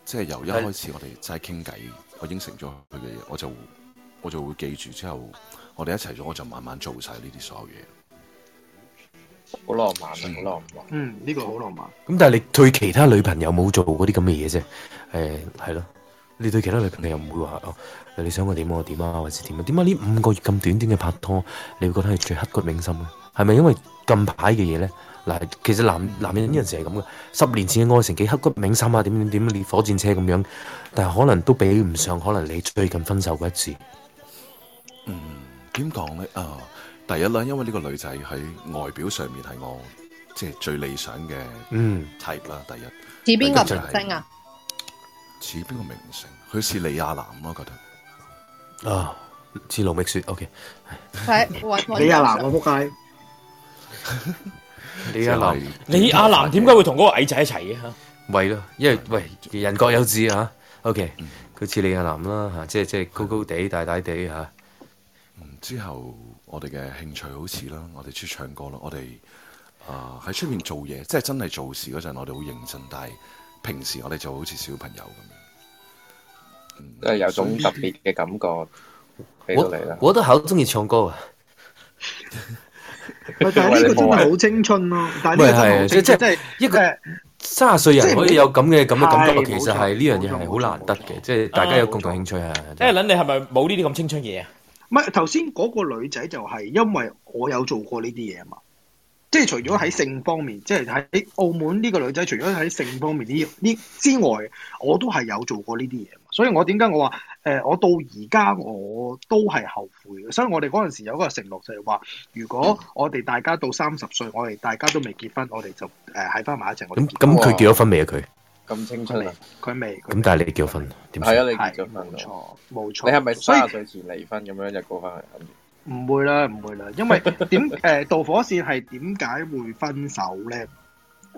即係由一開始我哋齋傾偈，我應承咗佢嘅嘢，我就我就會記住之後，我哋一齊咗，我就慢慢做晒呢啲所有嘢。
好浪漫啊，好浪漫。
嗯，呢、個好浪漫。
咁但係你對其他女朋友冇做嗰啲咁嘅嘢啫，誒係咯，你對其他女朋友唔會話哦，你想我點我點啊，或者點啊？點解呢五個月咁短短嘅拍拖，你會覺得係最刻骨銘心咧？係咪因為近排嘅嘢咧？嗱，其實男男人呢陣時係咁嘅，十年前嘅愛情幾刻骨銘心啊，點點點烈火戰車咁樣，但係可能都比唔上可能你最近分手嗰一次。
點講呢？啊，第一啦，因為呢個女仔喺外表上面係我即係最理想嘅
嗯
type 啦。第一，
似邊個
第二就
明星 啊？
似邊個明星？佢似李亞男咯，覺得
啊，似盧覓雪，OK。
睇搵搵
李亞男
張
我仆街，
李亞男，
李亞男點解會同嗰個矮仔一齊嘅嚇？
喂咯，因為喂人各有志啊。OK，佢似李亞男啦嚇，即係即係高高地、大大地嚇。
嗯之後我哋嘅興趣好似啦，我哋出去唱歌啦，我哋啊喺出面做嘢，即係真係做事嗰陣，我哋好認真，但係平時我哋就好似小朋友咁樣，嗯
都係有種特別嘅感覺俾到你啦。
我都好中意唱歌啊！
喂但係呢個真係好青春咯。但係
喂
呢個真係好
係，即
青
即
春，即
係
係一個
三十歲人可以有咁嘅咁嘅感覺，
即係
其實係呢樣嘢係好難得嘅，即係大家有共同興趣啊。
誒撚，你係咪冇呢啲咁青春嘢啊？
唔係頭先嗰個女仔就係因為我有做過呢啲嘢啊嘛，即係除咗喺性方面，即係喺澳門呢個女仔，除咗喺性方面呢呢之外，我都係有做過呢啲嘢啊嘛。所以我點解我話誒、呃我到而家我都係後悔嘅。所以我哋嗰陣時有一個承諾就係話，如果
嗯
我哋大家到三十歲，我哋大家都未結婚，我哋就誒喺翻埋一齊。我哋
咁
結
咁
婚
佢結咗婚未啊？佢
咁青春啊！
佢未，
咁但係你結咗婚點
係
算？
啊，你結咗婚冇
錯，冇錯。
你係咪
所以
三十歲前離婚咁樣就過翻去？
唔會啦，唔會啦，因為點誒導火線係點解會分手咧？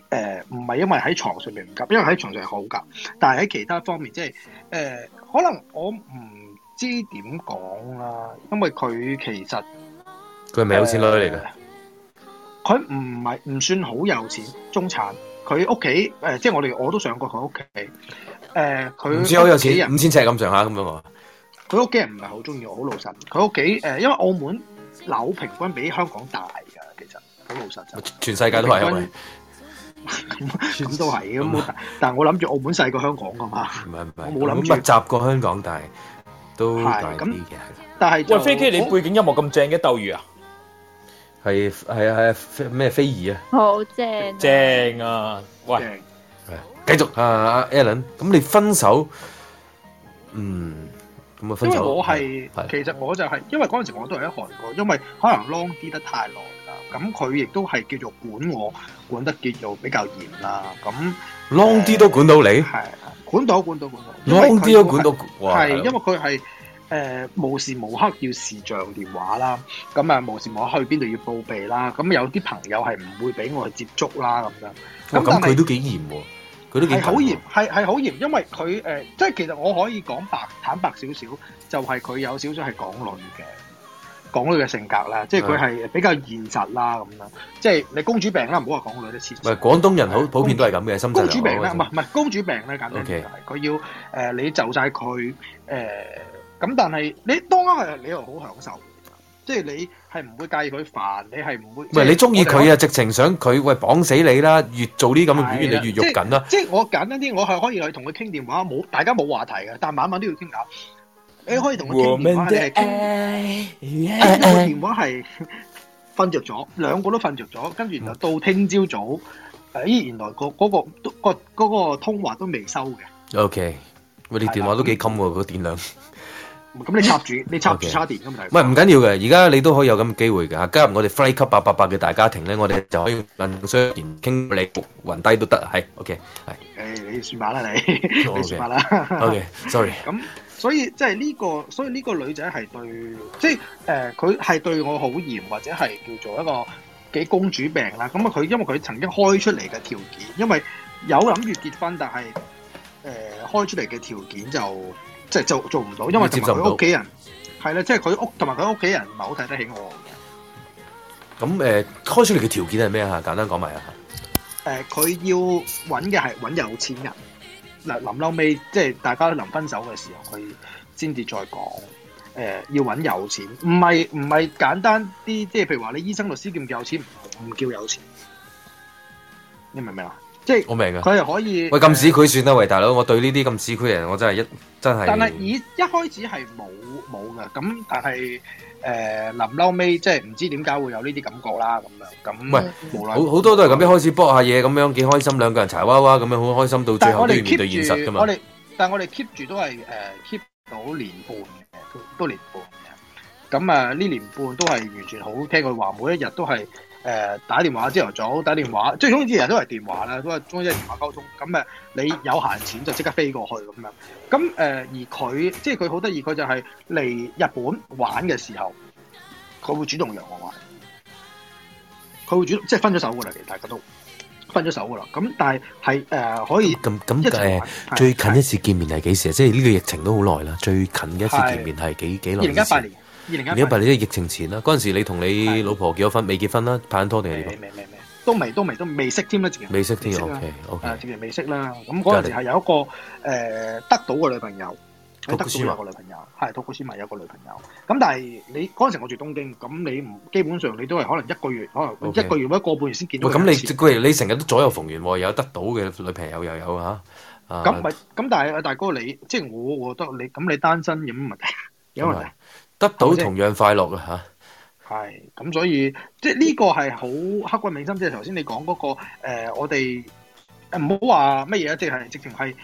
誒唔係因為喺床上面唔夾，因為喺床上係好夾，但係喺其他方面即係誒，可能我唔知點講啦，因為佢其實
佢係咪有錢女嚟㗎？
佢唔係唔算好有錢，中產。佢屋企誒，即係我哋我都上過佢屋企誒，佢
唔知好有
屋企人
錢，五千尺咁上下咁樣喎。
佢屋企人唔係好中意我，好老實。佢屋企呃誒，因為澳門樓平均比香港大㗎，其實好老實就。
全世界都係啊喂
咁啊咁都係嘅咁我但但我諗住澳門細過香港㗎嘛。
啊唔係唔啊係，
我冇諗住
密集過香港，但係都
係
大啲
咁
嘅。
但係就
喂，飛機你背景音樂咁正嘅鬥魚啊，
係係啊係啊，咩飛兒啊？
好正。
正啊！喂，
繼續啊啊，Alan，咁你分手，嗯，咁啊
因
分
為
手。
我係
係
其實我就係、因為嗰陣時我都係喺韓國，因為可能 long 啲得太耐啦，咁佢亦都係叫做管我管得叫做比較嚴啦，咁
long 啲都管到你，
管到管到管到因為
long 啲都管到
佢，
哇！
係因為佢係誒無時無刻要視像電話啦，咁啊無時無刻去邊度要報備啦，咁有啲朋友係唔會俾我去接觸啦咁樣，
哇
但
咁
係
佢都幾嚴喎，佢都幾
係好
緊
嚴
喎，
係係好嚴，因為佢誒、呃即係其實我可以講白坦白少少，就係、佢有少少係港女嘅，港女嘅性格啦，即係佢係比較現實啦咁樣，即係你公主病啦，唔好話港女都黐
唔係廣東人好普遍都係咁嘅，深圳
公
人
主病啦，
好
唔係唔係公主病啦，簡單啲
OK
就係佢要誒、呃你就晒佢誒，呃咁、但係你當刻係你又好享受，即係你係唔會介意佢煩，你係唔會
唔係你中意
即係我哋
佢啊，直情想佢喂綁死你啦，越做啲咁嘅
係啦
越嚟越肉緊啦。
即係即係我簡單啲，我係可以去同佢傾電話，冇大家冇話題嘅，但晚晚都要傾下。你可以同佢傾電話，你係傾傾個電話係瞓着咗，兩個都瞓着咗，跟住然後到聽朝早，誒咦原來個嗰個都個嗰個通話都未收嘅。
OK，喂，你電話都幾襟喎，個電量。
咁你插住，你插住叉電咁
唔係唔緊要嘅，而家你都可以有咁嘅機會㗎。加入我哋 Fly 級八八八嘅大家庭咧，我哋就可以能相言傾你雲低都得，係 OK 係。
誒，你算吧啦，你你算吧啦。
OK，sorry。
咁所以即係呢個，所以呢個女仔係對，即係誒，呃佢、係對我好嚴，或者係叫做一個幾公主病啦。咁啊，佢因為佢曾經開出嚟嘅條件，因為有諗住結婚，但係誒、呃、開出嚟嘅條件就即係做做唔到，因為同
接
埋
受唔
佢
到
屋企人係啦，即係佢屋同埋佢屋企人唔係好睇得起我。
咁誒、呃，開出嚟嘅條件係咩啊？簡單講埋啊。
誒、呃佢要揾嘅係揾有錢人。嗱，臨嬲尾即係大家臨分手嘅時候，佢先至再講。誒、要揾有錢，唔係唔係簡單啲，即係譬如話你醫生、律師叫唔叫有錢？唔叫有錢，你明唔明啊？即係
我明啊。
佢係可以
喂，禁市區算啦，喂，大佬，我對呢啲禁市區嘅人，我真係一真係。
但係以一開始係冇冇嘅，咁但係誒臨嬲尾即係唔知點解會有呢啲感覺啦，咁樣
唔
咁
係
無奈
好好多都係咁，一開始搏下嘢咁樣幾開心，兩個人柴娃娃咁樣好開心，到最
但係
後
我
都
哋
要面對現
keep
實
住
噶，
我
嘛。
哋但係我哋 keep 住都係誒 keep 到年半嘅，都都年半嘅。咁啊，呢年半都係完全好聽佢話，每一日都係誒、呃打電話，朝頭早打電話，即係總之日都係電話啦，都係中之電話溝通。咁啊，你有閒錢就即刻飛過去咁樣。咁誒、呃而佢即係佢好得意，佢就係嚟日本玩嘅時候，佢會主動約我玩，佢會主動即係分咗手㗎啦，其實大家都分咗手㗎啦。咁但係係誒可以
咁咁
一齊
誒
玩，係
最近一次見面係幾時啊？即係呢個疫情都好耐啦，最近嘅一次
係
見面係幾幾
二
耐以
零一八
前？
年，二零
二零
一
一
八
八
年
年即係疫情前啦，嗰陣時你同你老婆結咗婚，未結婚啦，拍緊拖定係點啊？
都未都未都未識添啦，直情
未識添
啦
OK，OK
啊直情未識啦。咁嗰陣時係有一個誒、呃得到嘅女朋友，喺德島
Tokushima
有個女朋友，係托古斯曼有個女朋友。咁但係你嗰陣時我住東京，咁你唔基本上你都係可能一個月，可能
OK
一個月或者個半月先見到
喂，
佢
咁
一次。
你喂你成日都左右逢源喎，有得到嘅女朋友又有嚇，啊
咁咪咁但係啊大哥你即係我，我覺得你咁你單身有乜問題？ 有乜問題？
得
係咪
到
先
同樣快樂啊嚇。
係，咁所以即係呢個係好刻骨銘心，即係頭先你講嗰、個、呃、我哋誒唔好話乜嘢啊，即係直情係，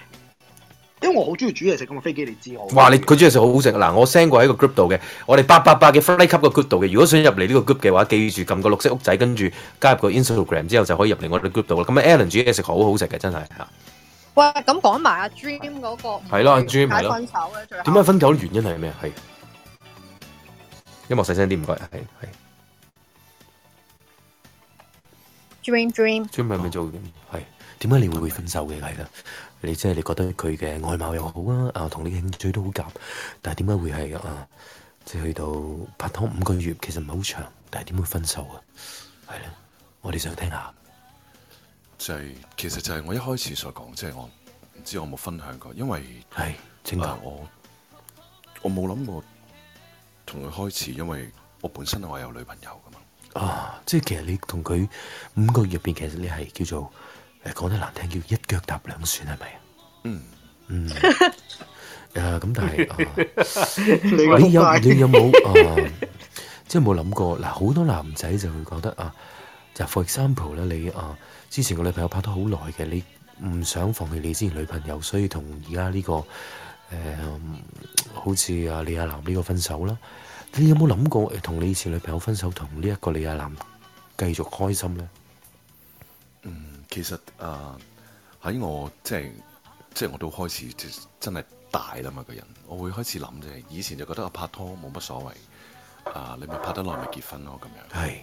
因為我好中意煮嘢食咁啊，飛機你知我。
哇！你佢煮嘢食好好食嗱，我 send 過喺個 group 度嘅，我哋八八八嘅 Fly 級個 group 度嘅。如果想入嚟呢個 group 嘅話，記住撳個綠色屋仔，跟住加入個 Instagram 之後就可以入嚟我哋 group 度啦。咁啊，Alan 煮嘢食好好食嘅，真係嚇。
喂，咁講埋阿 Dream 嗰個
係咯阿
解
Dream，係咯
分手嘅最後
點解分手原因係咩？係音樂細聲啲，唔該，係係。
Dream Dream
專門咪做哦係點解你會會分手嘅？係啦，你即係你覺得佢嘅外貌又好啊，啊同你嘅興趣都好夾，但係點解會係啊？即係去到拍拖五個月，其實唔係好長，但係點會分手啊？係啦，我哋想聽下。
就係、其實就係我一開始所講，即、係、我唔知我有冇分享過，因為
係正
確、我我冇諗過同佢開始，因為我本身我有女朋友噶嘛，
啊，即係其實你同佢五個月入邊，其實你係叫做誒講得難聽，叫一腳踏兩船係咪啊？
嗯
嗯。 啊，咁但係、
你
啊
個
你有
仆街
你有冇啊？即係冇諗過嗱，好多男仔就會覺得啊，就 for example 咧，你啊之前個女朋友拍拖好耐嘅，你唔想放棄你之前女朋友，所以同而家呢個誒、嗯好似啊李亞男呢個分手啦。你有冇諗過誒同你以前女朋友分手，同呢一個李亞男繼續開心咧？
嗯，其實啊喺、我即係即係我都開始即係真係大啦嘛個人，我會開始諗啫。以前就覺得啊拍拖冇乜所謂，啊你咪拍得耐咪結婚咯咁樣。
係。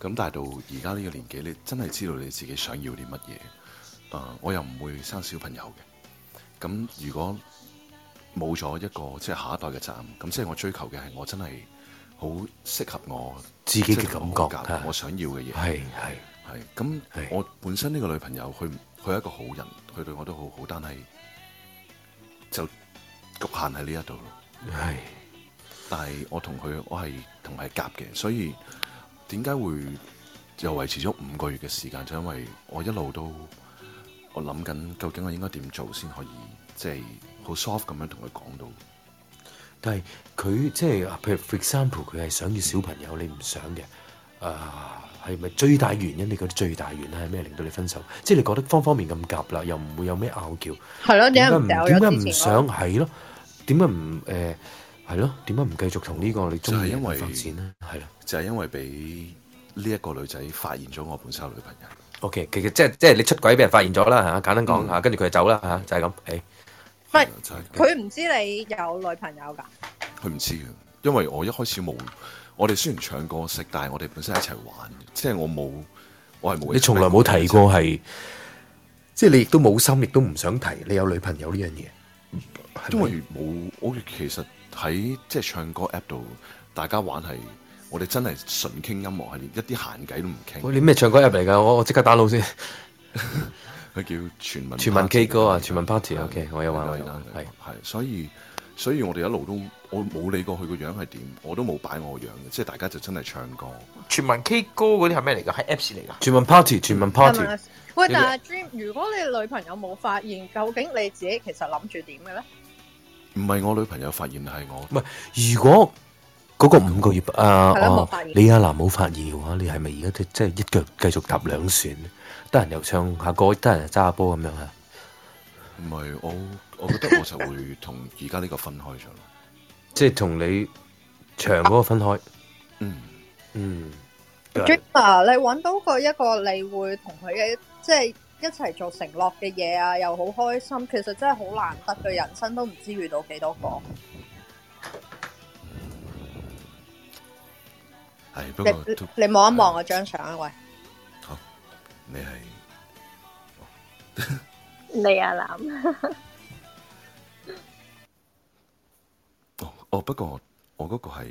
咁但係到而家呢個年紀，你真係知道你自己想要啲乜嘢。啊，我又唔會生小朋友嘅。咁如果冇咗一個即係下一代嘅責任，咁即係我追求嘅係我真係好適合我
自己嘅
即係
感覺
我
啊
我想要嘅嘢。
係係
係咁，我本身呢個女朋友，佢佢係一個好人，佢對我都好好，但係就局限喺呢一度咯。
係，
但係我同佢，我係同佢係夾嘅，所以點解會又維持咗五個月嘅時間？就因為我一路都我諗緊，究竟我應該點做先可以，即係好 soft 咁樣同佢講到。
但係佢即係啊譬如 for example，佢係想要小朋友，你唔想嘅，啊係咪最大原因？你覺得最大原因係咩令到你分手？即係你覺得方方面咁夾啦，又唔會有咩拗撬，
係咯，點解
點解
唔
唔
掉
點解
咗之
唔
前嗰個
想係咯？點解唔誒係咯，點解唔繼續同呢個你
就
中
係
意嘅
因為
人發展呢？係啦，
就係因為俾呢一個女仔發現咗我本身有女朋友。
OK，其實即係即係你出軌俾人發現咗啦嚇，簡單講
嗯
嚇，跟住佢就走啦嚇，就係咁。誒，
唔係佢唔知你有女朋友㗎，
佢唔知嘅，因為我一開始冇，我哋雖然唱歌識，但係我哋本身一齊玩，即係我冇，我係冇。
你從來冇提過係，即係你亦都冇心，亦都唔想提你有女朋友呢樣嘢。
因為冇，我其實喺即係唱歌 app 度，大家玩係，我哋真係純傾音樂，係連一啲閒偈都唔
喂，
傾。
你咩唱歌入嚟㗎？我我即刻打佬先。
佢叫全民
全民
Party
K 歌啊，全民 Party，OK，我有玩，我有玩。
係係，所以所以我哋一路都我冇理過佢個樣係點，我都冇擺我個樣嘅，即係大家就真係唱歌。
全民 K 歌嗰啲係咩嚟㗎？係 Apps 嚟㗎。
全民 Party，全民 Party
係。咪？喂，
你
但係 Dream，如果你女朋友冇發現，究竟你自己其實諗住點嘅咧？
唔係我女朋友發現係我，
唔係，如果嗰個五個月啊，
係啦冇
哦
發現
李亞男冇發現嘅話，你係咪而家即即係一腳繼續踏兩船？得閒又唱下歌，得閒又揸下波咁樣啊？
唔係我，我覺得我就會同而家呢個分開咗咯。
即係同你長嗰個分開。
嗯
嗯，
Dream 啊，你揾到佢一個你會同佢嘅即係一齊做承諾嘅嘢啊，又好開心，其實真係好難得嘅，人生都唔知遇到幾多個。
係不過
你
都
你望一望我張相啊，喂，
你係。
你啊男，
哦，不過我嗰個係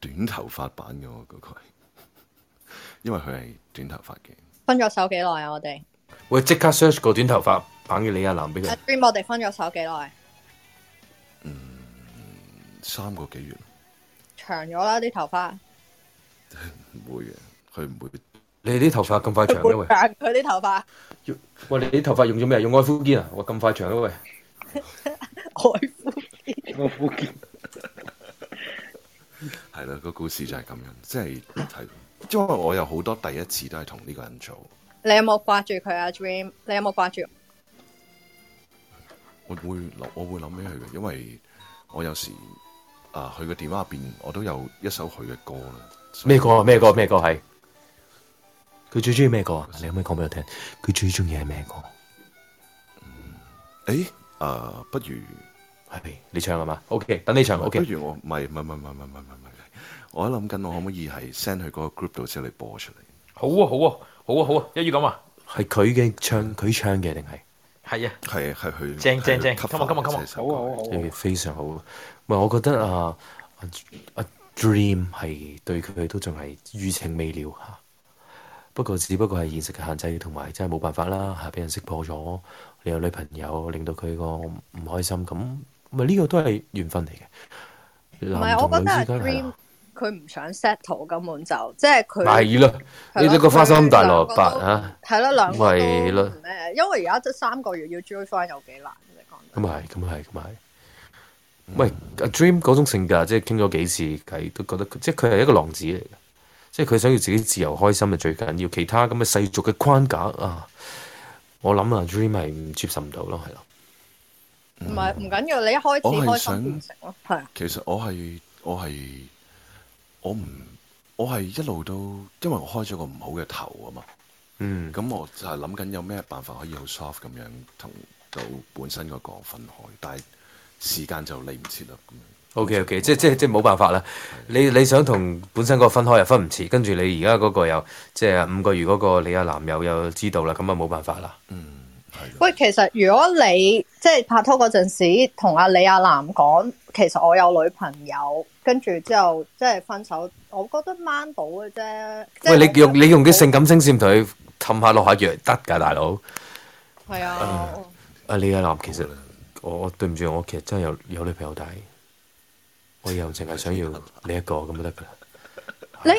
短頭髮版嘅，我嗰個 係，因為佢係短頭髮嘅。
分咗手幾耐啊？我哋
喂，即刻 search 個短頭髮版嘅李亞男俾佢
阿。Dream，我哋分咗手幾耐？
三個幾月
長咗啦啲頭髮，
唔會嘅，佢唔會。
你啲頭髮咁快長嘅喂
長？佢啲頭髮，
喂，你啲頭髮用咗咩？用愛膚堅啊？我咁快長嘅喂？
我好見。係啦，個故事就係咁樣，即係係，因為我有好多第一次都係同呢個人做，
你有冇掛住佢啊？Dream，你有冇掛住？
我會諗，我會諗起佢嘅，因為我有時啊，佢嘅電話入邊我都有一首佢嘅歌啦。
咩歌啊？咩歌？咩歌係？佢最中意咩歌啊？你可唔可以講俾我聽？佢最中意係咩歌？
誒，啊，不如
係你唱係嘛？OK，等你唱。OK，啊
不如我唔係唔係唔係唔係唔係唔係唔係，我喺諗緊我可唔可以係 send 去嗰個 group 度之後你播出嚟。
好啊，好啊，好啊，好啊，一於咁啊，
係佢嘅唱，佢唱嘅定係？
係啊，
係係佢
正正正
係佢
come on，come on，come on
嘅首歌
好啊好啊好啊
誒非常好。唔係，我覺得啊啊啊 Dream 係對佢都仲係餘情未了嚇。不過只不過係現實嘅限制，同埋真係冇辦法啦嚇，俾人識破咗。你有女朋友，令到佢個唔開心，咁咪呢個都係緣分嚟嘅。
唔
男
係，我
同
覺
女
得阿
之間啊係啦
Dream 佢唔想 settle 根本就即係佢
係啦，
係
你
咯
呢個花心大蘿
佢兩
蔔
個都
啊，
係咯，兩個都
咪咯
唔咩？因為而家得三個月要追翻有幾難啫，講
咁啊係，咁係，咁係。喂，阿 Dream 嗰種性格，即係傾咗幾次偈，都覺得佢即係佢係一個浪子嚟嘅，即係佢想要自己自由開心就最緊要，其他咁嘅世俗嘅框架啊，我諗啊，Dream 係唔接受唔到咯，係咯。
真唔係唔緊要，你一開
我
始
係
開心
想
變成咯，係啊
其實我係我係我唔我係一路都，因為我開咗個唔好嘅頭啊嘛。
嗯。
咁我就係諗緊有咩辦法可以好 soft 咁樣同到本身嗰個分開，但係時間就嚟唔切啦。咁樣
OK OK，即係即係即係冇辦法啦。你你想同本身嗰個分開又分唔切，跟住你而家嗰個又即係啊五個月嗰個你阿男友又知道啦，咁啊冇辦法啦。
喂，其實如果你即係拍拖嗰陣時，同阿李亞男講，其實我有女朋友，跟住之後即係分手，我覺得掹到嘅啫。即係
喂，你用你用啲性感聲線同佢氹下落下藥得㗎，大佬。
係啊，
啊，李亞男其實我我對唔住，我其實真係有有女朋友，但係我又淨係想 要你一個咁就得㗎啦。
你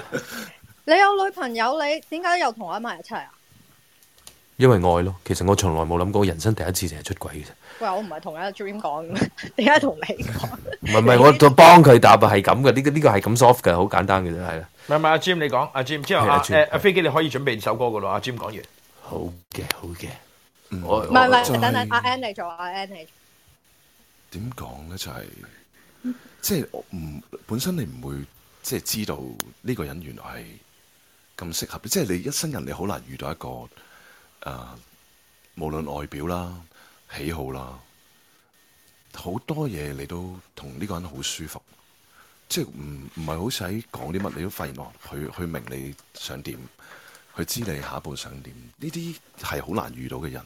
你有女朋友，你點解又同我喺埋一齊啊？
因為愛咯，其實我從來冇諗過人生第一次淨係出軌嘅啫。
喂，我唔係同阿 Dream 講嘅咩，點解同你講？
唔係唔 係，我幫佢答啊，係咁嘅，呢個呢個係咁 soft 嘅，好簡單嘅啫，係啦。
唔係唔係，阿 Jim 你講，阿 Jim 之後
係阿
阿
Jim，
誒阿飛機你可以準備首歌噶啦，阿 Jim 講完。
好嘅，好嘅。我
唔係唔
我
係，
再
等等，阿 Ann 你做，阿 Ann 你做
點講咧？就係、即係我唔本身你唔會即係知道呢個人原來係咁適合，即係你一生人你好難遇到一個誒、呃，無論外表啦、喜好啦，好多嘢你都同呢個人好舒服，即係唔唔係好使講啲乜，你都發現哦，佢佢明你想點，佢知你下一步想點，呢啲係好難遇到嘅人。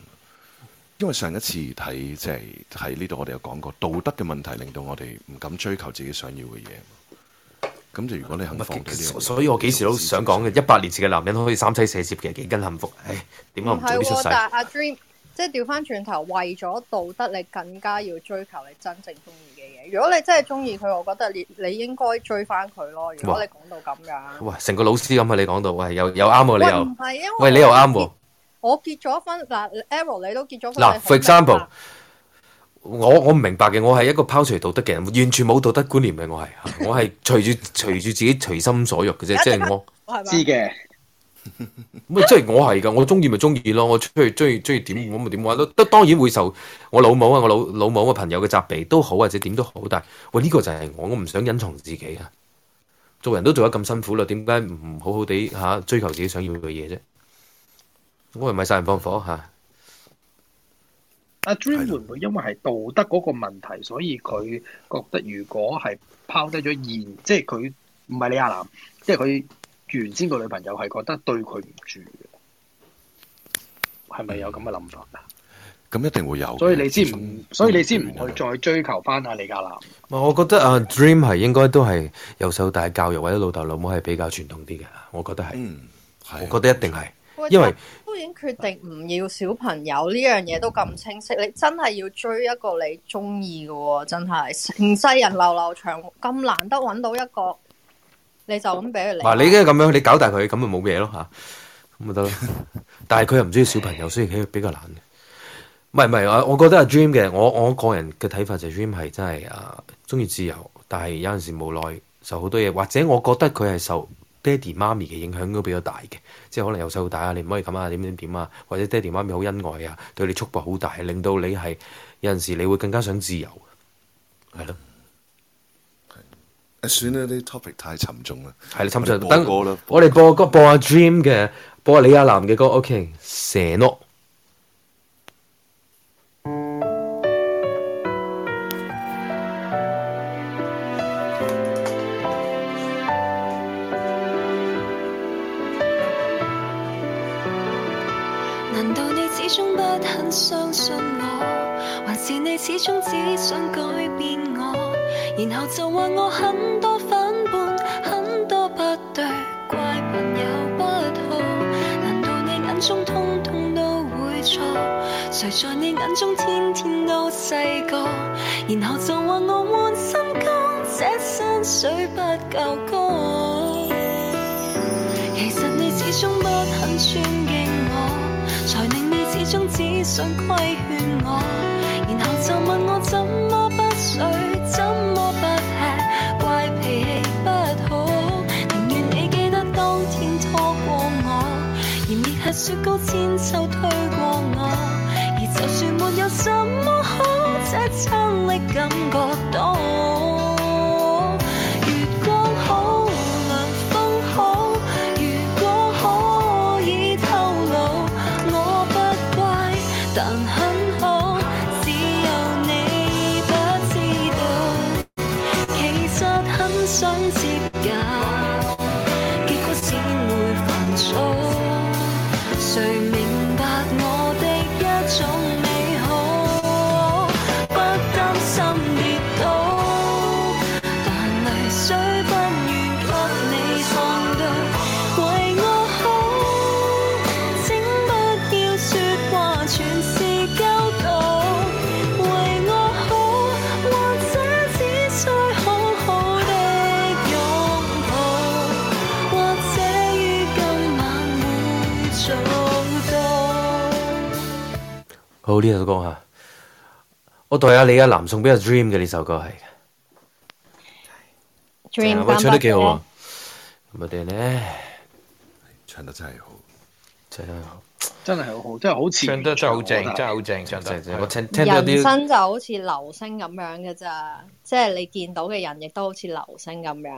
因為上一次睇即係喺呢度，我哋有講過道德嘅問題，令到我哋唔敢追求自己想要嘅嘢。咁就如果你肯放低呢樣嘢，
啊所以我幾時都想講嘅，一百年前嘅男人可以三妻四妾嘅，幾斤幸福？唉，點解我
唔
唔早啲
係
出
喎，
世？
但係阿 Dream 即係調翻轉頭，為咗道德，你更加要追求你真正中意嘅嘢。如果你真係中意佢，我覺得你你應該追翻佢咯。如果
哇
你講到咁樣，
哇，成個老師咁啊！你講到，喂，又又啱喎，你
喂唔
又，
係因為
喂，你又啱喎。
我結咗婚嗱 a r r o 你都結咗婚，
嗱
你好
，for
明白
example，我我唔明白嘅，我係一個拋除道德嘅人，完全冇道德觀念嘅，我係，啊我係隨住 隨住自己隨心所欲嘅啫，即係我。
係咪？
嘅。
咁啊，即係我係噶，我中意咪中意咯，我出去中意中意
嗯
點玩咪點玩咯。都當然會受我老母啊，我老老母啊朋友嘅責備都好，或者點都好，但係喂呢、個就係我，我唔想隱藏自己啊。做人都做得咁辛苦啦，點解唔好好地嚇、追求自己想要嘅嘢啫？我係咪殺人放火嚇？
阿 Dream 會唔會因為係道德嗰個問題，所以佢覺得如果係拋低咗現，即係佢唔係李亞男，即係佢原先個女朋友係覺得對佢唔住嘅，係咪有咁嘅諗法啊？
咁一定會有嘅。
所以你先唔，所以你先唔去再追求翻阿李亞男。
唔係我覺得啊，Dream 係應該都係由細到大教育或者老豆老母係比較傳統啲嘅，我覺得係，我覺得一定係，
喂
因為
都已經決定唔要小朋友呢樣嘢都咁清晰，你真係要追一個你中意嘅喎，真係成世人流流長，咁難得揾到一個，你就咁俾佢嚟。
嗱你而家咁樣，你搞大佢咁咪冇嘢咯嚇，咁咪得咯。但係佢又唔中意小朋友，所以佢比較難嘅。唔係唔係，我我覺得阿 Dream 嘅，我我個人嘅睇法就係 Dream 係真係啊，中意自由，但係有陣時無奈受好多嘢，或者我覺得佢係受爹哋媽咪嘅影響都比較大嘅，即係可能由細到大啊，你唔可以咁啊，點點點啊，或者爹哋媽咪好恩愛啊，對你束縛好大，令到你係有陣時你會更加想自由，係咯。
誒算啦，呢啲 topic 太沉重啦。
係啦，侵上
我哋
等
播歌啦，
我哋播歌播阿 Dream 嘅，播阿李亞男嘅歌。OK，蛇諾
難道你始終不肯相信我，還是你始終只想改變我？然後就話我很多反叛，很多不對，怪朋友不好。難道你眼中通通都會錯？誰在你眼中天天都細個？然後就話我換心肝，這山水不夠高。其實你始終不肯尊敬我，才令你始終只想規勸我，然後就問我怎麼不睡，怎麼不吃，怪脾氣不好，寧願你記得當天拖過我，炎熱係雪糕千秋推過我，而就算沒有什麼好，這親力感覺到。月光好，涼風好，如果可以透露，我不怪，但很好，只有你不知道，其實很想接近，結果只會煩躁，誰明白我的一種美好，不擔心跌倒。但淚水不願給你放對，為我好，請不要説話全是教導。為我好，或者只需好好的擁抱，或者於今晚會做 到。
好呢首歌吓，我代阿李亞男送俾阿 Dream 嘅呢首歌係，
Dream
喂唱得幾好
啊！
啊！咁我哋咧
唱得真係好，
真係好。
真係好好，真係好似
唱得真係好正，真係好正，唱得。我聽聽到有
人
啲
生就好似流星咁樣嘅咋，即係你見到嘅人亦都好似流星咁樣，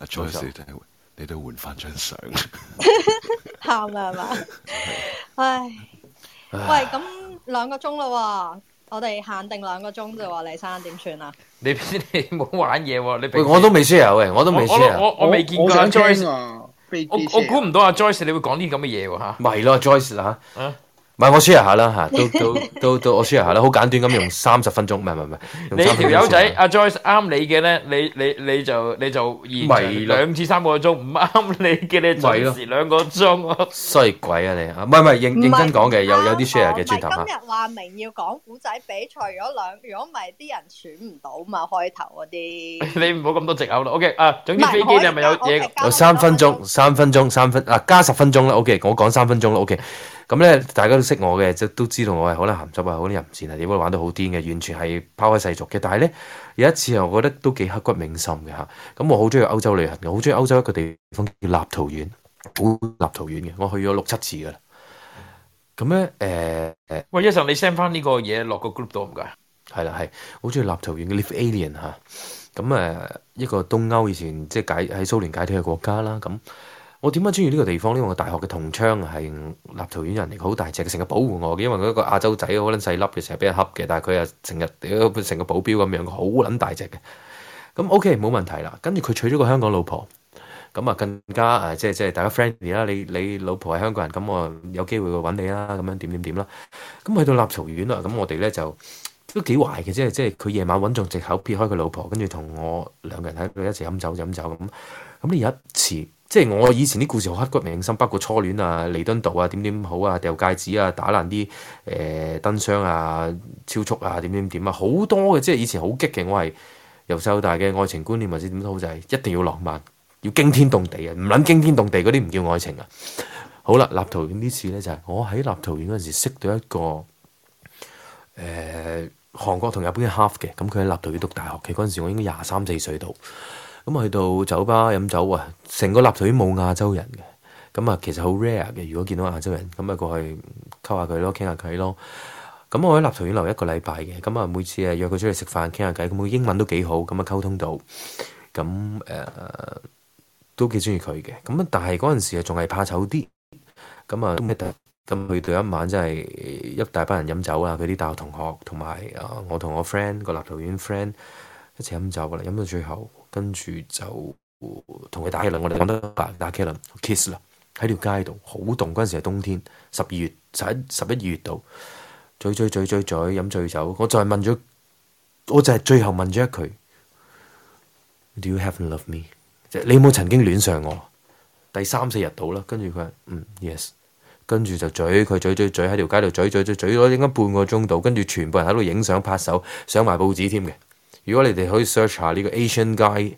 阿 Joyce 你都你都換翻張相，
喊啊啦係嘛？唉，喂，咁兩個鐘啦喎，我哋限定兩個鐘啫喎，李生點算啊？
你 你冇玩嘢喎，你平
喂，我都未 share 喂，我都未
我
share。
我我未見過
我
阿
想
Joyce，
聽
啊
我我估唔到阿 Joyce 你會講啲咁嘅嘢喎嚇。
咪咯，Joyce 啦嚇
啊。
唔係我 share 下啦嚇，都都都都我 share 下啦，好簡短咁用三十分鐘，唔係唔係唔係。用
你
30分鐘
條友仔阿 Joyce 啱你嘅咧，你你你就你就延長
咪咯
兩至三個鐘，唔啱你嘅你
咪
準
咯
時兩個 鐘。
衰鬼啊你啊！唔係唔係認
唔係
認真講嘅，有有啲 share 嘅轉頭
今
嚇。
日話明要講古仔比賽，如果兩如果唔係啲人選唔到嘛，開頭嗰啲。
你唔好咁多藉口啦。OK 啊，總之
唔係
飛機你係咪有嘢？
有三分鐘，三分鐘，三分啊，加十分鐘啦。OK，我講三分鐘啦。OK，咁咧大家都識我嘅，即都知道我係可能鹹濕啊，可能淫賤啊，點都玩到好癲嘅，完全係拋開世俗嘅。但係咧有一次啊，我覺得都幾刻骨銘心嘅嚇。咁我好中意歐洲旅行嘅，好中意歐洲一個地方叫立陶宛，好立陶宛嘅，我去咗六七次噶啦。咁咧誒誒。呃
喂，一陣你 send 翻呢個嘢落個 group 度唔該。
係啦，係好中意立陶宛嘅 Live Alien 嚇。咁誒一個東歐以前即係解喺蘇聯解體嘅國家啦。咁我點解中意呢個地方呢？因為我大學嘅同窗係立陶宛人嚟，佢好大隻，成日保護我嘅。因為佢一個亞洲仔，好撚細粒嘅，成日俾人恰嘅，但係佢啊成日屌成個保鏢咁樣，佢好撚大隻嘅。咁 OK 冇問題啦。跟住佢娶咗個香港老婆。咁啊，更加誒，即係即係大家 friendly 啦。你你老婆係香港人，咁我有機會去揾你啦，咁樣點點點啦。咁去到立陶宛啦，咁我哋咧就都幾壞嘅，即係即係佢夜晚揾中藉口撇開佢老婆，跟住同我兩個人喺度一齊飲酒飲酒咁。咁你有一次，即係我以前啲故事好刻骨銘心，包括初戀啊、彌敦道啊、點點好啊、掉戒指啊、打爛啲誒、呃燈箱啊、超速啊、點點點啊，好多嘅，即係以前好激嘅，我係由細到大嘅愛情觀念或者點都好，就係一定要浪漫，要驚天動地啊！唔撚驚天動地嗰啲唔叫愛情啊！好啦，立陶宛呢次咧就係、我喺立陶宛嗰陣時識到一個 誒、呃、韓國同日本嘅 half 嘅，咁佢喺立陶宛讀大學嘅嗰陣時，我應該廿三四歲度。咁去到酒吧飲酒啊，成個立陶宛冇亞洲人嘅，咁啊其實好 rare 嘅。如果見到亞洲人，咁啊過去溝下佢咯，傾下偈咯。咁我喺立陶宛留一個禮拜嘅，咁啊每次啊約佢出去食飯傾下偈，咁佢英文都幾好，咁啊溝通到，咁誒、呃都幾中意佢嘅。咁啊但係嗰陣時啊仲係怕醜啲，咁啊都咩特？咁去到一晚真係一大班人飲酒啊，佢啲大學同學同埋啊我同我 friend 個立陶宛 friend。一齊飲酒噶啦，飲到最後，跟住就同佢打茄輪，我哋講得白打茄輪 kiss 啦，喺條街度好凍，嗰陣時係冬天，十二月十一十一月度，嘴嘴嘴嘴嘴飲醉酒，我就係問咗，我就係最後問咗一句，Do you haven't loved me？即係你有冇曾經戀上我？第三四日到啦，跟住佢話嗯 yes，跟住就嘴佢嘴嘴嘴喺條街度嘴嘴嘴嘴咗應該半個鐘度，跟住全部人喺度影相拍手，上埋報紙添嘅。如果你哋可以 search 下呢個 Asian guy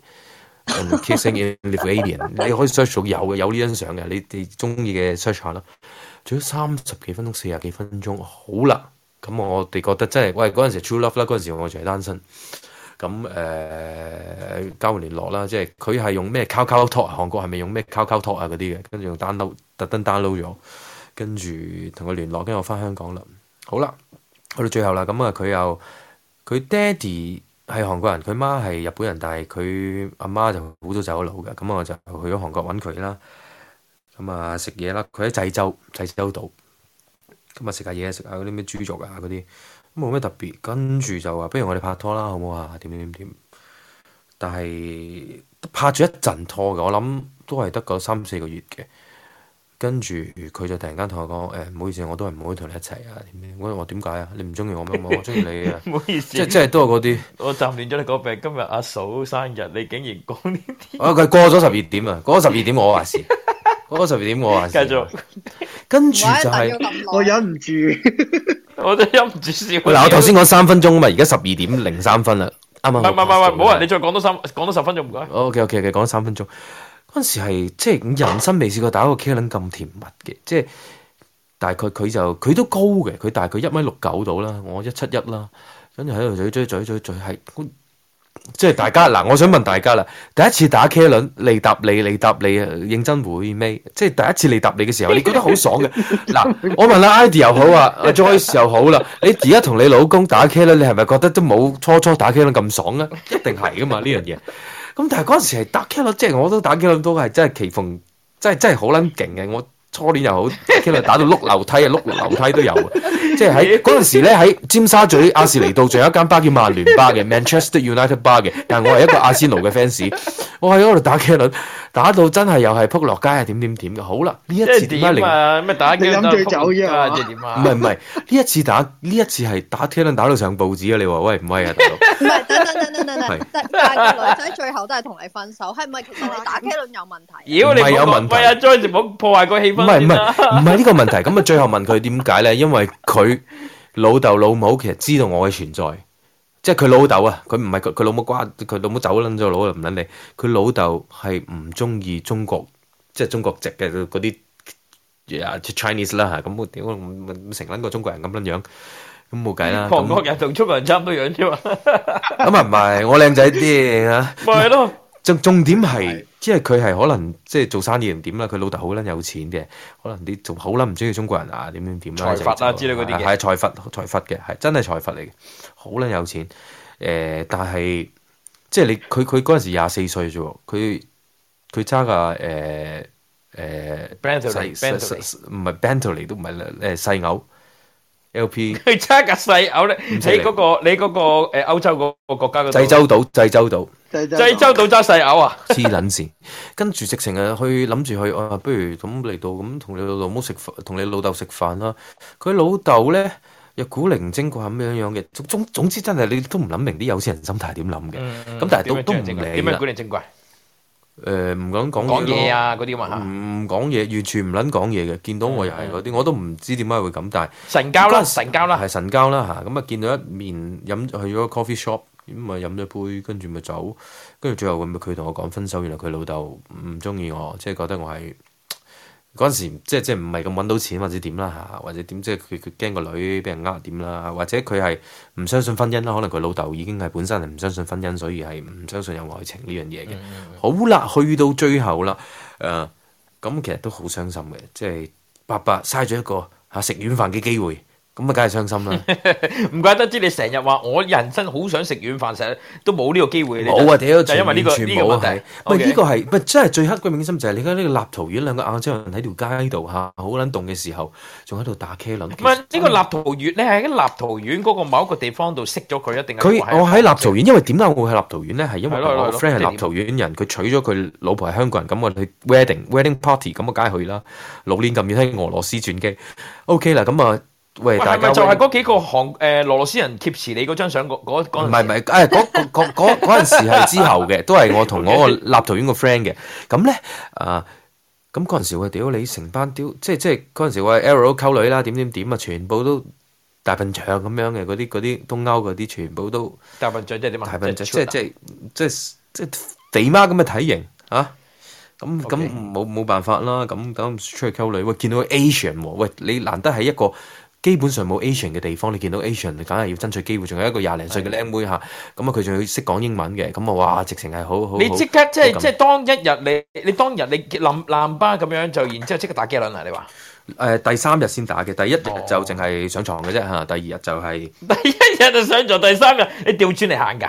and kissing in little alien，你可 以 search 到有嘅，有呢張相嘅，你哋中意嘅 search 下啦。做咗三十幾分鐘、四十幾分鐘，好啦，咁我哋覺得真係，喂嗰陣時 true love 啦，嗰陣時我仲係單身。咁誒、呃交換聯絡啦，即係佢係用咩 QQ Talk 啊？韓國係咪用咩 QQ Talk 啊嗰啲嘅？跟住用 download 特登 download 咗，跟住同佢聯絡，跟住我翻香港啦。好啦，去到最後啦，咁啊佢又佢爹哋係韓國人，佢媽係日本人，但係佢阿媽就好早走咗佬嘅，咁我就去咗韓國揾佢啦。咁啊食嘢啦，佢喺濟州濟州島，咁啊食下嘢食下嗰啲咩豬肉啊嗰啲，咁冇咩特別。跟住就話不如我哋拍拖啦，好唔好啊？點點點點。但係拍咗一陣拖嘅，我諗都係得個三四個月嘅。跟住佢就突然間同我講：誒、唔好意思，我都係唔可以同你一齊啊！點點我話點解啊？你唔中意我 咩？我話我中意你啊！
唔好意思
即係即係 都係嗰啲。
我暫亂咗你嗰病，今日阿嫂生日，你竟然講呢啲。
啊！佢過咗十二點啊，過咗十二點我話事，過咗十二點我話事。繼續，跟住就係、
我忍唔住，
我都忍唔住笑。
喂嗱，我頭先講三分鐘啊嘛，而家十二點零三分啦，啱
唔
啱
係
好。
唔係唔係，唔好啊！你再講多三講多十分鐘唔該。
O K O K，講咗三分鐘。嗰陣時係即係人生未試過打一個 K 輪咁甜蜜嘅，即係大概佢就佢都高嘅，佢大概一米六九到啦，我一七一啦，跟住喺度嘴嘴嘴嘴嘴係即係大家嗱，我想問大家啦，第一次打茄輪，你答你，你答你，認真回味，即係第一次你答你嘅時候，你覺得好爽嘅。嗱， 我問阿 Ivy 又好啊，阿 Joyce 又好啦，你而家同你老公打茄輪，你係咪覺得都冇初初打茄輪咁爽咧？一定係噶嘛呢樣嘢。咁但係嗰陣時係打茄輪，即係我都打茄輪都係真係奇逢，真係真係好撚勁嘅。我初戀又好，茄輪打到碌樓梯啊，碌樓梯都有啊。即係喺嗰陣時咧，喺尖沙咀亞士尼道仲有一間巴叫曼聯巴嘅 Manchester United 巴嘅，但係我係一個阿仙奴嘅 fans，我喺嗰度打茄輪，打到真係又係撲落街啊點點點嘅。好啦，呢一次點解令
啊？咩打機
你諗住
走
À,
啫
啊？即係點啊？
唔係唔係，呢一次打呢一次係打茄輪打到上報紙啊！你話威唔威啊，大佬？
唔係，等等等等等等
係，
但但係個女仔最後都係同你分手，係咪？其實你打機輪有問題。
妖你
唔係有
唔好
問題
喂阿 Joy 唔好破壞個氣
唔
氛
係
先
唔係
啦。
唔係呢個問題。咁啊，最後問佢點解咧？因為佢老豆老母其實知道我嘅存在，即係佢老豆啊，佢唔係佢佢老母瓜，佢老母走撚咗佬啦，唔撚你。佢老豆係唔中意中國，即係中國籍嘅嗰啲。啊 Chinese 啦嚇，咁我屌我成撚個中國人咁撚樣，咁冇 計啦。
韓
咁
國人同中國人差唔多樣啫嘛。
咁啊唔係，我靚仔啲啊。
咪係咯。
重重點係，因為佢係可能即係做生意定點啦，佢老豆好撚有錢嘅，可能啲仲好撚唔中意中國人啊，點點點啦，
財閥啊
就
之類嗰啲嘅
係財閥財閥嘅，係真係財閥嚟嘅，好撚有錢。誒、但係即係你佢佢嗰陣時廿四歲啫喎，佢佢揸架誒誒
Bentley，
細
Bentley
細唔係 Bentley 都唔係誒細牛 LP
佢揸架細牛咧，你
唔使理
嗰個你嗰個誒歐洲嗰個國家嗰度
濟州島濟州島。
濟州島揸細牛
à?
啊！
黐撚線，跟住直情啊去諗住去啊，不如咁嚟到咁同你老老母食飯，同你老豆食飯啦。佢老豆咧又古靈精怪咁樣樣嘅，總總總之真係你都唔諗明啲有錢人心態係點諗嘅。咁、
Ừ,
嗯
但係
點
都
樣
都唔
正
理
點樣
啦
古。靈精 怪？
誒唔敢講
講嘢
咯
啊嗰啲嘛嚇
唔講嘢，完全唔撚講嘢嘅。見到我又係嗰啲，我都唔知點解會咁，但係
神交啦
嗰陣時
神交啦
係神交啦嚇。咁啊見到一面飲去咗 coffee shop，咁啊飲咗杯，跟住咪走，跟啊住最後咪佢同我講分手，原來佢老豆唔中意我，即係覺得我係。嗰陣時即係即係唔係咁揾到錢或者點啦嚇，或者點即係佢佢驚個女俾人呃點啦，或者佢係唔相信婚姻啦，可能佢老豆已經係本身係唔相信婚姻，所以係唔相信有愛情呢樣嘢
嗯
嘅。好啦，去到最後啦，誒、咁其實都好傷心嘅，即係白白嘥咗一個嚇食軟飯嘅機會，咁啊梗係傷心啦。
唔怪得知你成日話我人生好想食軟飯，成日都冇呢個機 會。你
冇啊！屌，
就係因為呢個
完全
呢個
冇啊
問題。
係咪
OK
呢個係咪真係最刻骨銘心就係你睇呢個立陶宛兩個亞洲人喺條街度嚇，好撚凍嘅時候，仲喺度打茄輪。
唔係呢個立陶宛，你係喺立陶宛嗰個某一個地方度識咗佢，一定係
佢
話係
我喺立陶宛，因為點解我會喺立陶宛咧？係因為
係咯係咯
我
係咯
friend
即係
係立陶宛人，佢娶咗佢老婆係香港人，咁我去 wedding wedding party，咁我梗係去啦。老年咁遠喺俄羅斯轉機，OK 啦，咁啊，喂
喂
大
係咪
家
就係
喂
嗰幾個韓誒俄羅斯人劫持你嗰張相嗰嗰嗰
唔
陣
係
時
唔係，誒嗰 嗰嗰嗰嗰陣時係之後嘅，都係我同我個
OK
立陶宛個 friend 嘅。咁咧啊，咁嗰陣時我屌你成班屌，即係即係嗰陣時我係 L 溝女啦，點點點啊，全部都大笨象咁樣嘅，嗰啲嗰啲東歐嗰啲全部都。
大笨象即係點啊？
大笨象，即
係
係即係即係即係肥媽咁嘅體型啊！咁咁冇冇辦法啦，咁咁出去溝女，喂，見到 Asian 喎，喂，你難得喺一個基本上冇 Asian 嘅地方，你見到 Asian，你梗係要爭取機會，仲有一個廿零歲嘅靚妹嚇，咁啊佢仲要識講英文嘅，咁啊哇，直情係好好
你即刻即係即係
係
當一日你你當日你冧冧巴咁樣就，然之後即刻打機輪啊！你話
誒第三日先打嘅，第一日
哦
就淨係上床嘅啫嚇，第二日就係
一日就上咗第三日，你調轉嚟行㗎。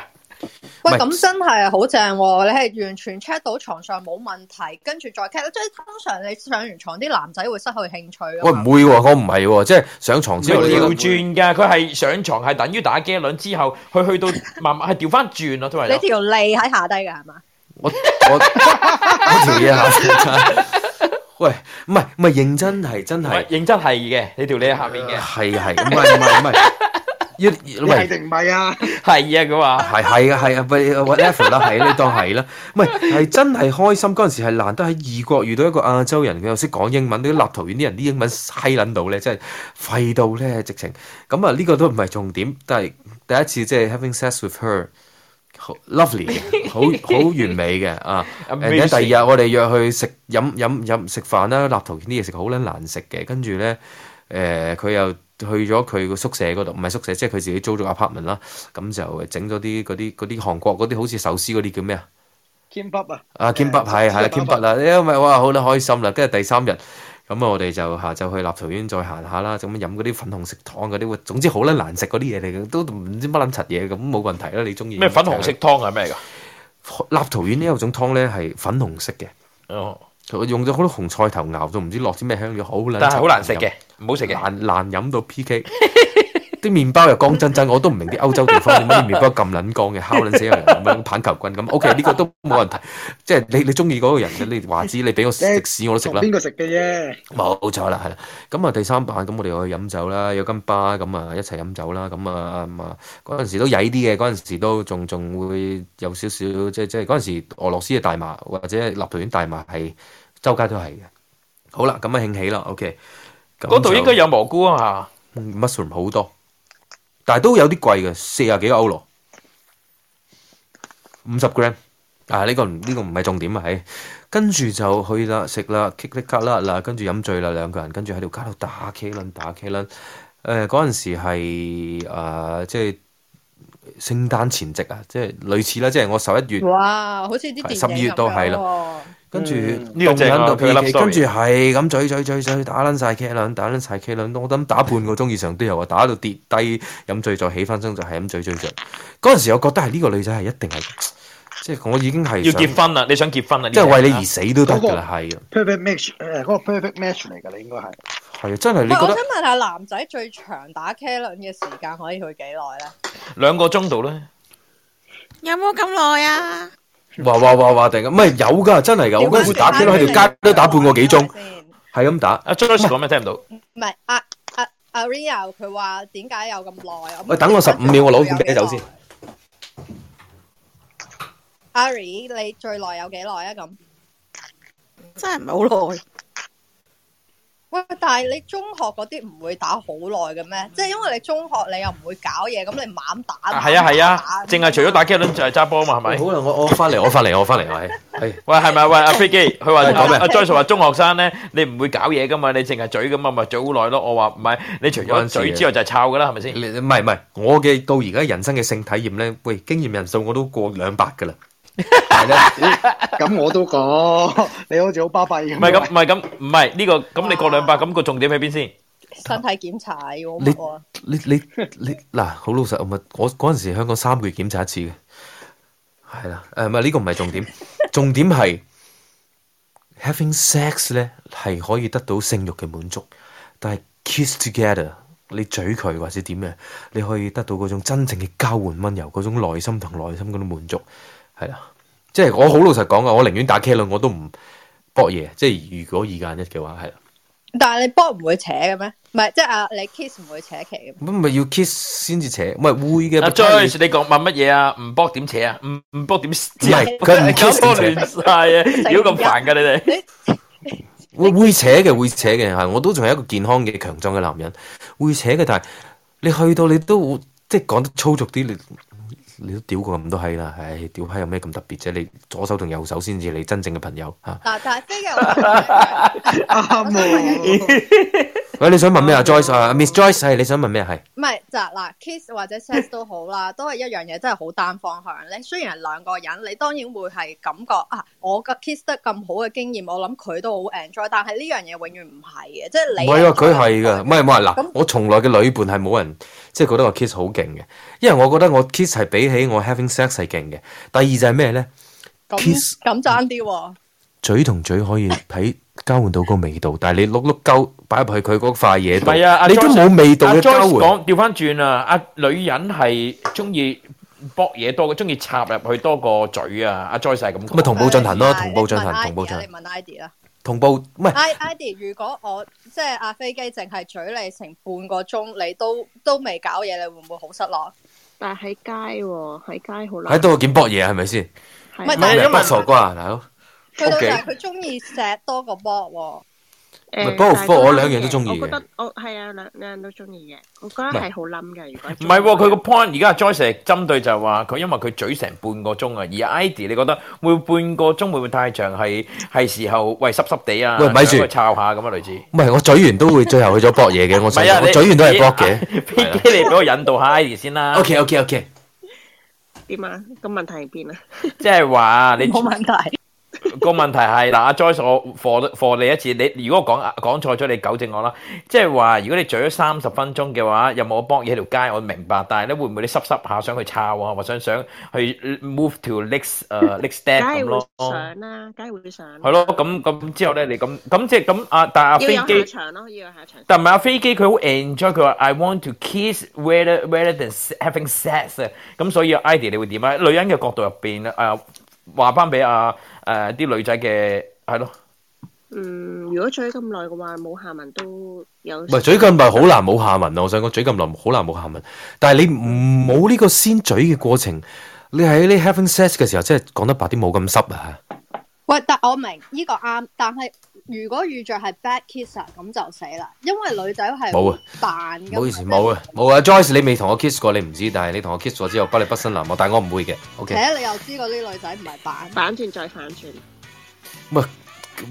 喂，
唔係
咁真係啊好正喎！你係完全 check 到床上冇問題，跟住再 check，即係通常你上完床啲男仔會失去興趣㗎
喂
嘛
唔會喎，我唔係喎，即係上床之後
佢
你覺得
調轉㗎，佢係上床係等於打機輪之後，佢去到慢慢係調翻轉咯，都係
你
有。
條脷喺下低㗎係嘛？
我我我條嘢下先 喂，唔係唔係認真係真
唔係
係
認真係嘅，你條脷喺下 面嘅。
係係唔係唔係唔係 要唔係
定唔係啊？
係啊，佢話
係係啊係啊喂，whatever 啦，係你當係啦，唔係係真係開心嗰陣時係難得喺異國遇到一個亞洲人，佢又識講英文，啲立陶宛啲人啲英文閪撚到咧，真係廢到咧直情。咁啊呢個都唔係重點，但係第一次即係 having sex with her。好 lovely 嘅，好好完美嘅啊！
Amazing
誒，第二日我哋約去食呃飲飲飲食飯啦，立陶宛啲嘢食好撚難食嘅，跟住咧誒佢又去咗佢個宿舍嗰度，唔係宿舍，即係佢自己租咗個 apartment 啦。咁就整咗啲嗰啲嗰啲韓國嗰啲好似壽司嗰啲叫咩啊？
兼北啊，
呃
啊，兼北係係啦，兼北啦，因為哇好啦開心啦，跟住第三日咁啊，我哋就下晝去立陶宛再行下啦，咁啊飲嗰啲粉紅食湯嗰啲，哇總之好啦難食嗰啲嘢嚟嘅，都唔知乜撚柒嘢咁冇問題啦，你中意
咩粉紅色湯係咩㗎？
立陶宛呢有種湯咧係粉紅色嘅，
哦，
佢用咗好多紅菜頭熬到唔知落啲咩香料，好撚
但係好難食
飲
嘅，唔好食嘅。
難難飲到 PK。啲麵包又乾真真，我都唔明啲歐洲地方點解啲麵包咁撚乾嘅，烤撚死人咁樣棒球棍咁。OK，呢個都 冇人提，即係你你中意嗰個人，你話知你俾 我食屎我都食啦
同。邊個食嘅啫？
冇錯啦，係啦。咁啊，第三版咁我哋去飲酒啦，有間巴咁啊，一齊飲酒啦。咁啊咁啊，嗰陣時都曳啲嘅，嗰陣時都仲仲會有少少，即係即係嗰陣時俄羅斯嘅大麻或者立陶宛大麻係周街都係嘅。好啦，咁啊興起啦，OK。嗯
嗰度應該有蘑菇啊嘛。
mushroom 好多，但係都有啲貴嘅，四廿幾歐羅，五十 gram。啊！呢、個唔呢、個唔係重點啊，係跟住就去啦，食啦，棘力卡啦嗱，跟住飲醉啦，兩個人跟住喺條街度打 K 輪打 K 輪。誒嗰陣時係誒、呃即係聖誕前夕啊，即係類似啦，即係我十一月。
哇，好似啲電影
十二月都係
咁樣
啦
喎
跟住
呢個正啊
到
佢嘅 love story
跟住係咁嘴嘴嘴嘴打撚晒 K 輪，打撚晒 K 輪，我諗打半個鐘以上都有啊，打到跌低，飲醉再起翻身就係咁嘴嘴嘴。嗰陣時我覺得係呢個女仔係一定係，即係我已經係
要
想
結婚啊啦，你想結婚啦？
即係為你而
呢
死都得㗎啦，係啊，
perfect match 誒，嗰個 perfect match 嚟㗎，你應該係。
係啊，真係
喂，
你
我
覺
想
得
問下男仔最長打 K 輪嘅時間可以去幾耐咧？
兩個鐘度咧，
有冇咁耐啊？
哇哇哇哇定啊咁，唔係有㗎，真係㗎，我嗰陣時打 K 輪喺條街都打半個幾鐘，係咁打。
阿 Joyce 講咩聽唔到？
唔係啊啊啊 Rio 佢話點解有咁耐？啊
喂，等我十五秒，我攞罐啤 酒先。
Ari，你最耐有幾耐啊？咁
真係唔係好耐。
喂，但係你中學嗰啲唔會打好耐嘅
嗯
咩？即係因為你中學你又唔會搞嘢，咁你猛打。
À,
啊係啊係啊，淨係除咗打機輪就係揸波嘛，係咪？
好啦，我我翻嚟，我翻嚟，我翻嚟，係係。
喂，係咪喂
à,
阿飛機？佢話
講咩
阿 Joyce 話中學生咧，你唔會搞嘢噶嘛，你淨係嘴噶嘛，咪嘴好耐咯。我
à,
話唔係，你除咗嘴之外就係抄噶啦，係咪先？
你唔係唔係，我嘅到而家人生嘅性體驗咧，喂，經驗人數我都過兩百㗎啦。
咁我都講，你好似好巴閉咁。
唔係咁，唔係咁，唔係呢個咁你過兩百，咁個重點喺邊先？
身體檢查啊要
你
喎。
你你你嗱，好老實，我咪我嗰陣時香港三個月檢查一次嘅，係啦，誒唔係呢個唔係重點，重點係 having sex 咧係可以得到性慾嘅滿足，但係 kiss together 你嘴佢或者點嘅，你可以得到嗰種真正嘅交換溫柔，嗰種內心同內心嗰種滿足，係啦，即係我好老實講啊，我寧願打茄輪我都唔搏嘢，即係如果二揀一嘅話係啦。
但係你波唔會扯嘅咩？唔係，即係啊，你 kiss 唔會扯旗嘅咩。
咁咪要 kiss 先至扯，唔係會嘅。
À,
阿
不過你
Joyce，你講問乜嘢
ừ,
啊？唔卜點扯啊？唔唔卜點扯？唔
係佢唔 kiss
搞
點
波亂
扯
晒啊！如果咁煩㗎你哋。
會會扯嘅，會扯嘅係，我都仲係一個健康嘅強壯嘅男人，會扯嘅，但係你去到你都會即係講得粗俗啲，你你都屌過咁多閪啦，唉，屌閪有咩咁特別啫？你左手同右手先至你真正嘅朋友嚇。啊
嗱，但係飛嘅我想問一個
喂，你想問咩啊？Joyce 啊，Miss Joyce 係你想問咩啊係？
唔係就係嗱，kiss 或者 sex 都好 啦，都係一樣嘢，真係好單方向。你雖然係兩個人，你當然會係感覺啊，我個 kiss 得咁好嘅經驗，我諗佢都好 enjoy，但係呢樣嘢永遠唔係嘅，即係
唔
你
係啊，佢係噶，唔係唔係嗱
咁，
我從來嘅女伴係冇人即係覺得我 kiss 好勁嘅，因為我覺得我 kiss 係比起我 having sex 係勁嘅。第二就係咩咧？
咁咁爭啲喎。
嘴同嘴可以喺交換到個味道，但係你碌碌鳩擺入去佢嗰塊嘢度，
唔係啊，阿
你都
Joyce-
冇味道
阿
嘅交
Joyce
換。
講調翻轉啊，阿女人係中意搏嘢多嘅，中意插入去多過嘴啊。阿 Joyce 係咁講。
咁咪同步進行咯，同步進
問
行，同
ID
步進
啊，
行
你，問 ID 啦。
同步唔係
I ID，如果我即係阿飛機淨係嘴你成半個鐘，你都都未搞嘢，你會唔會好失落？啊
但係喺街喎，喺街好
喺度點搏嘢係咪先？
係
唔係
你
但係因為
不傻瓜啊，大佬。
佢到
OK
就係佢中意錫多過波喎。
誒
不過
但係
不過我兩
啱
樣都鍾意
我覺
嘅
得我係啊，兩兩樣都中意嘅。我覺得
唔係
係好冧嘅，如果
唔係喎，佢個 point 而家 Joyce 係針對就係話佢因為佢嘴成半個鐘啊，而 Idy 你覺得會半個鐘會唔會太長？係係時候喂濕濕地啊，
喂咪住
想去抄下咁啊，類似。
唔係我嘴完都會最後去咗搏嘢嘅，我
唔係啊
想我
你
嘴完都係
你啊
搏嘅。
飛機 你俾我引導下 Idy 先啦。
OK OK OK，
點啊？個問題喺邊啊？
即係話你
冇問題。
個問題係嗱，阿 Joyce 我課課你一次，你如果我講講錯咗，你糾正我啦。即係話，如果你咀咗三十分鐘嘅話，有冇幫嘢喺條街？我明白，但係咧會唔會你濕濕下想去抄啊，或想想去 move to next 誒、next
梗
step
係
咁
啊
咯？
會上啦，梗係會上。
係咯，咁咁之後咧，你咁咁即係咁啊，但係
要
阿
有
飛
下
機。
場咯，要有下場。
但唔係阿飛機，佢好 enjoy，佢話 I want to kiss rather rather than having sex 啊。咁所以 Idy 你會點啊？女人嘅角度入邊誒，話翻俾阿誒啲女仔嘅係咯。
嗯，如果追咁耐嘅話，冇下文都有。
唔係嘴咁咪好難冇下文啊！我想講嘴咁耐好難冇下文，但係你唔冇呢個先嘴嘅過程，你喺你 having sex 嘅時候，即係講得白啲冇咁濕啊！
喂，但我明呢、個啱，但係如果遇着係 bad kiss 啊，咁就死啦，因為女仔係
冇啊
扮
唔好意
咁，
思，冇啊冇啊，Joyce 你未同我 kiss 過，你唔知，但係你同我 kiss 咗之後，不離不身難忘，但係啊我唔會嘅。
而
OK，
且你又知嗰啲女仔唔係扮，
反轉再反轉。
喂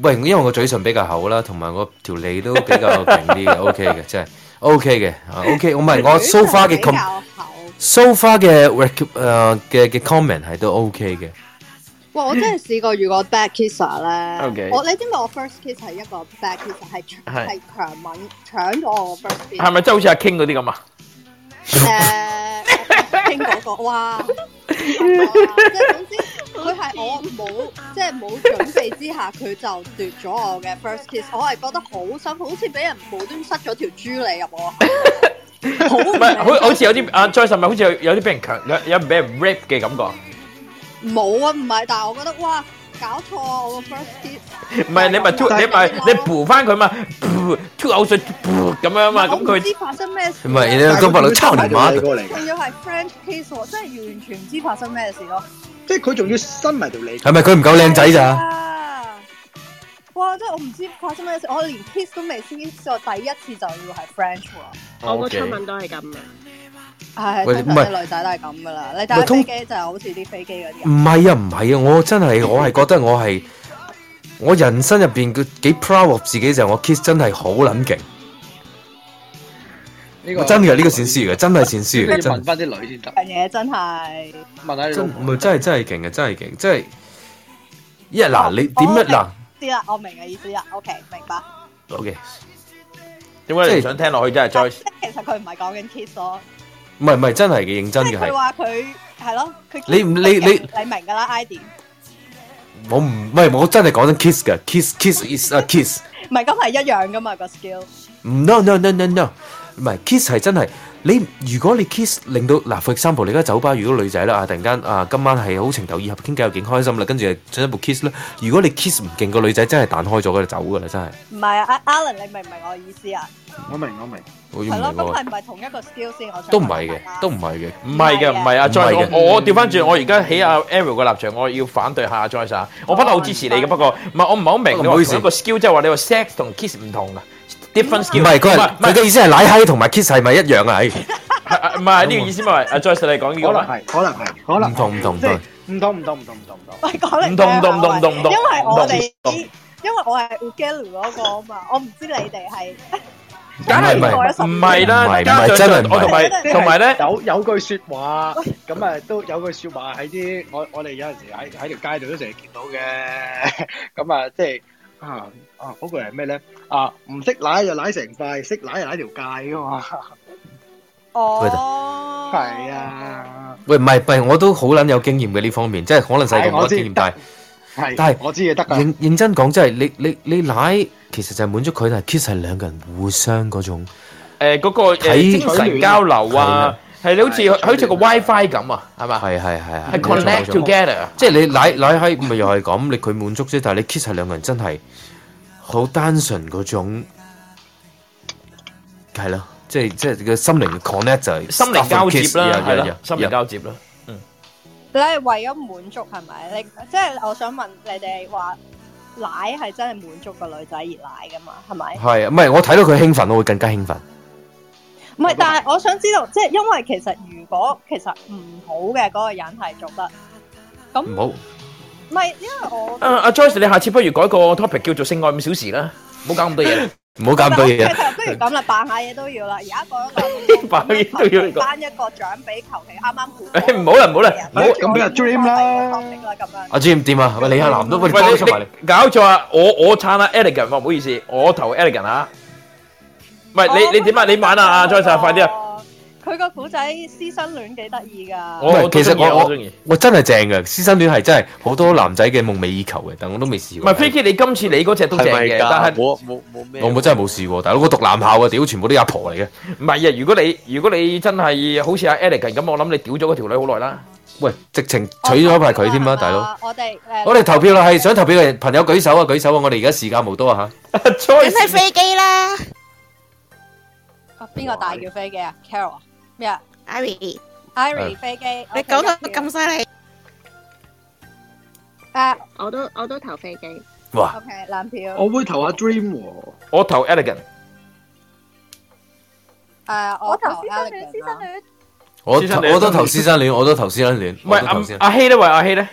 喂，因為我嘴唇比較厚啦，同埋我條脷都比較勁啲嘅，OK 嘅，即係 OK 嘅啊，OK，我唔係我 so far 嘅 com so far 嘅 rec 誒嘅嘅 comment 係都 OK 嘅。
哇！我真係試過遇過 bad kisser 咧
OK
我你知唔知我 first kiss 係一個 bad kisser 係搶
係
係強吻搶咗我 first kiss，
係咪 真係好似阿 King 嗰啲咁啊？
傾嗰個，哇！啊即係總之佢係我冇即係冇準備之下，佢就奪咗我嘅 first kiss，我係覺得好辛苦，好似俾人無端塞咗條豬脷入我。
唔係，好好似有啲阿 Joyce 係咪好似有有啲俾人強有有俾人 rape 嘅感覺？
冇啊，唔係，但係我覺得哇，搞錯啊！我個 first kiss
唔係你咪吐你咪你補翻佢嘛，噗吐口水噗咁樣嘛，咁
我唔知
佢
發生咩事。
唔係你個金伯佬抄你媽
過嚟㗎
仲要係 French kiss 喎，真係完全唔知發生咩事咯。
即係佢仲要伸埋條脷。
係咪佢唔夠靚仔咋？啊
哇！真係我唔知發生咩事，我連 kiss 都未 kiss 過，第一次就要係 French 喎。
我個
哦 OK
初吻都係咁啊。
係
喂
通常
唔係
啲女仔都係咁噶啦，你
喂
睇下飛
通
機就係好似啲飛機嗰啲
唔係啊，唔係啊，我真 係我係覺得我係我人生入邊佢幾 proud of 自己就係我 kiss 真係好撚勁，
呢個
真嘅呢個善思嚟嘅，真係善思
你
嚟
要
嘅，真
問翻啲女先得。
樣嘢，真係
問下你老
真
婆
唔係真係真係勁嘅，真係勁，真係一嗱你點一嗱
知啦，我明嘅意思啦。OK，明白。
，OK，
點解你唔想聽落去真係 Joyce？
其實佢唔係講緊 kiss 咯，
唔係唔係真係嘅，認真
即
嘅
係佢
係，
話佢係咯，佢
你唔你你
你明㗎啦，Idy。
我唔唔係我真係講緊 kiss 嘅，kiss kiss is a kiss。
唔係咁係一樣㗎嘛個 skill。
No no no no no，唔係 kiss 係真係你。如果你 kiss 令到嗱，for example，你而家酒吧遇到女仔啦，啊，突然間啊，今晚係好情投意合，傾偈又勁開心啦，跟住就進一步 kiss 啦。如果你 kiss 唔勁，個女仔真係彈開咗，佢就走噶啦，真係。
唔係啊阿，Alan，你明唔明我意思啊？
我明我明，
我要
係
唔
咯，
明
咁
喎
係唔係同一個 skill 先？我想
都唔係嘅，都唔係嘅，
唔係嘅，唔係啊
唔
，Joyce，
係嘅
我我調翻轉，我而家喺阿 Ariel 嘅立場，我要反對下阿 Joyce 啊。我不嬲好支持你嘅，不過唔係我唔係好明，
不過
你
唔好
話
意思
同一個 skill 即係話你話 sex 同 kiss 唔同啊，different
唔
skill。
係佢係
唔
佢嘅意思係奶閪同埋 kiss 係咪一樣啊？係
係唔係呢個意思咪係阿 Joyce 你講呢個
可
啦
能係，可能係，可能
唔同唔同唔
即係
同。
唔同唔同唔同唔同唔
同。講嚟
唔同唔同唔同唔同唔
因
同
為我哋
唔同
因為我係 Ugelu 嗰個啊嘛，我唔知你哋係。
梗係唔係唔係啦，加上我同埋同埋咧，
有有句説話，咁啊都有句説話喺啲我我哋有陣時喺喺條街度都成日見到嘅， 咁啊即係啊啊嗰句係咩咧？啊唔識奶就奶成塊，識奶就奶條界噶嘛。
哦，
係啊，
喂，唔係唔係，我都好撚有經驗嘅呢方面，即係可能細
係
個冇
我
乜
知
經驗，但係。
係，
但係
我知嘅得㗎。
認認真講，即係你你你奶其實就係滿足佢，但係 kiss 係兩個人互相嗰種。
誒嗰個誒
睇
精神交流啊，係你好似好似個 WiFi 咁啊，係嘛？
係係係
係 connect together
即係你奶奶閪咪又係咁，你佢滿足啫，但係你 kiss 係兩個人真係好單純嗰種，係咯，即係即係個心靈嘅 connect 就係
心靈交接啦，係啦，心靈
交
交接啦。
你係為咗滿足係咪？你即係我想問你哋話奶係真係滿足個女仔而奶噶嘛，係咪？
係啊，唔係我睇到佢興奮，我會更加興奮。
唔係，但係我想知道，即係因為其實如果其實唔好嘅嗰個人係做得，咁
唔好。
唔係因為我
啊，阿 Joyce，你下次不如改個 topic 叫做性愛五小時啦，唔好搞咁多嘢啦，
唔好搞咁 多嘢
其實不如咁啦，扮下嘢都要啦。而家講咗
扮嘢都要講。
頒一個獎俾求其啱啱估
誒唔好啦，唔好啦，唔好
咁俾阿 Dream 啦，
阿 Ờ, Jim 點啊？喂，李亞男都喂，你
喂
幫
你
出埋嚟。
你搞錯啊！我我撐阿 Elegant 喎，唔好意思，我投 Elegant 啊。唔係你你點啊？你玩啊，阿 Joyce 啊快啲啊！
佢個古仔師生戀幾得意㗎。
啊唔係其實我
我
我我真係正嘅，師生戀係真係好多男仔嘅夢寐以求嘅，但我都未試
唔
過
係。飛機，你今次你嗰只都正
係咪
嘅，
㗎
但係
冇冇冇咩
我冇真係冇試過，大佬我讀男校嘅，屌全部都阿婆嚟嘅。
唔係啊！如果你如果你真係好似阿 Elegant 咁，我諗你屌咗嗰條女好耐啦。
喂，直情取咗一排佢添啊啦，大佬。
我哋
哦我哋投票啦，係想投票嘅朋友舉手啊，舉手啊！我哋而家時間無多啊嚇。
梗
係飛機啦。
啊邊個大叫飛機啊？Carol 啊？咩啊
i r y
i r y
係
飛機。
你
OK，
講到
一票
咁犀利，
誒，
我都我都投飛機。
哇
！OK，兩票。
我會投下 Dream 喎。
我投 Elegant，啊
誒，我啊投師生戀，師生戀。
我
師生戀
我都投師生戀，我都投師生戀，
唔係
我都投師生戀
阿希咧，喂阿希咧，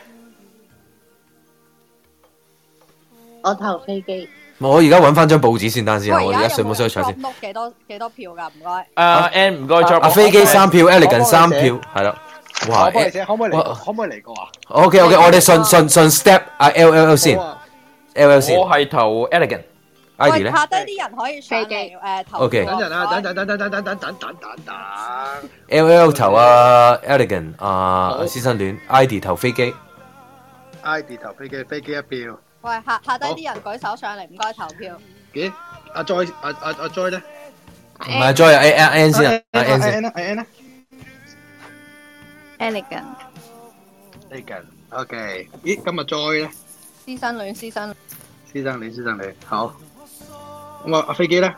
我投飛機。
我而家揾翻張報紙先，等陣先啊，
喂
我而家上網 search 下先。
碌幾多幾多票㗎？唔該。
阿 N 唔該
阿飛機三票，Elegant 三票，係啦。哇
可唔可以寫？可唔可以嚟個？
哇
可唔可以嚟個啊？
！OK OK，我哋順順順 step 啊 À, L L L 先，L L 先
我係投 Elegant。
，ID
喂，
咧
下低啲人可以上嚟誒投票。
OK
等陣啊！等陣等陣等陣等陣等陣等陣。
，L L 投啊 Elegant 啊師生戀，ID 投飛機。
ID 投飛機，飛機一票。
喂，下下低啲人舉手上嚟，唔該投票。
咦？阿 à, Joy，阿阿阿 Joy À, 咧？
唔係再係 N N 先啊
阿
，N
N
先。
啦，阿 N 啦。
Elegant，
呢緊。OK。咦？今日 Joy 咧？
師生戀，師生戀。
先生你，先生你，好。咁啊，阿飛機咧？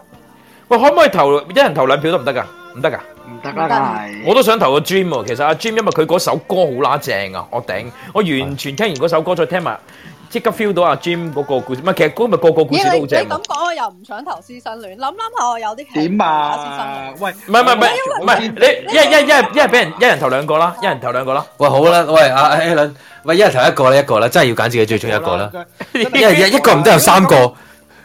喂，可唔可以投一人投兩票得唔得噶？唔得噶，
唔得啦梗係
我都想投個 Dream 喎。其實阿 Dream 因為佢嗰首歌好乸正啊，我頂，我完全聽完嗰首歌再聽埋，即刻 feel 到阿 Dream 嗰個故事。唔係，其實嗰咪個個故事
咦？你
都好
你
正啊喎
咁。講，我又唔想投師生戀，諗諗下我有啲奇
點
怪
啊？喂，
唔係唔係唔係唔係，你一一一一人俾人一人投兩個啦，一人投兩個啦。
喂，好啦，喂阿 Alan，喂一人投一個啦，一個啦，真係要揀自己最中意一個啦。一人一個唔得有三個，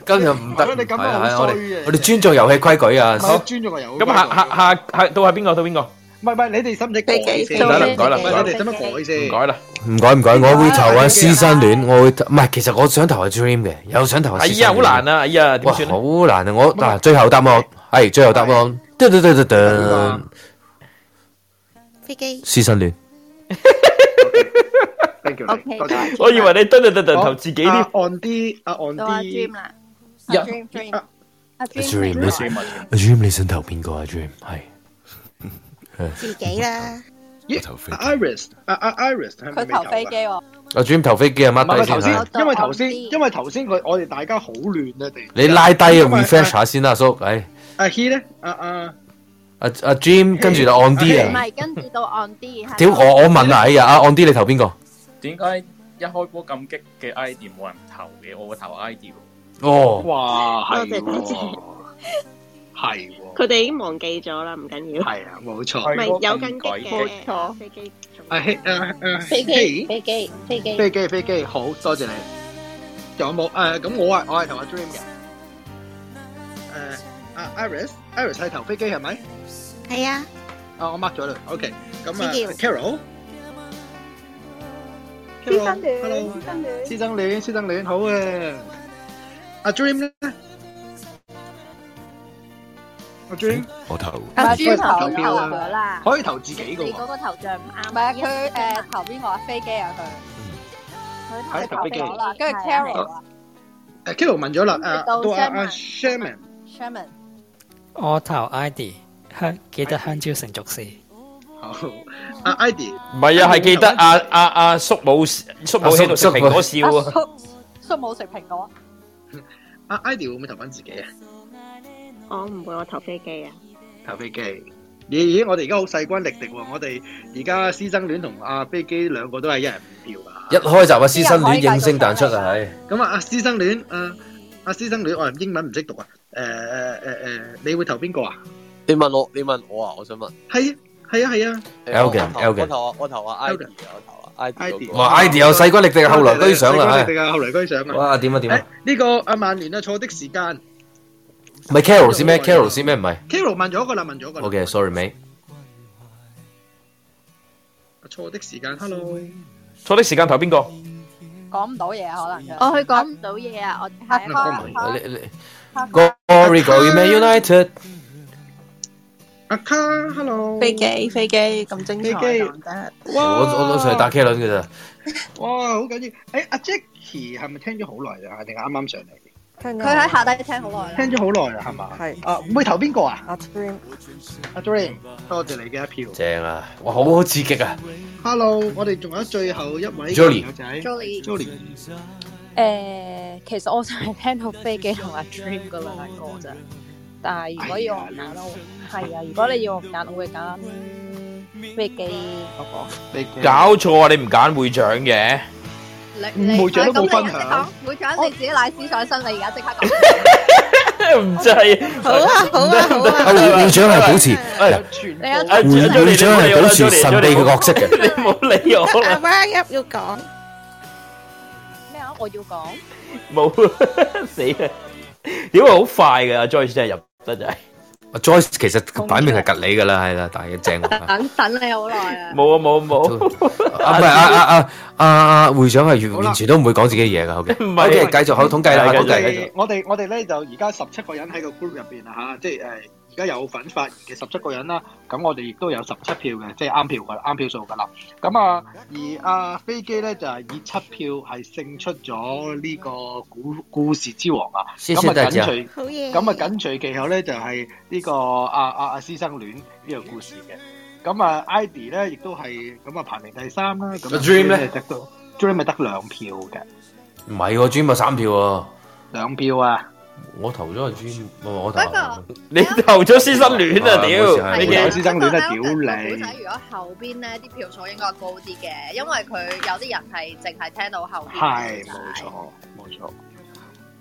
今日唔得。
你咁
係
樣
啊係
好
啊，我
衰嘅
哋我哋尊重遊戲規矩啊。
我尊重個遊戲規矩
咁下下下下到係邊個？到邊個？
唔係唔係，你哋使唔使改先？
唔改啦，唔改啦，
唔
唔
係你
改
哋使唔
啦，
使改先？
唔改啦。
唔改唔改，我會投啊師生戀，我會投唔係，其實我想投係 Dream 嘅，又想投係
哎
師
呀，
生
好
戀。
難啊！哎呀，點
哇，
算
好難啊！我嗱，最後答案係最後答案，噔噔噔噔噔，
飛機。
師生戀。
Thank you，
O K，
多謝。
我以為你噔噔噔噔投
À,
自己添
啊。按啲，啊按
到阿
啲
Dream。啦。
阿
Dream
Dạ.
Dream。
阿
Dream，你想阿 Dream 你想投邊個啊？Dream 係
自己啦。
咦？Iris，啊 à, 啊 Iris 係咪
佢
未投
投
㗎
飛機
à?
喎。
阿 Dream 投飛機啊，
唔係
乜低
頭
先
先
係，
因為頭先，因為頭先佢我哋大家好亂啊，哋。
你拉低啊
因為
，refresh 下先啦，阿叔，唉，
阿 He 咧，啊啊
阿阿 Dream 跟住就按
à,
D
唔
啊，
係，跟住到 on D 係。
屌我我問啊，哎呀，阿按 D 你投邊個？
點解一開波咁激嘅 ID 冇人投嘅？我會投 ID 喎。
哦，
哇，
係
多謝多謝。
係喎。
佢哋已經忘記咗啦，唔緊要。
係啊，冇錯
唔係有更激嘅
冇
錯飛機。
阿 He，啊啊
飛機，飛機，飛機。
飛機飛機，好多謝你。仲有冇誒？咁我係我係投阿 Dream 嘅。誒，阿 Iris，Iris 係投飛機係咪？
係啊，
啊，我 mark 咗啦。OK，咁啊
Thank you
，Carol。
師生戀
Hello，
師生戀
師生戀，師生戀，好嘅。阿 Dream 咧，阿 Dream，
我投
阿
可以
Dream
投
投
票
咗啦
可以投自己嘅
你
喎
嗰。個頭像唔啱。
唔係啊，佢誒投邊個啊？飛機啊，佢
係投飛機
咗啦，跟住 Carol 啊
誒，Carol 問咗啦，啊誒，
到
到阿阿
Sherman
Sherman，
，Sherman，
我投 ID，香記得香蕉成俗事。
好，阿 Idy，
唔係啊，係記得阿阿阿叔母叔母喺度食蘋果笑
阿
啊！
叔叔冇食蘋果，
阿 Idy 會唔會投翻自己啊？
我唔會，我投飛機啊。
投飛機。咦咦，我哋而家好勢均力敵喎！我哋而家師生戀同阿飛機兩個都係一人五票㗎。
一開集啊，師生戀應聲彈出啊，係
咁啊，阿師生戀，啊阿師生戀，我係英文唔識讀啊。誒誒誒誒，你會投邊個啊？
你問我，你問我啊，我想問。
係啊係啊係啊。
誒
Elgin，
我投
Elgin
我投啊，我投啊，ID 啊，我投啊，ID 嗰個。
哇！ID 有勢骨力定係後來居上啦，
勢均力敵啊後來居上啊
哇！點啊點啊！
呢個阿曼聯啊，錯的時間
唔係 Carol 先咩？Carol 先咩？唔係。
，Carol 問咗一個啦，問咗一個啦。
OK，sorry，mate。
錯的時間，hello。
錯的時間投邊個？
講唔到嘢可能。
我去講唔到嘢啊！我係
你你 Glory Glory Man United。
阿卡，hello。
飛機飛機咁精彩
飛機
講得，
我我都成日打 K 輪嘅咋。
哇，好緊要！誒，阿 Jackie 係咪聽咗好耐啊？定係啱啱上嚟？
佢喺下低聽好耐啦。
聽咗好耐啦，係嘛？係。啊，會投邊個啊？阿 Dream，阿 Dream，多謝你嘅一票。
正啊！哇，好好刺激啊！
Hello，我哋仲有最後一位
Jolie
朋友仔
Jolie
Jolie
誒，其實我就係聽到飛機同阿 Dream 嗰兩個咋，但係如果要我揀咯，係啊，如果你要我揀，我會揀飛機嗰個。
搞錯啊！你唔揀會長嘅，
你你
會長都冇
咁
分享
你即刻講會長你自己賴屎上身，你而家即刻講。
唔制。好啊
好啊好啊！
啊，會會長係保持嗱，
你有
會會長係保持神秘嘅角色嘅。
你冇理我
阿
啦，
Round Up 要講
咩啊？我要講
冇死啦！屌好快嘅阿 Joyce 真係入得就係。
Joyce 其實擺明係吉你㗎啦，係啦，但係 正喎。
等等你好耐
à.
啊！
冇啊冇啊冇，
啊唔係啊啊啊啊啊！會長係完完全都唔會講自己嘢㗎。OK，
唔
係
OK，繼續好統計啦，統計
我
繼續
哋。我哋我哋咧就而家十七個人喺個 group 入邊啊嚇，即係誒而家有份發言嘅十七個人啦，咁我哋亦都有十七票嘅，即係啱票㗎，啱票數㗎啦。咁啊，而阿飛機咧就係以七票係勝出咗呢個故故事之王啊。
謝
咁
謝
啊
大家
緊隨
好嘢
咁啊緊隨其後咧就係呢個啊阿阿阿師生戀呢個故事嘅。咁啊，Ivy 咧亦都係咁啊排名第三啦。咁啊
Dream 呢
得到 Dream 咪得兩票嘅。
唔係喎，Dream 有三票喎，
兩票啊！
我投咗阿 Dream，唔係我投
Ờ.
啊。
你投咗師生戀啊
啊
屌！
冇事
你
係
嘅
我師生戀啊屌
古仔如果後邊咧啲票數應該高啲嘅，因為佢有啲人係淨係聽到後邊。
係冇錯冇錯。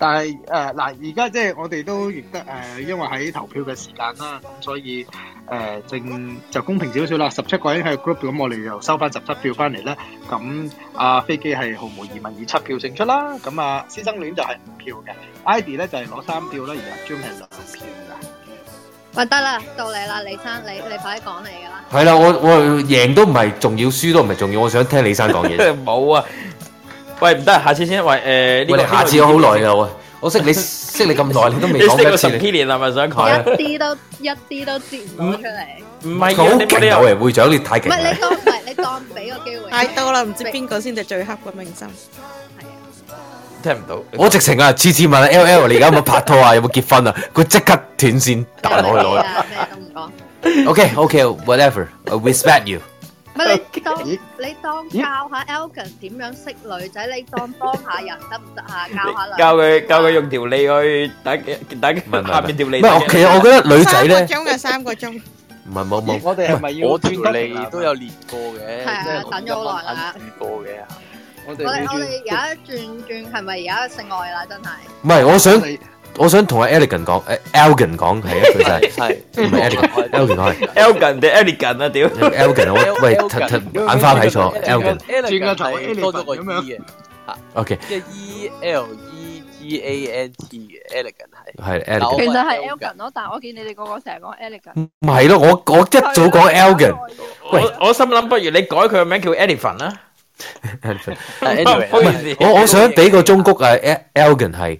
但係誒嗱，而家即係我哋都亦得誒、呃因為喺投票嘅時間啦，咁所以誒、呃正就公平少少啦。十七個人喺個 group，咁我哋就收翻十七票翻嚟咧。咁啊飛機係毫無疑問以七票勝出啦。咁啊師生戀就係五票嘅，ID 咧就係攞三票啦，而阿 j 係兩票㗎。
喂，得啦，到你啦，李生，你你快啲講你㗎啦。
係啦，我我贏都唔係重要，輸都唔係重要，我想聽李生講嘢。
冇啊！喂，唔得，下次先。喂，誒呢
喂，
個
你下次我好耐啦，喂，我識你識你咁耐，你都
你
未
識
講
個
一次
神
你。
p 年係咪想講？
一啲都一啲都接唔到出嚟，
唔
佢
係
好
啊，你冇理
勁啊！
由
喂，會長你太
唔
勁
係
啦！
你當唔係你當唔俾個機會，
太多啦，唔知邊個先至最黑嘅明心。
聽唔到。
我直情啊，次次問啊 L L 你而家有冇拍拖啊，有冇結婚啊？佢即刻斷線彈我去攞啦。
咩都唔講。
OK OK whatever I respect you。
唔係你當你當教下 Elgin 點樣識女仔，你當幫下人得唔得啊？教下女。
教佢教佢用條脷去打打下邊條脷。
唔係，我其實我覺得女仔咧，
三個鐘啊，三個鐘。
唔係冇冇，
我哋係咪要
我條
轉得
脷都有練過嘅，
係啊
即係我
等咗好耐啦
一蚊練過嘅。
我
我哋我哋而家轉轉係咪而家性愛啦？真係。
唔係我想我想同阿 Elegant 講，誒 Elgin 講係一句就係，唔係 Elegant，Elgin 講係
Elgin 定 Elegant 啊屌
Elgin，我喂突突眼花睇錯 Elgin。
轉
個
個
頭
頭多咗個 E 嘅，嚇
OK
即係 E L E G A N T 嘅 elegant 係。
係
其
Elegant。
實係 Elgin 咯，但係我見你哋個個成日講 Elegant，
唔係咯，我我一早講 Elgin。
我我心諗，不如你改佢個名叫 Elephant 啦。
Anyway，
不好意思
我我想俾個忠告啊，El- E- Elgin 係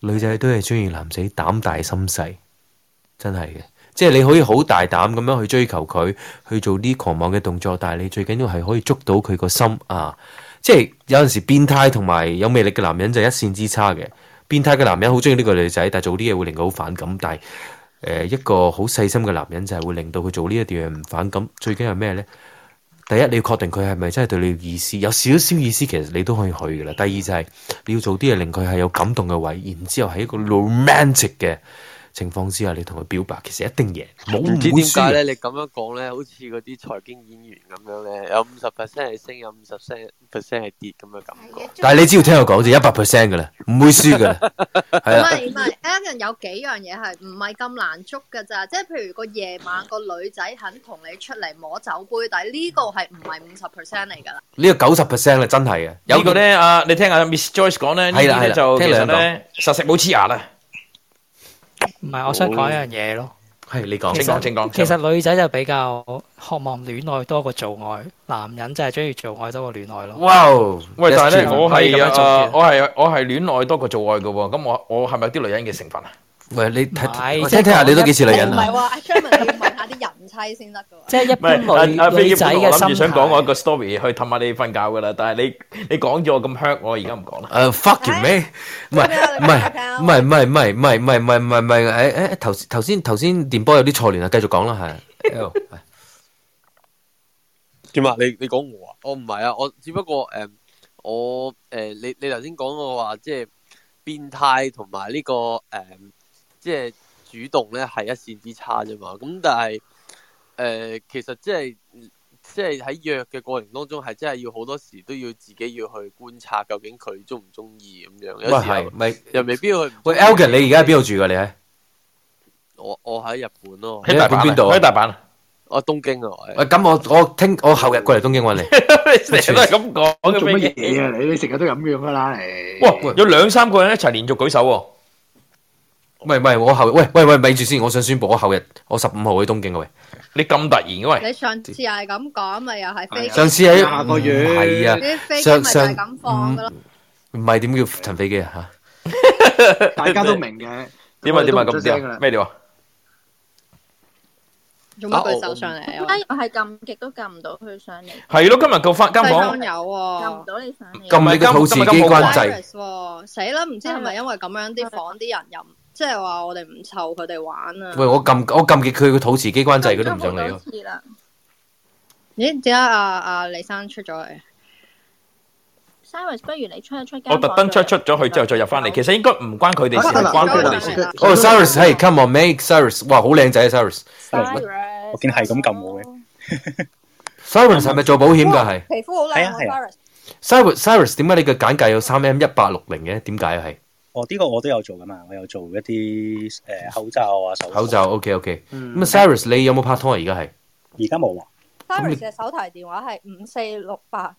女仔都係中意男仔膽大心細，真係嘅。即係你可以好大膽咁樣去追求佢，去做啲狂妄嘅動作，但係你最緊要係可以捉到佢個心啊！即係有陣時變態同埋有魅力嘅男人就係一線之差嘅。變態嘅男人好中意呢個女仔，但係做啲嘢會令佢好反感，但係。呃誒一個好細心嘅男人就係會令到佢做呢一樣嘢唔反感，最緊係咩呢？第一你要確定佢係咪真係對你有意思，有少少意思其實你都可以去噶啦。第二就係、你要做啲嘢令佢係有感動嘅位，然之後係一個 romantic 嘅，情況之下，你同佢表白，其實一定贏，冇
唔知點
會輸嘅
解咧？你咁樣講咧，好似嗰啲財經演員咁樣咧，有五十 percent 係升，有五十 percent percent 係跌咁嘅感覺。
但係你只要聽我講就一百 percent 噶啦，唔會輸噶啦，
唔
係啊。
係唔係 a l a n 有幾樣嘢係唔係咁難捉㗎咋？即係譬如個夜晚個女仔肯同你出嚟摸酒杯底，呢、個係唔係五十 percent 嚟㗎啦？
呢個九十 percent 啦，真係嘅。
有個咧啊，你聽下 Miss Joyce 講咧，呢
係
啲
啦係
咧
啦
就其
聽
實
兩
咧實食冇黐牙啦。
唔係，我想講一樣嘢咯。
係你講，
其
請
實
講請講。
其實女仔就比較渴望戀愛多過做愛，男人就係中意做愛多過戀愛咯。
哇！
喂，但係咧，我
可以咁
係
樣總結
啊，我係我係戀愛多過做愛嘅喎，咁我我係咪有啲女人嘅成分啊？
喂，你睇
係
我聽聽下你都幾似女人
唔
啊？
係喎， 阿 Sherman 要問下啲人妻先得㗎喎。
即係一
唔係，阿阿飛
女
機
仔
本來
嘅
我諗住
心
想
態
講我一個 story 去氹下你瞓覺噶啦，但係你你講咗我咁 hurt，我而家唔講啦。
誒 fucking 咩？唔係唔係唔係唔係唔係唔係唔係唔係唔係唔係誒誒頭頭先頭先電波有啲錯亂啊，繼續講啦係。
點啊？你你講我啊？我唔係啊，我只不過诶、誒我诶、誒你你頭先講我話即係變態同埋呢個诶、誒即係主動咧係一線之差啫嘛。咁但係诶、誒其實即係即係喺約嘅過程當中，係真係要好多時都要自己要去觀察，究竟佢中唔中意咁樣。有
喂
時
係
候
咪
又未必去。
喂 Elgin，你而家喺邊度住㗎？你喺
我我喺日本咯，
喺大阪啊邊度啊喺大阪啊
我東京啊，我係
喂咁我我聽我後日過嚟東京揾你。
你成日都係咁講嘅
做乜
飛
嘢
機。
啊？你你成日都咁樣噶啦，你
哇，有兩三個人一齊連續舉手喎。
唔係唔係，我後喂喂喂，咪住先，我想宣布我後日我十五號去東京嘅喂。
你咁突然嘅
你上次又係咁講，咪又係飛機。
上次喺
下個月
唔係
啲
啊，
飛機咪
上
就係
上
咁放㗎咯。
唔係點叫陳飛機啊嚇？
大家都明嘅。
點啊點啊咁點啊咩料啊？
做
Ờ,
乜
乜
佢
佢
手
手
上
上
嚟
嚟
點
啊？
解我係撳極都撳唔到佢上嚟？
係咯，今日個翻間
西
房
方有喎，撳唔
到你上嚟
撳你個肚臍機關掣，
喎，死啦！唔知係咪因為咁樣啲房啲人又唔即係話我哋唔湊佢哋玩啊？
喂我撳我撳極佢個肚臍機關掣，佢都唔上嚟咯。
次啦，
咦？點解阿阿李生出咗嚟？
Cyrus，不如你出一出間
我特登出出咗去之後再入翻嚟，其實應該唔關佢哋事，
得啦
關佢哋事
得。哦，Cyrus，係 come on make Cyrus，哇，好靚仔啊 Cyrus。
我見係咁撳我嘅，
Cyrus 係咪做保險㗎？係
皮膚好
係啊
靚
係啊
喎
Cyrus Cyrus 點解你嘅簡介有三 M 一八六零嘅？點解啊係
我呢個我都有做噶嘛，我有做一啲誒口罩啊、手
口罩？OK OK。咁啊，Cyrus 你有冇拍拖啊？而家係
嗯而家冇啊，
Cyrus，Cyrus 嘅手提電話係五四六八，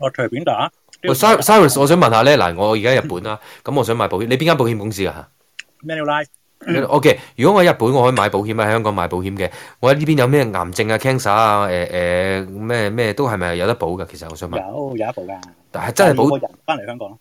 我隨便打。
喂，Cy-，Cyrus，我想哦
啊
問下咧，嗱，我而家喺日本啦，咁我想買保險，你邊間保險公司㗎嚇？
Manulife
O K，如果我喺日本我可以買保險喺香港買保險嘅，我喺呢邊有咩癌症啊、cancer 啊、誒誒咩咩都係咪有得保㗎？其實我想問，
有有一部噶，
但係真係保
我人翻嚟香港咯。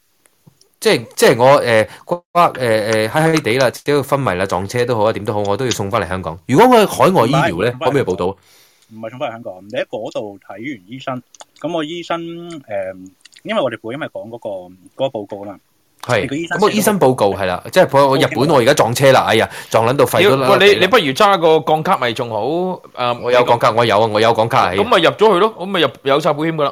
即係即係我呃誒瓜瓜誒誒嗨嗨呃地啦，只要昏迷啦、撞車都好啊，點都好，我都要送翻嚟香港。如果我去海外醫療咧，
唔係唔係
可唔可以保到？
唔係送翻嚟香港，你喺嗰度睇完醫生，咁我醫生誒、因為我哋本因為講嗰、個嗰、個報告啊嘛，
係
你個醫生
咁，我醫生報告係啦，即係我我日本我而家撞車啦，哎呀，撞撚到肺都
屌
甩
喂你
甩
你
地啦。哎
不如揸個鋼卡咪仲好？誒，
我有講價，我有啊，我有講價
咁
係
咪入咗去咯，咁咪入有晒保險噶啦。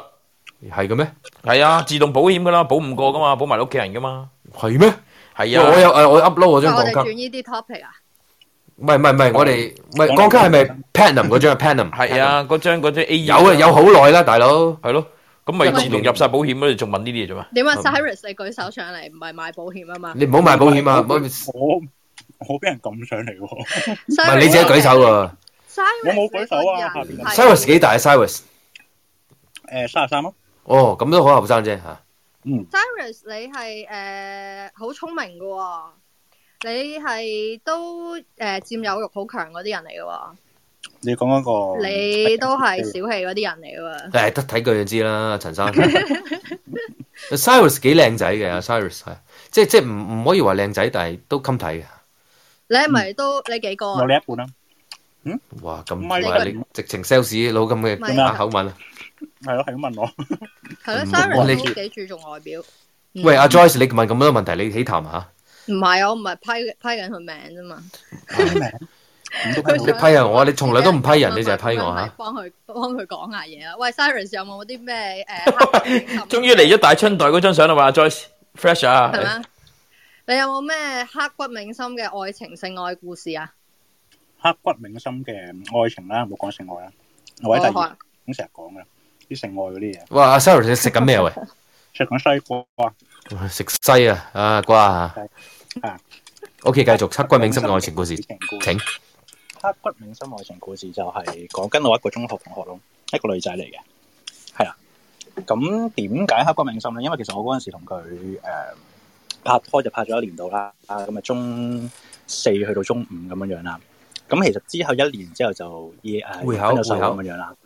係嘅咩？
係啊，自動保險噶啦，保五個噶嘛，保埋你屋企人噶嘛。
係咩？
係啊，
喂我有誒，我 upload 我
喂
張
我
鋼
哋
卡
轉。呢啲 topic 啊？
唔係唔係唔係，我哋唔係鋼卡係咪 Platinum 嗰張 Platinum？
係啊，嗰張嗰張 A
有啊有好耐啦，大佬。
係咯，咁咪自動入晒保險咯，你仲問呢啲嘢做咩？
點啊？Cyrus，你舉手上嚟唔係買保險啊嘛？
嗯你唔好買保險啊！唔好
我 我俾人撳上嚟喎，
唔係你自己舉手喎。
我冇舉手啊，下邊
Cyrus 幾大啊？Cyrus
誒三十三咯，
哦，咁都好後生啫嚇。
Cyrus，你係誒好聰明嘅喎、你係都誒、呃、佔有欲好強嗰啲人嚟嘅喎，
你講嗰
哦
個
你都係小氣嗰啲人嚟嘅喎。
誒得睇佢就知啦，陳生。Cyrus 幾靚仔嘅，Cyrus 係即係即係唔唔可以話靚仔，但係都襟睇嘅。
你係咪都你幾高啊
我？你一半啦，
哇咁
唔係
哇
佢
你直情 sales 佬咁
唔係
嘅打口吻啊！
係咯，係咁問我。
係咯
唔
，Cyrus
你
都幾注重外表。嗯
喂，阿 Joyce，你問咁多問題，你起談下，
唔係啊我唔係批批緊佢名啫嘛。
你批下我，你從來都唔批人，你就係批我嚇。
幫佢幫佢講下嘢啊啦。喂，Cyrus 有冇啲咩誒？呃
終於嚟咗大春袋嗰張相啦嘛，Joyce Fresh 啊
係，咪？你有冇咩刻骨銘心嘅愛情性愛故事啊？
刻骨銘心嘅愛情啦，唔好講性愛啦，或者第
好
二
啊
咁成日講噶啲性愛嗰啲嘢，
哇，阿 Sarah 你食緊咩啊喂？
食緊西瓜
食西啊，啊瓜啊
啊。
OK，繼續七君銘心嘅愛情故事，請。
刻骨銘心愛情故事就係講跟我一個中學同學咯，一個女仔嚟嘅，係啦。咁點解刻骨銘心咧？因為其實我嗰陣時同佢誒拍拖就拍咗一年度啦，啊咁啊中四去到中五咁樣樣啦。咁其實之後一年之後就夜誒
會考
分咗手
會考
咁樣樣啦。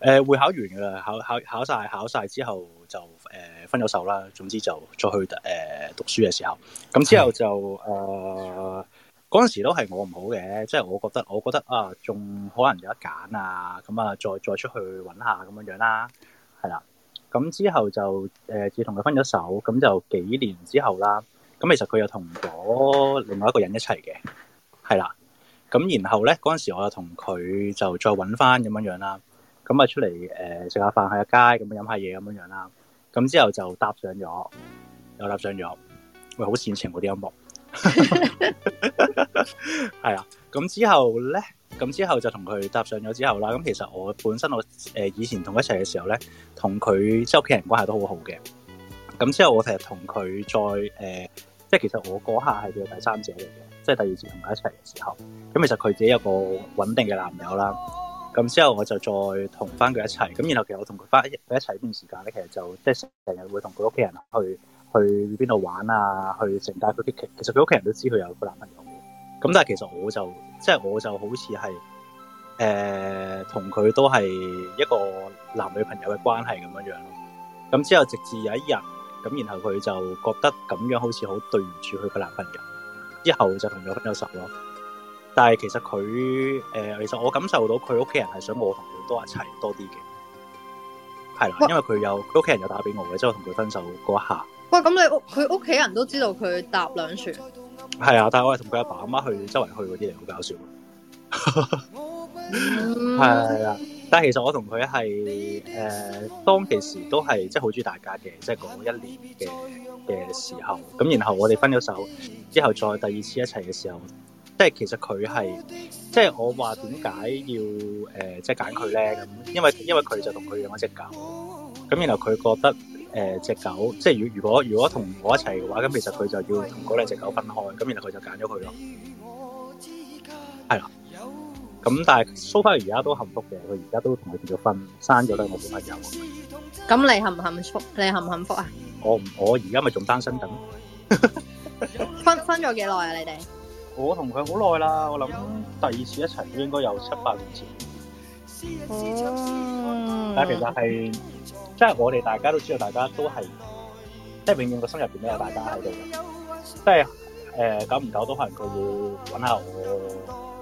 誒會考完㗎啦，考考考曬考曬之後就誒、分咗手啦。總之就再去誒、讀書嘅時候，咁之後就誒嗰陣時都係我唔好嘅，即係我覺得我覺得啊，仲可能有得揀啊，咁啊再再出去揾下咁樣樣啦，係啦。咁之後就誒、呃自從佢分咗手，咁就幾年之後啦。咁其實佢又同咗另外一個人一齊嘅，係啦。咁然後咧嗰陣時，我又同佢就再揾翻咁樣樣啦。咁啊出嚟誒、食下飯，去下街咁樣飲下嘢咁樣樣啦。咁之後就搭上咗，又搭上咗。喂，好煽情嗰啲音樂。係啦，咁之後咧，咁之後就同佢搭上咗之後啦。咁其實我本身我誒、以前同佢一齊嘅時候咧，同佢即係屋企人關係都好好嘅。咁之後我其實同佢再誒、即係其實我嗰下係佢嘅第三者嚟嘅，即係第二次同佢一齊嘅時候，咁其實佢自己有個穩定嘅男友啦。咁之後我就再同翻佢一齊，咁然後其實我同佢翻佢一齊呢段時間咧，其實就即係成日會同佢屋企人去去邊度玩啊，去成大佢其其實佢屋企人都知佢有個男朋友嘅，咁但係其實我就即係我就好似係誒同佢都係一個男女朋友嘅關係咁樣樣咯。咁之後直至有一日，咁然後佢就覺得咁樣好似好對唔住佢個男朋友，之後就同咗分咗手咯。但係其實佢誒、呃其實我感受到佢屋企人係想我同佢多一齊多啲嘅，係啦，因為佢有佢屋企人有打俾我嘅，即係我同佢分手嗰一下，
喂，咁你屋佢屋企人都知道佢搭兩船，
係啊，但係我係同佢阿爸阿媽去周圍去嗰啲嚟，好搞笑。係啊，但係其實我同佢係誒當其時都係即係好中意大家嘅，即係嗰一年嘅嘅時候，咁然後我哋分咗手之後，再第二次一齊嘅時候，即係其實佢係即係我話點解要誒、呃即係揀佢咧咁，因為因為佢就同佢養一隻狗，咁然後佢覺得。誒只、狗，即係如如果如果同我一齊嘅話，咁其實佢就要同嗰兩隻狗分開，咁然後佢就揀咗佢咯，係啦。咁但係 so far 而家都幸福嘅，佢而家都同佢結咗婚，生咗兩個小朋友。
咁你幸唔幸福？你幸唔幸福啊？
我唔我而家咪仲單身緊，
分分咗幾耐啊？你哋
我同佢好耐啦，我諗第二次一齊都應該有七八年前。
嗯
但係其實係即係我哋大家都知道，大家都係即係永遠個心入邊都有大家喺度嘅，即係誒、久唔久都可能佢要揾下我，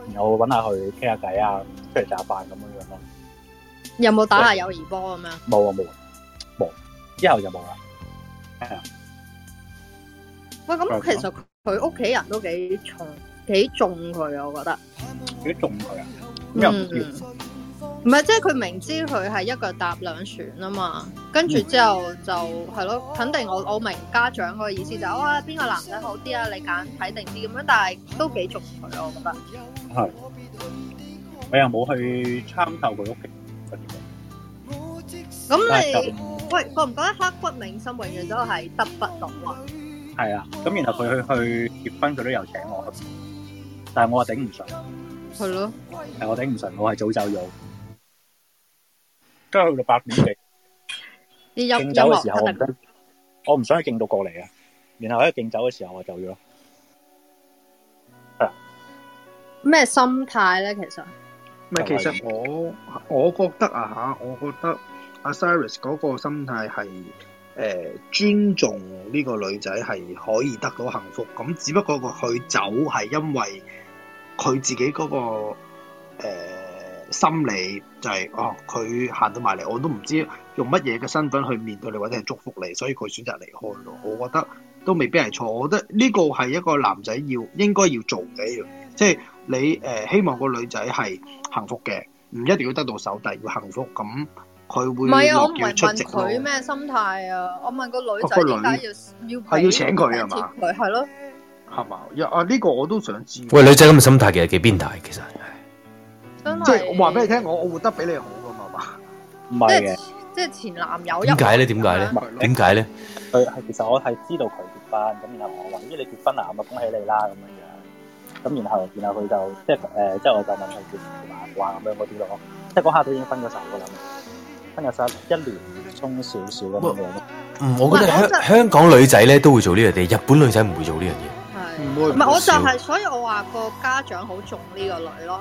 然後我揾下佢傾下偈啊，出嚟食下飯咁樣樣咯。
有冇打下友誼波咁樣？
冇啊冇啊冇，之後就冇啦。係啊
喂，咁
係
其實佢屋企人都幾重幾重佢啊，我覺得。
幾中佢啊？咁又唔知
唔係，即係佢明知佢係一腳踏兩船啊嘛，跟住之後
嗯
就係咯，肯定我我明家長嗰個意思就係哇邊個男仔好啲啊，你揀睇定啲咁樣，但係都幾重佢咯，我覺得。
係。我又冇去參透佢屋企嗰啲嘢。
咁
但係
你
就
喂覺唔覺得刻骨銘心永遠都係得不到啊？
係啊，咁然後佢去去結婚，佢都有請我去，但係我話頂唔順，
係咯，
係我頂唔順，我係早走咗。跟住去到八點幾
啲音
敬
音
酒嘅時候，我唔
樂
想我唔想去敬到過嚟啊。然後喺敬酒嘅時候，我走咗。
咩心態咧？其實
唔係，其實我我覺得啊嚇，我覺得阿 Cyrus 嗰個心態係誒、呃尊重呢個女仔係可以得到幸福，咁只不過個佢走係因為佢自己嗰、個、呃、心理就係、哦，佢行到埋嚟，我都唔知用乜嘢嘅身份去面對你或者係祝福你，所以佢選擇離開咯。我覺得都未必係錯，我覺得呢個係一個男仔要應該要做嘅一樣嘢，即係你誒、呃希望個女仔係幸福嘅，唔一定要得到手，但係要幸福咁。佢
唔
會
係啊，我唔
樂
係
意出
問
席咯。
佢咩心態啊，我問個女仔
哦個
點
女
解要要
係要請佢啊
啊
嘛
佢係咯，
係嘛？呀啊！呢個我都想知。
喂，女仔咁嘅心態其實幾變態，其實
真
即
係
係我話俾你聽，我我活得比你好噶嘛嘛。
唔係嘅。
即係前男友
點解咧？點解咧？點解咧？
佢係其實我係知道佢結婚，咁然後我話：咦，你結婚啦，咁啊恭喜你啦咁樣樣。咁然後然後佢就即係誒、呃即係我就問佢結唔結埋話咁樣嗰啲咯。即係嗰下都已經分咗手噶啦，分咗手一年中少少咁樣樣咯。
嗯我覺得香香港女仔咧都會做呢樣嘢，日本女仔唔會做呢樣嘢。
係
唔啊
會
唔係我就
少
係，所以我話個家長好重呢個女咯，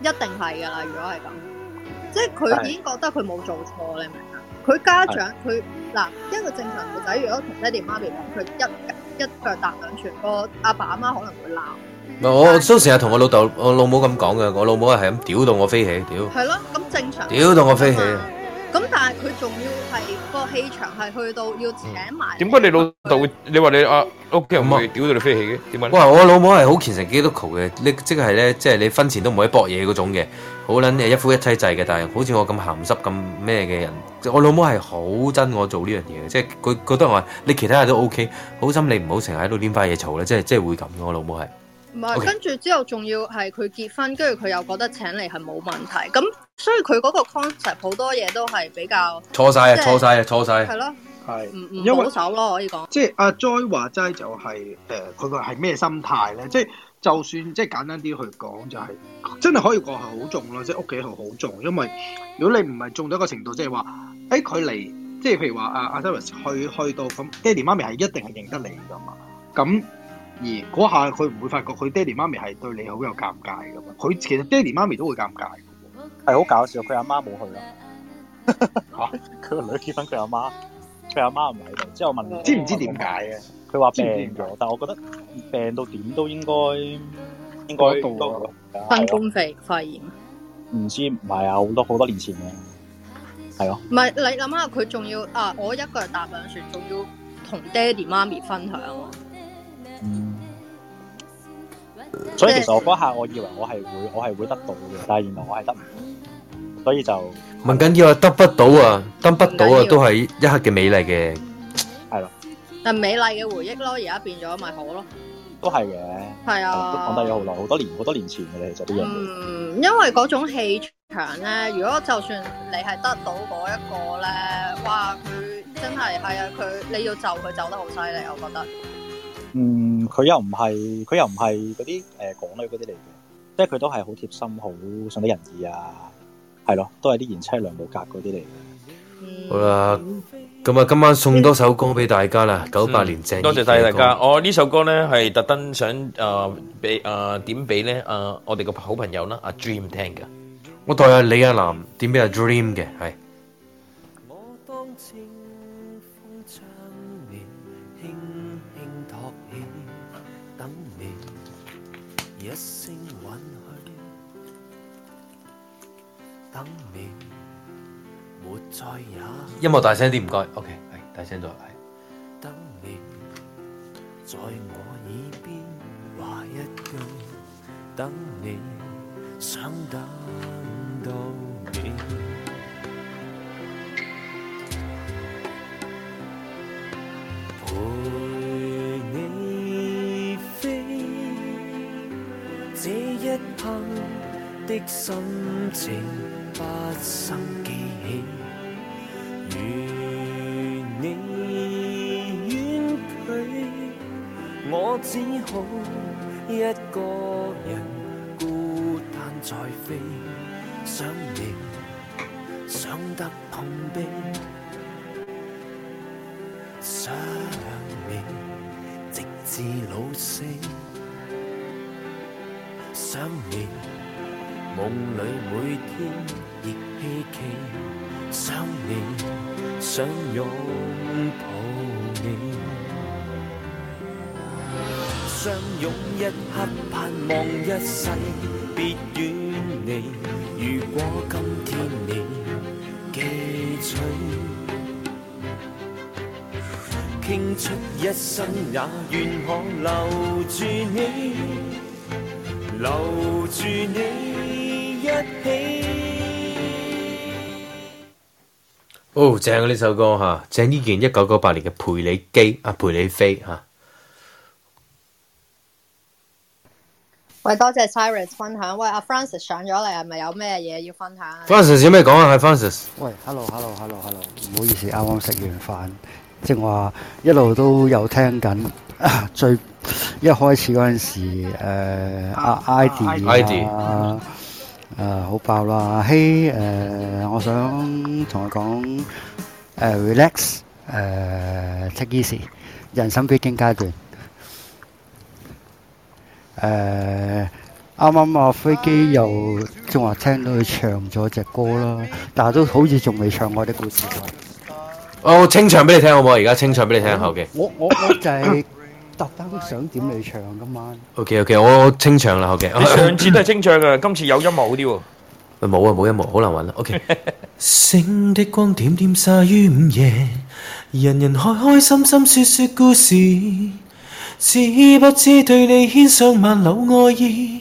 一定係㗎啦。如果係咁，即係佢已經覺得佢冇做錯，你明唔明啊？佢家長佢嗱一個正常女仔，如果同爹哋媽咪講，佢一一腳踏兩船，個阿爸阿媽可能會鬧。
唔係我我都成日同我老豆、我老母咁講嘅，我老母係咁屌到我飛起，屌
係咯，咁正常。
屌到我飛起。啊
咁但係佢仲要係個氣場係去到要請埋
點解你老豆會？你話你啊屋企人會屌到你飛起嘅？點解咧？
哇！我老母係好虔誠基督徒嘅，你即係咧，即係你婚前都唔可以搏嘢嗰種嘅，好撚誒一夫一妻制嘅。但係好似我咁鹹濕咁咩嘅人，我老母係好憎我做呢樣嘢嘅，即係佢覺得我係你其他嘢都 OK，好心你唔好成日喺度拈花惹草啦，即係即係會咁嘅。我老母係
唔係，
嗯 OK
跟住之後仲要係佢結婚，跟住佢又覺得請你係冇問題，咁所以佢嗰個 concept 好多嘢都係比較
錯晒啊！
即係
錯晒啊！錯晒
係
啊！
咯，
係
唔
因
唔
為
保守咯，可以講。
即係阿 Joy 話齋就係、誒，佢個係咩心態咧？即係就算即係簡單啲去講，就係、真係可以講係好重咯，即係屋企係好重，因為如果你唔係重到一個程度，即係話誒佢嚟，即係譬如話阿阿 Joy 去去到咁，爹哋媽咪係一定係認得你噶嘛，咁。而嗰下佢唔會發覺佢爹哋媽咪係對你好有尷尬噶嘛，佢其實爹哋媽咪都會尷尬啊㗎
喎，哎係好搞笑，佢阿媽冇去咯。 佢個女結婚，佢阿媽，佢阿媽唔喺度。之後我問，
知唔知點解啊？
佢話
知唔知
病
點
咗，但係我覺得病到點都應該應該
嗰度
啊
新冠肺肺炎，唔
唔知唔係啊，好多好多年前嘅，係咯。
係你諗下佢仲要啊！我一個人搭兩船，仲要同爹哋媽咪分享喎。
所以其實我嗰下我以為我係會我係會得到嘅，但係原來我係得唔到，所以就
問緊要啊，得不到啊，得不到啊，都係一刻嘅美麗嘅。
係咯，
但美麗嘅回憶咯，而家變咗咪好咯。
都係嘅。
係啊
都講得咗好耐，好多年好多年前嘅啦，其實都樣嘢。
嗯，因為嗰種氣場咧，如果就算你係得到嗰一個咧，哇！佢真係係啊，佢你要就佢就得好犀利，我覺得。
嗯，佢又唔係佢又唔係嗰啲誒港女嗰啲嚟嘅，即係佢都係好貼心，好順得人意啊，係咯，都係啲賢妻良母格嗰啲嚟嘅。
好啦，咁啊，今晚送多首歌俾大家啦，九八年鄭
多謝
伊
晒
嘅
大
歌
家。我呢首歌咧係特登想誒俾誒點俾咧誒我哋個好朋友啦，阿 Dream 聽嘅。
我代阿李亞男點俾阿 Dream 嘅，係
當清風將你輕輕托起，等你一聲允許，等你沒再也
音樂大聲啲，唔該。OK，係大聲咗，係。
等你在我耳邊話一句，等你想等到你。陪你飛，這一刻的心情不生記起，如你遠去，我只好一個人孤單在飛，想你想得碰壁，想你直至老死，想你夢裏每天亦希冀，想你想擁抱你。相擁一刻，盼望一世，別遠離。如果今天你記取，傾出一生也願可留住你，留住你一起。
哦，正啊呢首歌吓，鄭伊健一九九八年嘅《陪你機》啊，陪你飛吓，
喂，多謝 Cyrus 分享。喂，阿 Francis 上咗嚟，係咪有咩嘢要分享啊
Francis 有咩講啊？係 Francis，
喂，hello，hello，hello，hello，唔好意思，啱啱食完飯，即係話一路都有聽緊、 啊最一開始嗰陣時，呃誒阿 ID 啊，誒好爆啦，阿希誒，我想同佢講誒 relax，誒 take easy，人生必經階段。誒啱啱啊飛機又仲話聽到佢唱咗隻歌啦，但係都好似仲未唱我啲故事喎。
我清唱俾你聽好唔好？而家清唱俾你聽後嘅。
我我我就係特登想點你唱今晚。
OK OK，我我清唱啦後嘅。
你上次都係清唱嘅，今次有音樂好啲喎。
喂 冇啊冇音樂，好難揾啦。OK，
星的光點點灑於午夜，人人開開心心說說故事，知不知對你牽上萬縷愛意，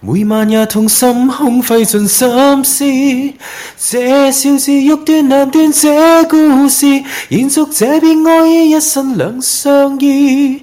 每晚也痛心空費盡心思，這笑字欲斷難斷這故事，延續這片愛意，一生兩相依。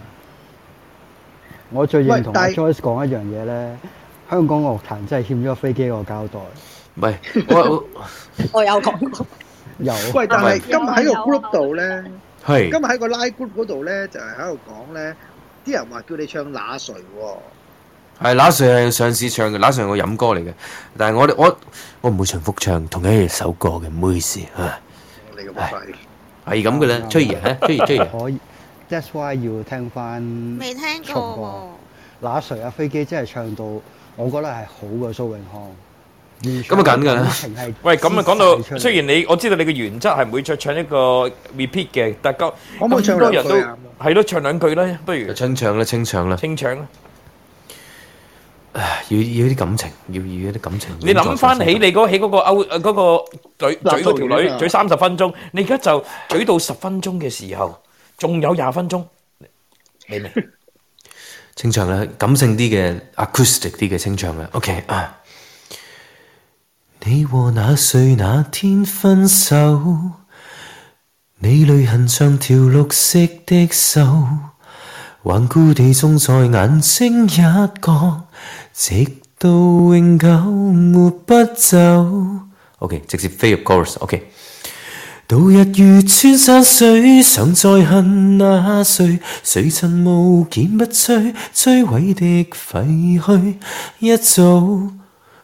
我最認
喂
同阿
但係
Joyce 講一樣嘢咧，香港樂壇真係欠咗飛機個交代。
唔係，我
我有講過。
有。
喂，但係今日喺個 group 度咧，
係
今日喺個 line group 嗰度咧，就係喺度講咧，啲人話叫你唱那誰 喎，
係那誰係上次唱嘅，那誰係我飲歌嚟嘅。但係我哋我我唔會重複唱同一首歌嘅，唔好意思嚇。
你嘅話題。
係咁嘅啦，崔怡哎啊，崔怡崔怡。
可以，that's why 要聽翻。
未聽過
重播。那誰啊飛機真係唱到，我覺得係好過蘇永康。
咁啊緊㗎啦
喂，咁啊講到，雖
雖
然你我知道你嘅原則係唔會再唱一個 repeat 嘅，但係
可唔可以
咁
唱
多
兩
人
句啊
都係咯，唱兩句啦，不如
清唱啦，清唱啦，
清唱啦。
要要啲感情，要要啲感情。
你諗翻起你嗰起嗰個歐誒嗰個嘴嘴嗰條女嘴三十分鐘，你而家就嘴到十分鐘嘅時候，仲有廿分鐘，你明？
清唱啦，感性啲嘅 acoustic 啲嘅清唱啦。OK 啊，
你和那誰那天分手？你淚痕像條綠色的鏽，頑固地種在眼睛一角，直到永久抹不走。
OK，直接飛入 chorus。OK，
度日如穿山水，常在恨那誰？誰曾無堅不摧，摧毀的廢墟，一早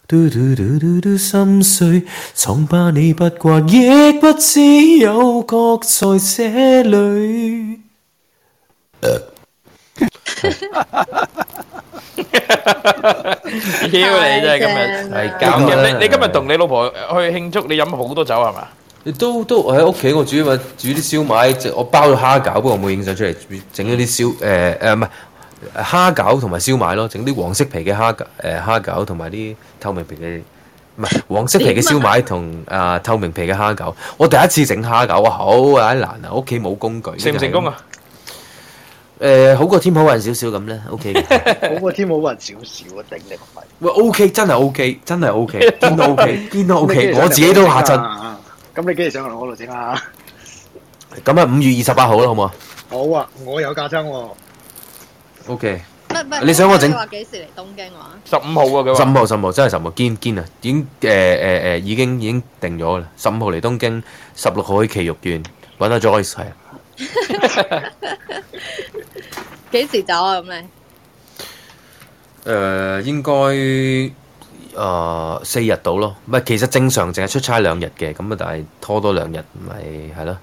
嘟嘟嘟嘟嘟心碎，瘡疤你不刮，亦不知有覺在這裏。
屌你真係今日咁
係咁啦
嘅，你你今日同你老婆去慶祝，你飲好多酒係嘛？
都都我喺屋企，我煮咪煮啲燒賣，就我包咗蝦餃，不過我冇影相出嚟，整咗啲燒誒誒唔係蝦餃同埋燒賣咯，整啲黃色皮嘅蝦餃誒蝦餃同埋啲透明皮嘅唔係黃色皮嘅燒賣同啊透明皮嘅蝦餃。我第一次整蝦餃啊，好啊難啊，屋企冇工具。
成唔成功啊？
誒、好過天好運少少咁咧，OK 嘅。
好過天冇運少少啊，頂你個 肺！
喂，OK 真係 OK，真係 OK，堅到 OK，堅到 OK，我自己都嚇震。
咁你幾時上嚟我度整啊？
咁啊，五月二十八號啦，好唔好啊
好啊，我有架撐喎。
？OK。
唔唔
你想我整
你話幾時嚟東京話？
十五號啊，佢
十五號，十五號真係十五號，堅堅啊，已經誒誒誒，已經已經定咗啦。十五號嚟東京，十六號去奇玉苑揾阿 Joyce 係啊。
幾時走啊？咁你？
誒、應該誒、四日到咯，唔係其實正常淨係出差兩日嘅，咁啊但係拖多兩日咪係咯。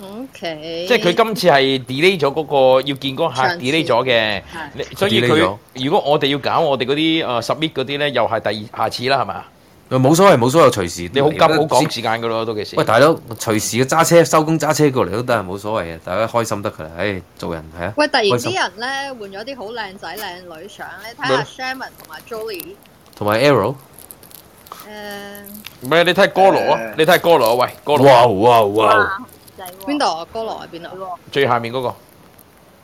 O K，
即係佢今次係 delay 咗嗰個要見嗰個客
上次
delay 咗嘅，你所以
delay
佢
咗
ờ, 如果我哋要搞我哋嗰啲誒 submit 嗰啲咧，又係第二下次啦，係嘛？
冇所謂，冇所謂，隨時
你好急，好趕時間噶咯，到幾時？
喂，大佬，隨時揸車收工揸車過嚟都得，冇所謂嘅，大家開心得噶啦。唉，做人係啊。
喂，突然
開心
啲人咧換咗啲好靚仔靚女相咧，睇下 Sherman 同埋 Jolie，
同埋 Arrow，
誒
唔係你睇哥羅啊，你睇哥羅啊，喂，哥羅。
哇哇
哦
哇！
邊度啊？哥羅喺邊度？
最下面嗰個。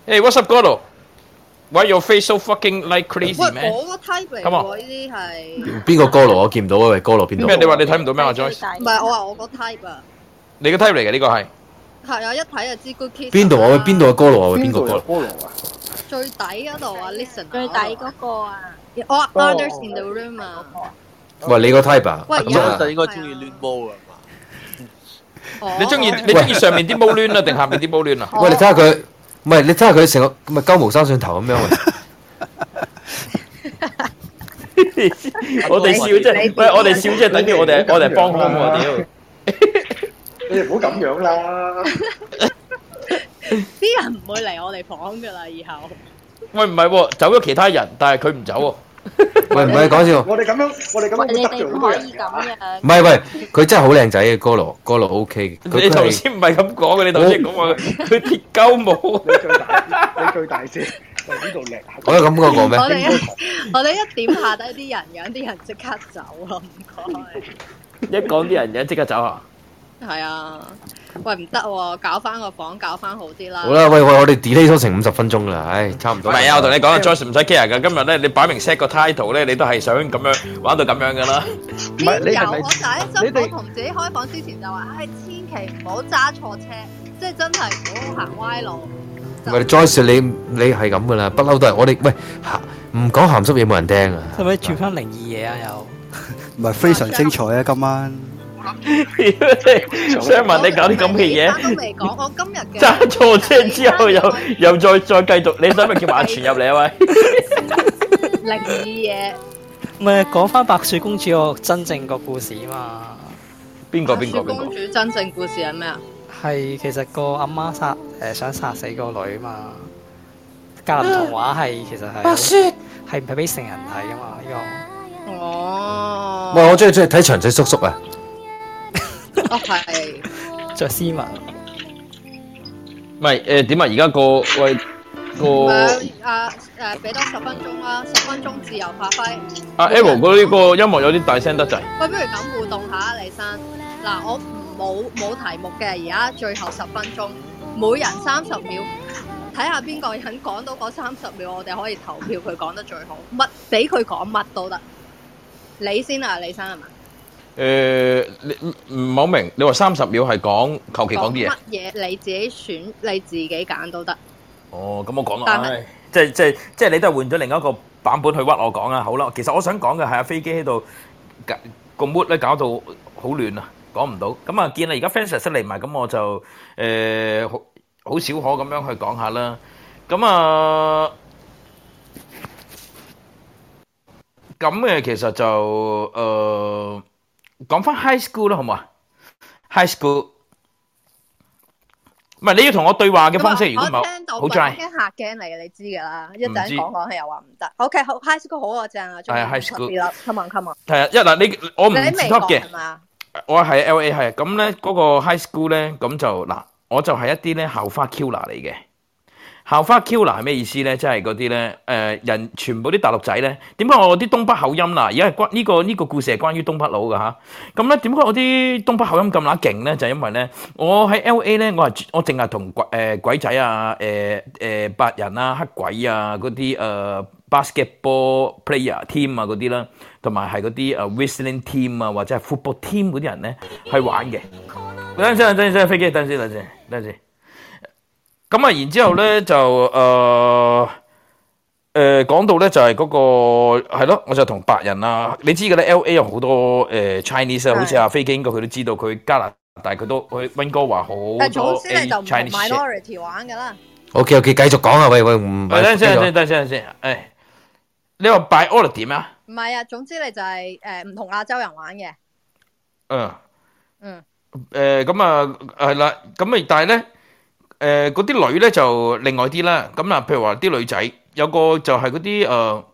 Hey, what's up, Gordo? Why your face so fucking like crazy,
喂，
man？
我個 type 嚟
Come
喎，呢啲係
邊個歌羅我見唔到啊？喂，歌羅邊度？
咩？你話你睇唔到咩啊，Joyce？
唔係我話我個 type 啊？
你個 type 嚟嘅呢個係
係啊，一睇就知 good kid。
邊度啊？喂，邊度啊？歌羅啊？喂，邊個
邊度
歌
有
羅？
最底嗰度啊，listen 最底嗰個啊，我話
哦
others in the room 啊，
喂，你個 type 啊？
喂
咁啊
就應該中意攣毛啊嘛。
你中意你中意上面啲毛攣啊，定下面啲毛攣啊？
喂，你睇下佢，唔係你睇下佢成個咪鳩毛生上頭咁樣喂。
我哋笑真係，喂，我哋笑真係等於我哋我哋係幫兇喎，屌！
你哋唔好咁樣啦。
啲人唔會嚟我哋房噶啦，以 後。
喂，唔係喎，走咗其他人，但係佢唔走
喎。喂，唔係講笑。
我哋咁樣，我哋咁樣會得罪好多人㗎。
唔係喂，佢真係好靚仔嘅歌羅，歌羅 OK 嘅。佢
你頭
佢係
先唔係咁講嘅，你頭先講話佢鐵鳩毛。
你最大先，喂呢度叻。
我有咁講過咩
我？哋啊一 我哋一點下低啲人樣，啲人即刻走啊！唔
一講啲人嘢即刻走
該。
啊！
係啊，喂唔得喎，搞翻個房，搞翻好啲啦。
好啦，喂喂，我哋 delay 咗成五十分鐘啦，唉，差唔
唔
多。
係啊，我同你講啊，Joyce 唔使 care 噶。今日咧，你擺明 set 個 title 咧，你都係想咁樣玩到咁樣噶啦。
唔係你由我第一心，我同自己開房之前就話：，唉，千祈唔好揸錯車，即係真係唔好行歪路。
唔係 Joyce，你你係咁噶啦，不嬲都係我哋喂鹹唔講鹹濕嘢冇人聽啊！
系咪轉翻靈異嘢啊？又
唔係非常精彩啊！今晚
想問你搞啲咁嘅嘢，
都未講，我今日嘅
揸錯車之後又又再再繼續，你使唔使叫馬全入嚟啊？喂，
靈異嘢，
唔係講翻白雪公主個真正個故事啊嘛？
邊個
白雪公主真正故事係咩啊？
係其實個阿媽殺誒想殺死個女啊啊嘛。格林童話係其實係
白雪
係唔係俾成人睇噶嘛？呢
哦，
喂，我中意中意睇長仔叔叔啊！
哦係，
個着絲襪。
唔係誒點啊？而家個喂
唔
個
哦係啊誒，俾多十分鐘啦，十分鐘自由發揮。
阿 Arrow 啊嗰呢個音樂有啲大聲得滯。
喂，不如咁互動下啊，李生。嗱，我冇冇題目嘅，而家最後十分鐘，每人三十秒，睇下邊個人講到嗰三十秒，我哋可以投票佢講得最好，乜俾佢講乜都得。你先啊，李生係嘛？
誒，你唔唔好明，你話三十秒係講求其講啲嘢
乜。嘢你自己選，你自己揀都得。
哦，咁我講
但
啦
係，
唉即係即係即係你都係換咗另一個版本去屈我講啊！好啦，其實我想講嘅係啊，飛機喺度搞個 mood 咧搞到好亂啊，講唔到。咁啊，見啦，而家 fans 出嚟埋，咁我就誒好好少可咁樣去講下啦。咁啊〜咁嘅其實就誒、呃、講翻 high school 啦，好唔好啊？high school 唔係你要同我對話嘅方式，如果唔
我
係
聽到
好 dry
已。經嚇驚你，你知㗎啦。一
唔
陣
知
講講係又話唔得。OK，好，high school 好啊，正啊，中意
係 high
出
school
啲啦，come on come on。
係啊，一嗱你我唔
你喺美
stop
國
嘅
係，啊嘛？
我係 L A 係咁咧，嗰、個 high school 咧，咁就嗱，我就係一啲咧校花 killer 嚟嘅。校花 killer 係咩意思咧？即係嗰啲咧，誒、人全部啲大陸仔咧，點解我啲東北口音啦？而家係關呢、個呢、個故事係關於東北佬㗎吓。咁咧點解我啲東北口音咁乸勁咧？就因為咧，我喺 L A 咧，我係我淨係同鬼誒、鬼仔啊、誒、誒、白人啊、黑鬼啊嗰啲誒 basketball player team 啊嗰啲啦，同埋係嗰啲誒 whistling team 啊或者係 football team 嗰啲人咧去玩嘅。等陣先，等陣先，飛機，等陣先，等陣先，等陣先。咁啊，然之後咧就誒誒、呃呃、講到咧就係嗰、個係咯，我就同白人啊，你知嘅咧，L A 有好多誒、呃 Chinese 啊，好似阿飛機應該佢都知道，佢加拿大佢都去温哥華好多
但總之你就唔同
A- Chinese shit。
minority 玩㗎啦。
OK OK，繼續講啊！喂喂，唔
喂等陣先，等
繼續
陣先等陣先，等陣先，誒，你話 biology 咩啊？
唔係啊，總之你就係誒唔同亞洲人玩嘅，
嗯。
嗯，
誒咁啊係啦，咁啊但係咧誒嗰啲女咧就嗯呃另外啲啦，咁啊譬如話啲女仔有個就係嗰啲誒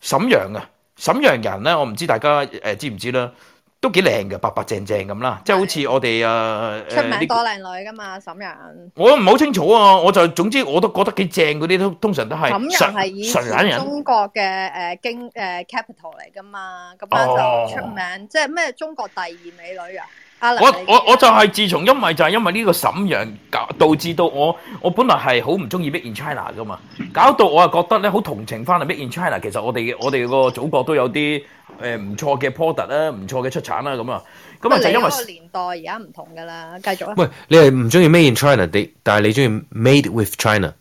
沈陽啊，沈陽人咧，我唔知大家誒知唔知啦，都幾靚嘅，白白淨淨咁啦，即係好似我哋呃誒
出名多靚女㗎嘛，沈陽。
我唔好清楚啊，我就總之我都覺得幾正嗰啲都通常都係
沈陽係以
純
前
人
中
人。
國嘅誒經誒 capital 嚟㗎嘛，咁樣就出名，即係咩中國第二美女啊！阿
哦我
梁，
我我就係自從因為就係因為呢個沈陽搞導致到我我本來係好唔中意 Made in China 噶嘛，搞到我係覺得咧好同情翻嚟 Made in China。其實我哋我哋個祖國都有啲誒唔錯嘅 product 啦，唔錯嘅出產啦咁啊，咁啊就
你
因為
嗰個年代而家唔同㗎啦，繼續
喂
啦。，
你係唔中意 Made in China，你但係你中意 Made with China。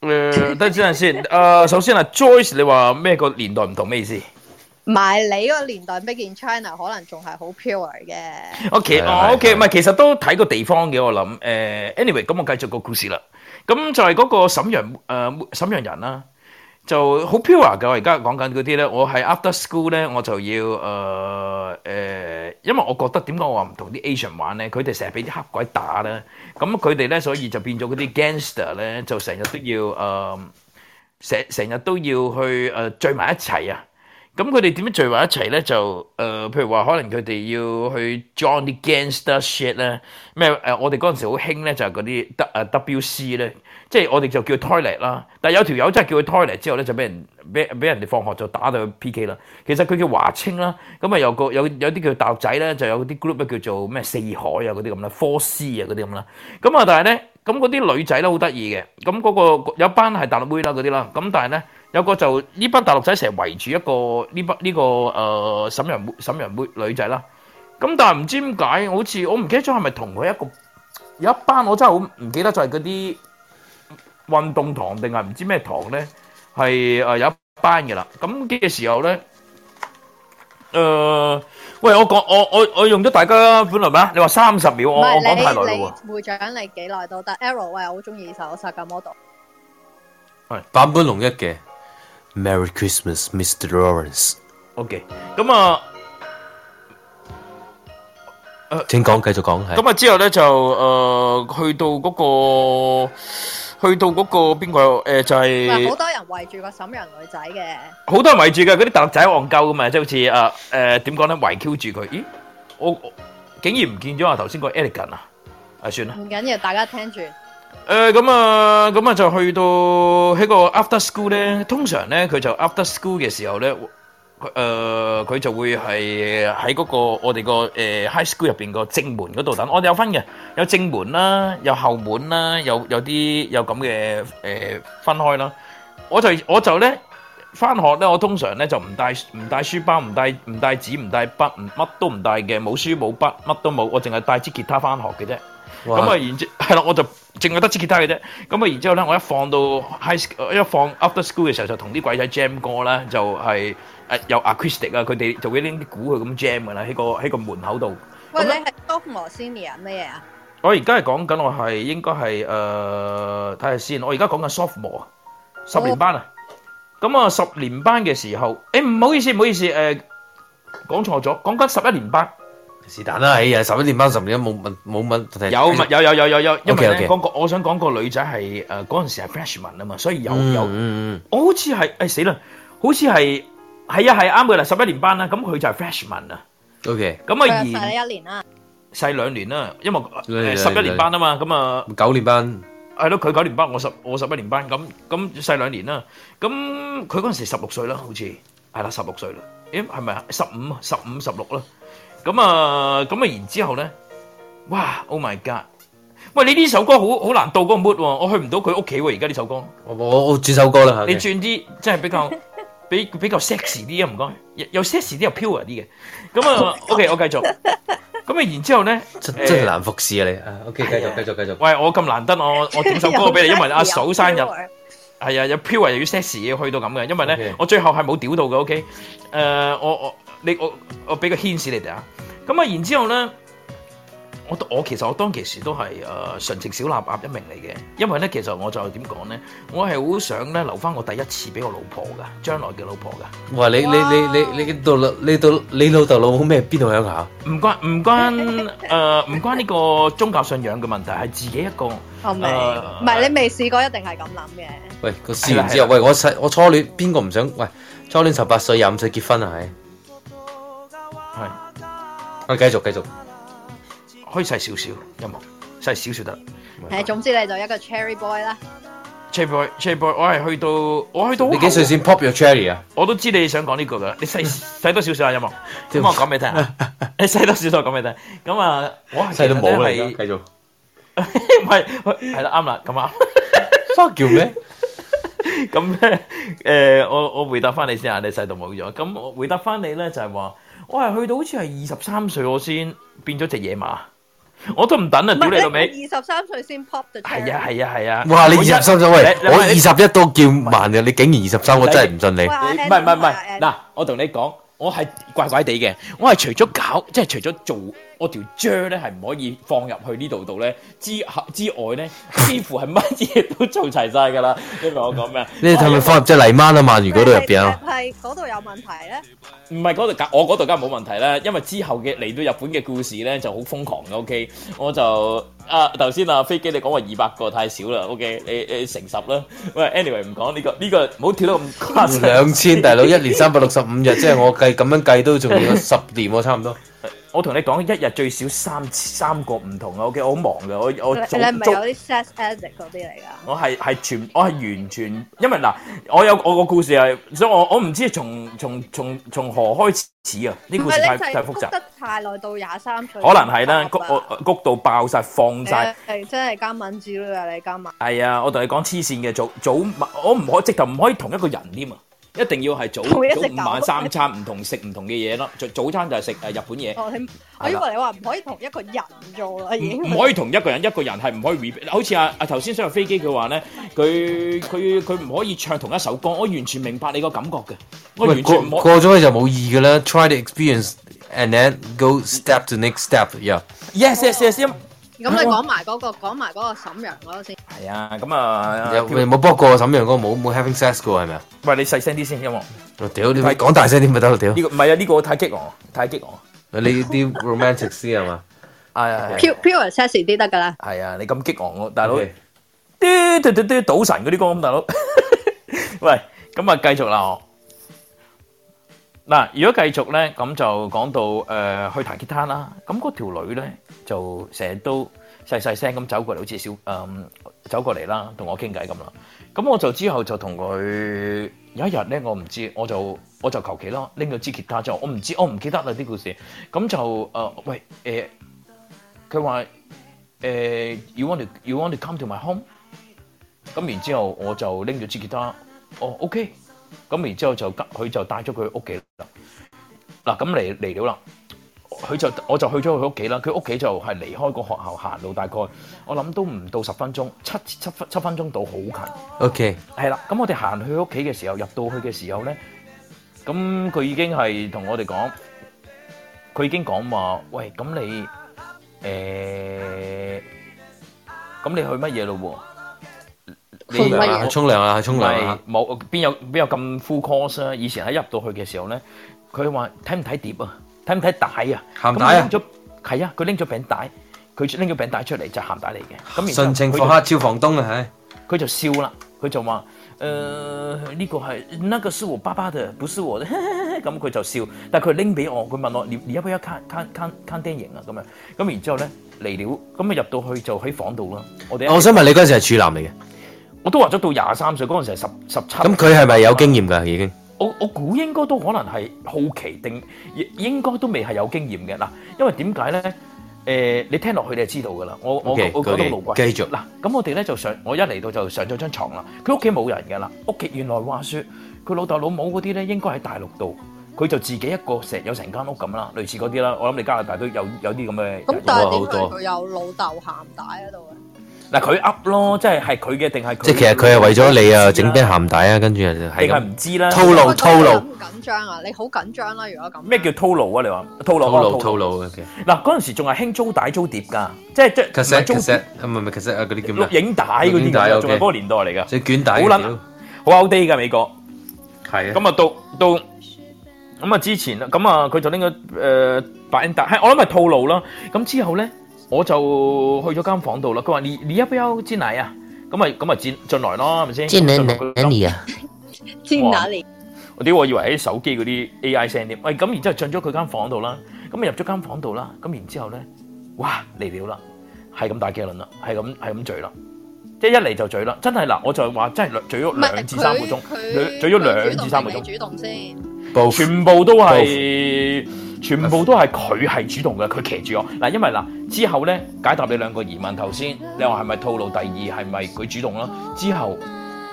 誒等陣先先誒，首先啊 Joyce 你話咩個年代唔同咩意思？
唔係你嗰個年代 Make in China 可能仲係好 pure 嘅。
O K，
係啊
哦，O K，唔係，其實都睇個地方嘅，我諗。誒、a n y w a y 咁我繼續個故事啦。咁就係嗰個沈陽誒、呃沈陽人啦，就好 pure 嘅。我而家講緊嗰啲咧，我係 after school 咧，我就要誒誒、呃呃因為我覺得點解我話唔同啲 Asian 玩咧，佢哋成日俾啲黑鬼打咧，咁佢哋咧所以就變咗嗰啲 gangster 咧，就成日都要誒。呃成成日都要去誒、呃聚埋一齊啊！咁佢哋點樣聚埋一齊咧？就誒、呃譬如話可能佢哋要去 join 啲 gangster shit 咧，咩誒、呃我哋嗰陣時好興咧，就係嗰啲 W 誒 WC 咧，即係我哋就叫 toilet 啦。但係有條友真係叫佢 toilet 之後咧，就俾人俾俾人哋放學就打到佢 PK 啦。其實佢叫華清啦，咁啊有個有有啲叫大陸仔咧，就有啲 group 咧叫做咩四海啊嗰啲咁啦，科斯啊嗰啲咁啦。咁啊，但係咧，咁嗰啲女仔咧好得意嘅，咁嗰、個有班係大陸妹啦嗰啲啦，咁但係咧有個就呢班大陸仔成日圍住一個呢班呢個誒、呃沈陽妹沈陽妹女仔啦，咁但係唔知點解，好似我唔記得咗係咪同佢一個有一班我真係好唔記得就係嗰啲運動堂定係唔知咩堂咧，係誒有一班嘅啦，咁嘅時候咧。誒、喂！我講我我我用咗大家本來咩啊？你話三十秒，
唔
我我講太耐啦
係
喎。
你你會長你幾耐都得。Arrow 喂，我好中意呢首《殺價 model》。
版本龍一嘅 Merry Christmas, Mr. Lawrence。
OK，咁啊，
請講，繼續講係。
咁啊之後咧就誒、呃去到嗰、個，去到嗰個邊個誒、呃就係、
喂，好多人圍住個沈陽女仔嘅。
好多人圍住嘅，嗰啲大陸仔戇鳩噶嘛，即係好似誒誒點講咧，圍 Q 住佢。咦，我我竟然唔見咗啊！頭先個 elegant 啊，啊算啦。
唔緊要，大家聽住。
誒咁啊，咁啊就去到喺個 after school 咧，通常咧佢就 after school 嘅時候咧，佢誒佢就會係喺嗰個我哋個誒 high school 入邊個正門嗰度等。我哋有分嘅，有正門啦，有後門啦，有有啲有咁嘅誒分開啦。我就我就咧翻學咧，我通常咧就唔帶唔帶書包，唔帶唔帶紙，唔帶筆，唔乜都唔帶嘅，冇書冇筆，乜都冇，我淨係帶支吉他翻學嘅啫。咁
哇
啊，然之係啦，我就淨係得支吉他嘅啫。咁啊，然之後咧，我一放到 high school，一放 after school 嘅時候，就同啲鬼仔 jam 歌啦，就係、誒有 acoustic 啊，佢哋就會拎啲鼓去咁 jam 噶啦，喺個喺個門口度。
喂，你係 sophomore senior 咩嘢啊？
我而家係講緊我係應該係誒睇下先，我而家講緊 sophomore 啊十年班啊。咁啊，十年班嘅時候，誒、唔好意思，唔好意思，誒、講錯咗，講緊十一年班。
是但啦，哎呀，十一年班十年都冇問冇問題。
有咪有有有有有，因為
OK，OK
咧講個，我想講個女仔係誒嗰陣時係 freshman 啊嘛，所以有
嗯
有
嗯
我好似係誒死啦，好似係係啊係啱嘅啦，十一年班啦，咁佢就係 freshman 啊，
嗯，OK。
咁啊
佢細
延
你一年啦。
細兩年啦，因為
兩年
誒十一年班啊嘛，咁啊
九年班
係咯，佢九年班，我十我十一年班，咁咁細兩年啦，咁佢嗰陣時十六歲啦，好似係啦，十六歲啦，咦係咪啊？十五十五十六啦，咁啊咁啊，然之後咧，哇，Oh my god！喂，你呢首歌好好難到嗰個 mood 喎，我去唔到佢屋企喎，而家呢首歌。
我我我轉首歌啦。
你轉啲即係比較比比較 sexy 啲啊，唔該，有有 sexy 啲又 pure 啲嘅。咁啊，OK，我繼續。咁啊，然之後咧，
真
誒
真係難服侍啊你啊！OK，繼續繼續繼續。
喂，我咁難得，我我點首歌俾你，因為阿嫂生日。係啊，有 pure 又要 sexy 要去到咁嘅，因為咧我最後係冇屌到嘅，OK？誒、我我你我我俾個 hint 你哋啊，咁啊然之後咧，誒、我我其實我當其時都係誒、呃純情小臘鴨一名嚟嘅，因為咧其實我就點講咧，我係好想咧留翻我第一次俾我老婆噶，將來嘅老婆噶。
哇！你你你你你到老你到你老豆老母咩邊度鄉下？
唔關唔關誒呃唔關呢個宗教信仰嘅問題，係自己一個
我明，
呃
唔係你未試過一定係咁諗嘅。
喂，個試完之後，喂，我細我初戀邊個唔想？喂，初戀十八歲廿五歲結婚啊，係
係。
我繼續繼續。
可以細少少音樂，細少少得。
誒，總之你就一個 cherry boy 啦。
c h a boy c h a boy，我係去到我去到
你幾歲先 pop your cherry 啊？
我都知你想講呢個噶，你 細細多少少啊音樂，咁我講俾你聽啊，你細多少少我講俾你聽。咁啊，我係
細到冇啦，
其實
而
呢係
家 繼續。
唔係，係啦，啱啦，咁啱。
fuck 叫咩？
咁咧，誒，我我回答翻你先啊，你細到冇咗。咁我回答翻你咧，就係話，我係去到好似係二十三歲，我先變咗只野馬。我都唔等啊，
唔
屌你老
係
味！
你二十三歲先 pop the cherry。
係啊，係啊，係啊！
哇！你
我一
二十三歲喂，
你
我二十一都叫慢嘅，你竟然二十三，我真係唔信你。
你唔係唔係唔係，嗱，我同你講，我係怪怪地嘅，我係除咗搞，即係除咗做，我條啫咧係唔可以放入去呢度度咧之後之外咧，幾乎係乜嘢都做齊晒㗎啦。你明我講咩啊？
你係咪放入只泥媽啊？曼如嗰度入邊啊？
係嗰度有問題咧？
唔係嗰度搞，我嗰度梗係冇問題啦，因為之後嘅嚟到日本嘅故事咧就好瘋狂嘅。OK，我就啊頭先啊飛機你講話二百個太少啦。OK，你你乘十啦。喂，anyway 唔講呢個呢個，唔好跳得咁誇張
兩千大佬一年三百六十五日，即係我計咁樣計都仲要十年喎，差唔多。
呃我同你講，一日最少三三個唔同啊！OK，我好忙嘅，我我
你
早
你係咪
早
有啲 sex addict 嗰啲嚟㗎？
我係係全，我係完全，因為嗱，我有我個故事係，所以我我唔知從從從從何開始啊！呢
唔
故
係
事太
你就
太
係
複
谷
雜，
得太耐到廿三歲，
可能係啦，谷我谷到爆晒，放晒。
啊係啊真係加敏子啦，你加敏。
係啊，我同你講黐線嘅，早早我唔可直頭唔可以同一個人添啊！一定要係早早
同一隻狗
午晚三餐唔同食唔同嘅嘢咯，早早餐就係食誒日本嘢。
哦，你我以為你話唔可以同一個人做啦，已經
唔可以同一個人，一個人係唔可以 repeat。好似阿阿頭先上飛機佢話咧，佢佢佢唔可以唱同一首歌，我完全明白你個感覺嘅，我
喂，
完
過
全唔可
過咗去就冇意義㗎啦。Try the experience and then go step to next step。Yeah。
Yes yes yes。咁
你講埋嗰個，講埋嗰個沈陽嗰個先。
係啊，咁啊，
有喂冇 book 過沈陽嗰個冇冇 having sex 過係咪啊？
喂，你細聲啲先，音樂
我屌你咪講大聲啲咪得咯，屌
呢！個唔係啊，呢個太激昂，太激昂。
你啲 romantic 啲係嘛？
係
，pure pure sexy 啲得㗎啦。
係啊，你咁激昂我大佬，嘟嘟嘟嘟賭神嗰啲歌咁大佬。喂，咁啊繼續啦我。嗱，如果繼續咧，咁就講到誒、呃去彈吉他啦。咁嗰條女咧就成日都細細聲咁走過嚟，好似小誒、嗯走過嚟啦，同我傾偈咁啦。咁我就之後就同佢有一日咧，我唔知，我就我就求其啦，拎咗支吉他之後，我唔知，我唔記得啦啲故事。咁就誒、呃喂誒，佢話誒，you 呃 want to you want to come to my home？咁然之後我就拎咗支吉他，哦 OK，咁然之後就佢就帶咗佢屋企啦。嗱咁嚟嚟了啦，佢就我就去咗佢屋企啦。佢屋企就係離開個學校行路大概，我諗都唔到十分鐘，七七分七分鐘到好近。
OK。
係啦，咁我哋行去佢屋企嘅時候，入到去嘅時候咧，咁佢已經係同我哋講，佢已經講話，喂，咁你誒，呃咁、你去乜嘢咯喎？你
沖涼啊沖涼啊沖涼啊！
唔係冇邊有邊有咁 full course 啊？以前喺入到去嘅時候咧，佢話睇唔睇碟啊？睇唔睇帶啊？
鹹帶
咁佢拎
啊
咗係啊，佢拎咗餅帶，佢拎咗餅帶出嚟就係鹹帶嚟嘅。咁
純情
放
放黑超房東啊，唉！
佢就笑啦，佢就話：誒、呢、個係那個是我爸爸的，不是我的。 咁佢就笑，但係佢拎俾我，佢問我你你要不要看看看看電影啊？咁樣咁然之後咧嚟了，咁啊入到去就喺房度啦。我哋
哦我想問你嗰陣時係處男嚟嘅，
我都話咗到廿三歲嗰陣時係十十七。
咁佢係咪有
Ờ.
經驗㗎？已經
我我估應該都可能係好奇定應應該都未係有經驗嘅嗱，因為點解咧？誒、你聽落去你就知道㗎啦。我我
OK，
我覺得老貴。
OK，繼續
嗱，咁我哋咧就上，我一嚟到就上咗張床啦。佢屋企冇人嘅啦，屋企原來話説佢老豆老母嗰啲咧應該喺大陸度，佢就自己一個成有成間屋咁啦，類似嗰啲啦。我諗你加拿大都有有啲咁嘅人。
啊咁但係點解佢有老豆鹹帶喺度嘅？
嗱佢 up 咯，即係係佢嘅定係佢？
即係其實佢係為咗你啊，整啲鹹帶啊，跟住就係
定係
咁
唔知啦。
套路套路
緊張啊！你好緊張啦，如果咁。
咩叫套路啊？你話套路
套
啊
路套路嘅。
嗱嗰陣時仲係興租帶租碟㗎，即係即係唔
cassette
係租
cassette
碟
唔係唔係 cassette 啊嗰啲叫咩？
錄影帶嗰
錄影
啲
帶
㗎，
，OK
仲係嗰個年代嚟㗎。
即係捲帶
好
嘅
撚
屌
好 out day 㗎美國。
係啊。
咁啊到到咁啊之前啦，咁啊佢就拎咗誒白英達，係我諗係套路啦。咁之後咧，我就去咗間房度啦。佢話你你要不要進來啊？咁啊咁啊進進來咯，係咪先？
進來
來
哪哪裡啊？
天哪你！
我啲我以為喺手機嗰啲 AI 聲添。喂，咁然之後進咗佢間房度啦，咁入咗間房度啦，咁然之後咧，哇嚟了啦，係咁打機輪啦，係咁係咁嘴啦。即係一嚟就嘴啦，真係嗱，我就話真係嘴咗兩至三個鐘，兩嘴咗兩至三個鐘。
主動先。
全部都係，全部都係佢係主動嘅，佢騎住我嗱。因為嗱之後咧，解答你兩個疑問。頭先你話係咪套路？第二係咪佢主動啦？之後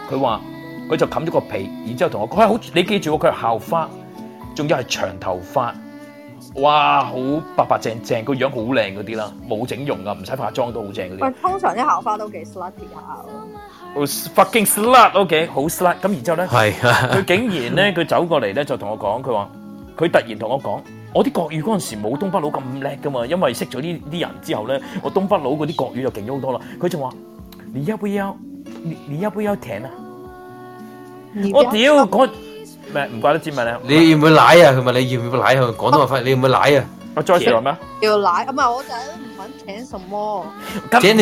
佢話佢就冚咗個被，然之後同我講：，佢好，你記住喎，佢係校花，仲要係長頭髮，哇，好白白淨淨，個樣好靚嗰啲啦，冇整容噶，唔使化妝都好正嗰啲
喂。，通常啲校花都幾 slutty 下喎。
Oh, fucking slut，OK，、好 slut。咁然之後咧，
係啊
佢竟然咧，佢走過嚟咧就同我講，佢話佢突然同我講，我啲國語嗰陣時冇東北佬咁叻噶嘛，因為識咗呢啲人之後咧，我東北佬嗰啲國語就勁咗好多啦。佢就話：你要不要？你你要不要艇啊？我屌嗰咩唔怪得之咪咧，
你要唔要奶啊？佢問你要唔要奶啊？廣東話翻，你要唔要奶啊？
我再試話咩？
要奶，啊唔係我就係都唔肯請什麼。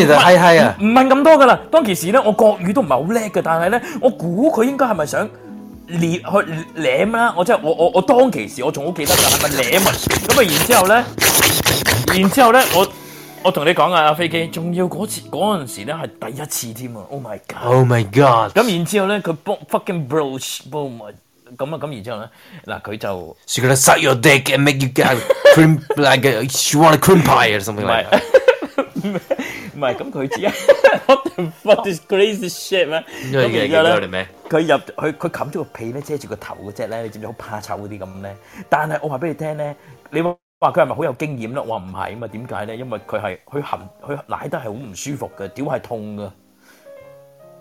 Jenny 就嗨嗨啊
唔問咁多噶啦。當其時咧，我國語都唔係好叻嘅，但係咧，我估佢應該係咪想列去舐啦？我真係我我我當其時我仲好記得㗎，係咪舐啊？咁啊，然之後咧，然之後咧，我我同你講啊，阿飛機，仲要嗰次嗰陣時咧係第一次添啊！Oh my god！
Oh my god！
咁然之後咧，佢 boom fucking broach boom 咁啊，咁然之後咧，嗱佢就。
She gonna suck your dick and make you get cream like a, she want a cream pie or something like that.
唔係，咁佢只係 what the fuck is crazy shit 咩？
因
咁
為嘢
然之後
見到你咩
咧，佢入佢佢冚咗個被咧，遮住個頭嗰只咧，你知唔知好怕醜嗰啲咁咧？但係我話俾你聽咧，你話佢係咪好有經驗咧？我話唔係啊嘛，點解咧？因為佢係佢含佢奶得係好唔舒服嘅，屌係痛㗎。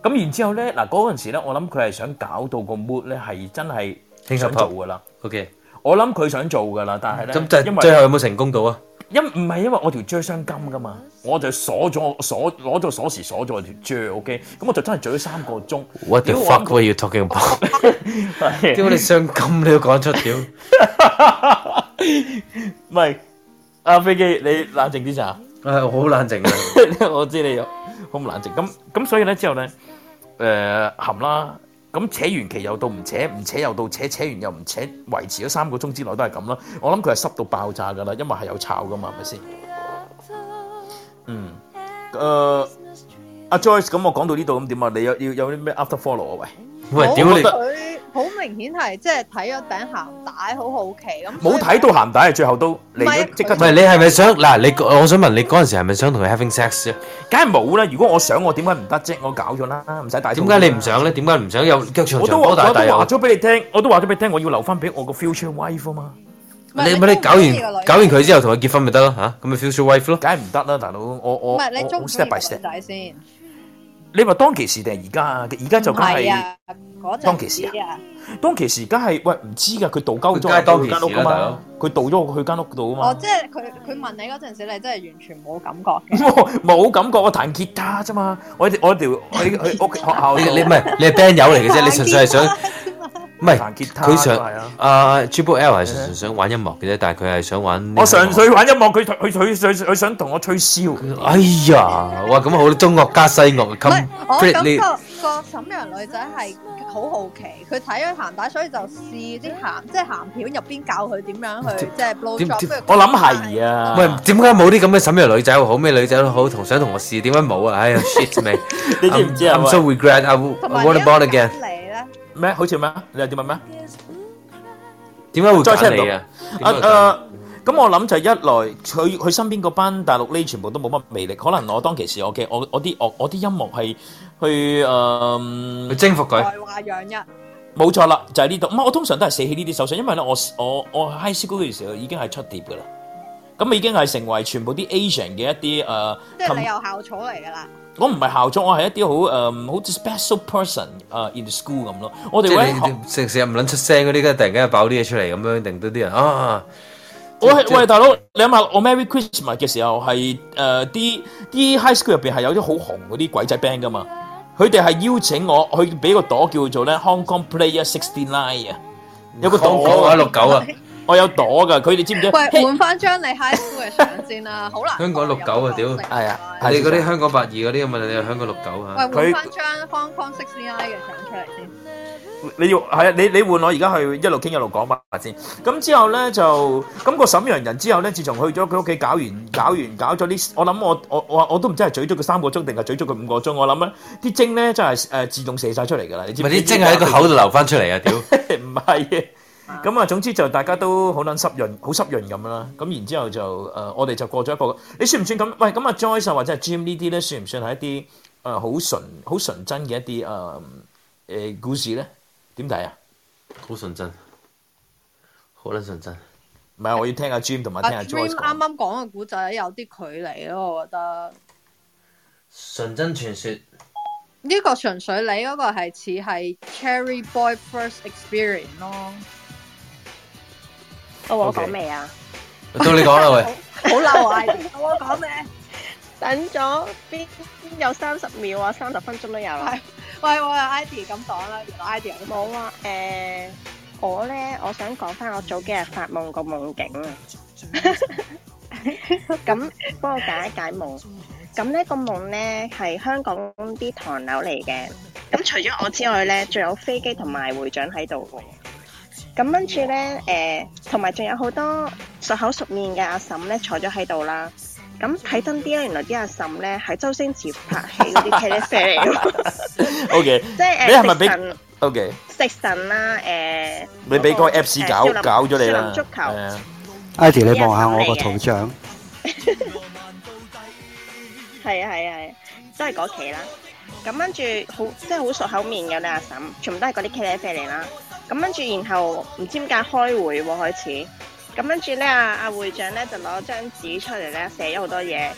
咁然之後咧，嗱嗰陣時咧，我諗佢係想搞到個 mood 咧係真係
聽下
想
pop
做㗎啦。
OK，
我諗佢想做㗎啦，但係咧，
咁最
因為
最後有冇成功到啊？
因唔係因為我條鋸傷金噶嘛，我就鎖咗鎖攞咗鎖匙鎖咗條鋸，OK，咁我就真係鋸咗三個鐘。
What the
屌
fuck
我
were you talking about？
諗
屌你傷金你都講出 屌！
唔係阿飛機，你冷靜啲 咋？
唉，我好冷靜啊！
我知你有好唔冷靜。咁咁所以咧之後咧，誒、含啦。咁扯完期又到唔扯，唔扯又到扯，扯完又唔扯，維持咗三個鐘之內都係咁啦。我諗佢係濕到爆炸噶啦，因為係有炒噶嘛，係咪先？嗯，誒、阿 Ừ. Ờ, à, Joyce，咁我講到呢度咁點啊？你有要有啲咩 after follow 啊？喂，
我
喂，屌你
覺得，佢好明顯係即係睇咗頂鹹帶，好好奇咁。
冇睇到鹹帶，最後都嚟咗即刻。
唔係你係咪想嗱？你我想問你嗰陣時係咪想同佢 having sex 啫？
梗係冇啦！如果我想，我點解唔得啫？我搞咗啦，唔使帶。
點解你唔？想咧？點解唔想有腳長
我都
長
我
波
都
大大
話
有？
咗俾你聽，我都話咗俾你聽，我要留翻俾我個 future wife 啊嘛。
你咪你搞完搞完佢之後同佢結婚咪得咯嚇？咁咪 future wife 咯？
梗係唔得啦，大佬！我
唔
我
係你
我
中唔
我
中
step
意個
by
女
step。
仔先？
你話當其時定係而家啊？而家就
唔
梗
係
係
啊，嗰陣
當其時
啊，
當其時，梗係喂唔知㗎，佢盜鳩
梗係
咗
當
我
其
去間
時
屋㗎
啦大佬
嘛，佢盜咗我去間屋度啊
哦，
嘛。
即係佢佢問你嗰陣時，你真係完全冇感覺嘅。
冇冇感覺，我彈吉他啫嘛。我我條我 喺屋企學校
你你唔係你係 band 友嚟 嘅啫，你純粹係想唔係
彈吉他
佢想
都係啊
啊 Triple L 係純粹想玩音樂嘅啫，但係佢係想玩呢
我
個
純粹玩音樂，佢佢佢佢佢想同我吹簫。
哎呀，哇咁好中樂加西樂
我感覺
completely
個沈陽女仔係好好奇，佢睇咗鹹帶，所以就試啲鹹即係鹹片入邊教佢點樣去即係 blow
點
job
點
不如。
我諗係啊。
喂，點解冇啲咁嘅審樣女仔好，咩女仔都好，同想同我試，點解冇啊？ 哎呀，shit 未，
你知唔知啊
I'm so
喂
regret I w I wanna born again。
咩？好似咩？你又點問咩？
點解會
再聽
揀
唔
你
到
啊？
啊
點解會揀
誒，咁我諗就一來佢佢身邊嗰班大陸呢，全部都冇乜魅力。可能我當其時我嘅我我啲樂我啲音樂係去誒
去征服佢
才華洋溢，
冇錯啦，就係呢度。唔係我通常都係死喺呢啲手上，因為咧我我我 high school 嘅時候已經係出碟噶啦。咁已經係成為全部啲 Asian ờ, 嘅一啲誒。呃
即係
com-
你又校草嚟㗎啦。
我唔係校長，我係一啲好誒好 special person 誒 in the school 咁咯。我哋
即
會
係
喺學
你成成日唔撚出聲嗰啲，跟住突然間爆啲嘢出嚟咁樣，令到啲人啊，
我係喂大佬，你諗下我 Merry Christmas 嘅時候係誒啲啲 high school 入邊係有啲好紅嗰啲鬼仔 band 噶嘛，佢哋係邀請我去俾個朵叫做咧 Hong Kong Player Sixty Nine 啊，有個朵
香港啊69啊，
我有朵噶，佢哋知唔知？
喂，換翻張你 high school 嘅相先啦，好難。
香港六九啊，屌，係
啊
你嗰啲香港八二嗰啲咁啊，你係香港六九啊，
喂，換翻張 Hong Kong Sixty Nine 嘅相出嚟先。
你要係啊，你你換我而家去一路傾一路講吧先。咁之後咧就咁、個沈陽人之後咧，自從去咗佢屋企搞完搞完搞咗啲，我諗我我我我都唔知係咀足佢三個鐘定係咀足佢五個鐘。我諗咧啲精咧真係誒、呃自動射晒出嚟㗎啦，你知
咪
唔知？
啲精喺個口度流翻出嚟啊， 屌！
唔係嘅。咁啊，總之就大家都好撚濕潤，好濕潤咁啦。咁然之後就誒、呃我哋就過咗一個。你算唔算咁？喂，咁啊，Joyce 啊或者係 Jim 呢啲咧，算唔算係一啲誒好純、好純真嘅一啲誒誒故事咧？點睇啊？
好純真，好撚純真。
唔係，我要聽阿 Jim 同埋聽
阿
阿
Dream 啊
Joyce
啱
講。
啱講嘅古仔有啲距離咯，我覺得
純真傳說，
呢個純粹你嗰個係似係 Cherry Boy First Experience 咯。
到我
OK
講未啊？
到你講啦喂。
好嬲啊！Ivy！到我講咩？
等咗邊有三十秒啊，三十分鐘都有啦。
喂喂，Ivy 咁講啦，原來 Ivy
冇啊，誒、 我咧，我想講翻我早幾日發夢個夢境啊。咁幫我解一解夢。咁呢個夢咧係香港啲唐樓嚟嘅。咁除咗我之外咧，仲有飛機同埋會長喺度喎。咁跟住咧，誒、同埋仲有好多熟口熟面嘅阿嬸咧坐咗喺度啦。咁睇真啲咧，原來啲阿嬸咧係周星馳拍戲 嗰啲茄喱啡嚟嘅喎，
O K，
即係誒
你係咪
食神
俾 O K？
食神啦，誒，
你俾個 Apps
誒
搞
少林
搞咗你
少
啦
林。足球
係啊
Ivy，你望下我個圖像，
係啊係啊係啊，都係嗰期啦。咁跟住好即係好熟口面嘅你阿嬸，全部都係嗰啲茄喱啡嚟啦。咁跟住然後唔知點解開會喎開始，咁跟住咧阿阿會長咧就攞張紙出嚟咧寫咗好多嘢。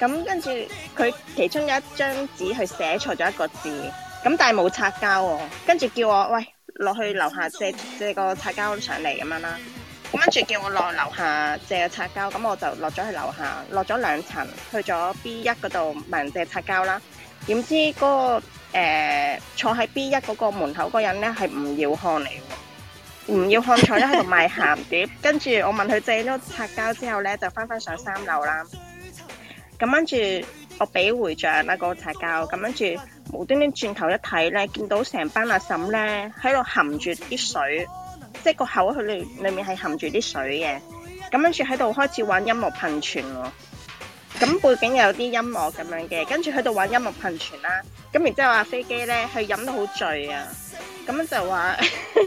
咁跟住佢其中有一張紙佢寫錯咗一個字，咁但係冇擦膠喎。跟住叫我喂落去樓下借借個擦膠上嚟咁樣啦。咁跟住叫我落樓下借擦膠，咁我就落咗去樓下，落咗兩層，去咗 B 一嗰度問人借擦膠啦。點知嗰、個、呃、坐喺 B 一嗰個門口嗰人咧係吳耀漢嚟喎，吳耀漢坐咗喺度賣鹹碟，跟住我問佢借咗擦膠之後咧，就翻翻上三樓啦。咁跟住我俾會長啦嗰個擦膠，咁跟住無端端轉頭一睇咧，見到成班阿嬸咧喺度含住啲水，即係個口佢裏裏面係含住啲水嘅，咁跟住喺度開始玩音樂噴泉喎。咁背景有啲音樂咁樣嘅，跟住喺度玩音樂噴泉啦。咁然之後阿飛機咧，佢飲到好醉啊，咁就話：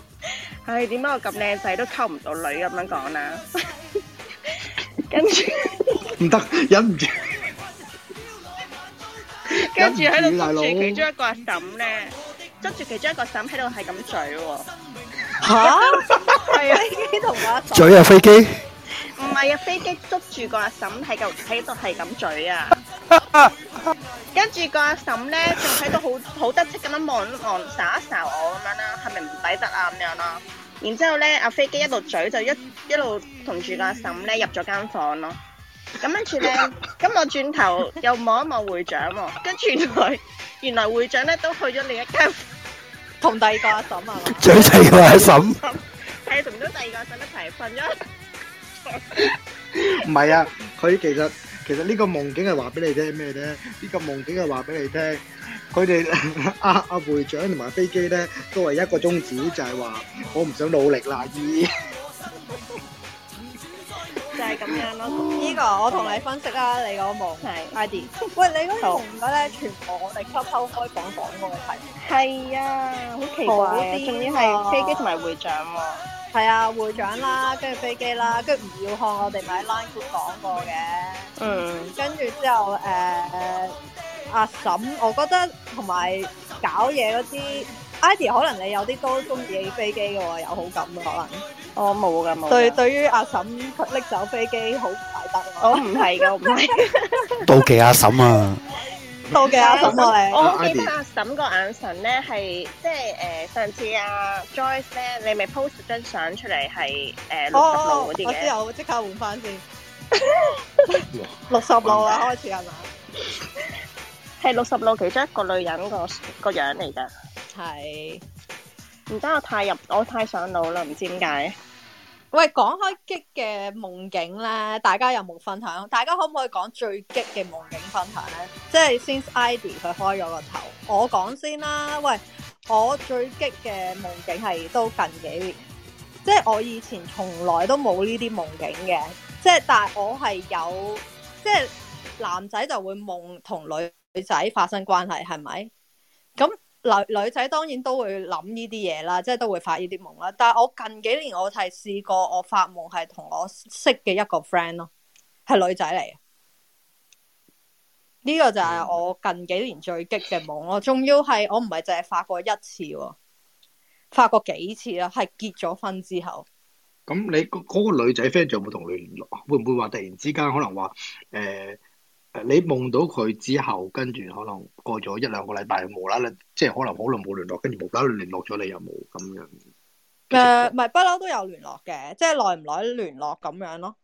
唉，點解我咁靚仔都溝唔到女咁樣 講啦？跟住
唔得，忍唔住。
跟住喺
忍唔住
度
大
捉
佬
住其中一個阿嬸咧，捉住其中一個嬸喺度係咁嘴喎。
嚇
係啊，
飛機同阿
嘴有飛機，
唔係啊，飛機捉住個阿嬸喺度喺度係咁 嘴啊！跟住個阿嬸咧，仲喺度好好得戚咁樣望望睄一睄我咁樣啦，係咪唔抵得啊咁樣啦？然之後咧，阿飛機一路嘴就一一路同住個阿嬸咧入咗間房咯。咁跟住咧， 咁我轉頭又望一望會長喎、跟住原來 原來會長咧都去咗另一 間，
同第二個阿嬸 係嘛？
嘴就係個阿嬸，
係同咗第二個阿嬸一齊瞓咗。
唔係啊，佢其實其實呢個夢境係話俾你聽咩咧？呢個夢境係話俾你聽，佢哋 阿阿會長同埋飛機咧，都係一個宗旨，就係話我唔想努力啦，依。
就係咁樣咯。
呢個我同你分析啦，你嗰個夢係 Ivy。喂，你嗰個夢嘅咧，全部我哋溝溝開房講過嘅題目。
係啊，好奇怪
好
啊！
癲
仲要
啊
係飛機同埋會長喎、
係啊，會長啦，跟住飛機啦，跟住吳耀漢，我哋咪喺 Line Group 講過嘅。
嗯，
跟住之後誒、呃阿嬸，我覺得同埋搞嘢嗰啲 i d y 可能你有啲都中意飛機嘅喎，有好感嘅可能。
我冇噶冇㗎。
對對於阿嬸佢拎走飛機好大啊
我哦唔係噶，我唔係。
妒忌阿嬸啊！
妒忌阿
嬸啊你
我好記得阿嬸個眼神咧係即係誒上次阿 Joyce 咧，你咪 post 咗張相出嚟係誒
哦
六十
哦，
路
我
嗰
知
啲嘅。
我即刻換翻先。六十路啊，開始係嘛？
係六十路其中一個女人個個樣嚟㗎。
係。
唔得，我太入，我太上腦啦，唔知點解。
喂，講開激嘅夢境咧，大家有冇分享？大家可唔可以講最激嘅夢境分享咧？即係 since Ivy 佢開咗個頭，我講先啦。喂，我最激嘅夢境係都近幾年，即係我以前從來都冇呢啲夢境嘅，即係但係我係有，即係男仔就會夢同女仔發生關係，係咪？咁女女仔當然都會諗呢啲嘢啦，即係都會發呢啲夢啦。但係我近幾年我係試過，我發夢係同我識嘅一個 friend 咯，係女仔嚟嘅。呢、個就係我近幾年最激嘅夢咯。仲要係我唔係淨係發過一次喎，發過幾次啦，係結咗婚之後。
咁你嗰嗰個女仔 friend 仲有冇同你聯絡？會唔會話突然之間可能話誒誒，你夢到佢之後，跟住可能過咗一兩個禮拜，無啦啦，即係可能好耐冇聯絡，跟住無啦啦聯絡咗你又冇咁樣。
誒，呃唔係不嬲都有聯絡嘅，即係耐唔耐聯絡咁樣咯。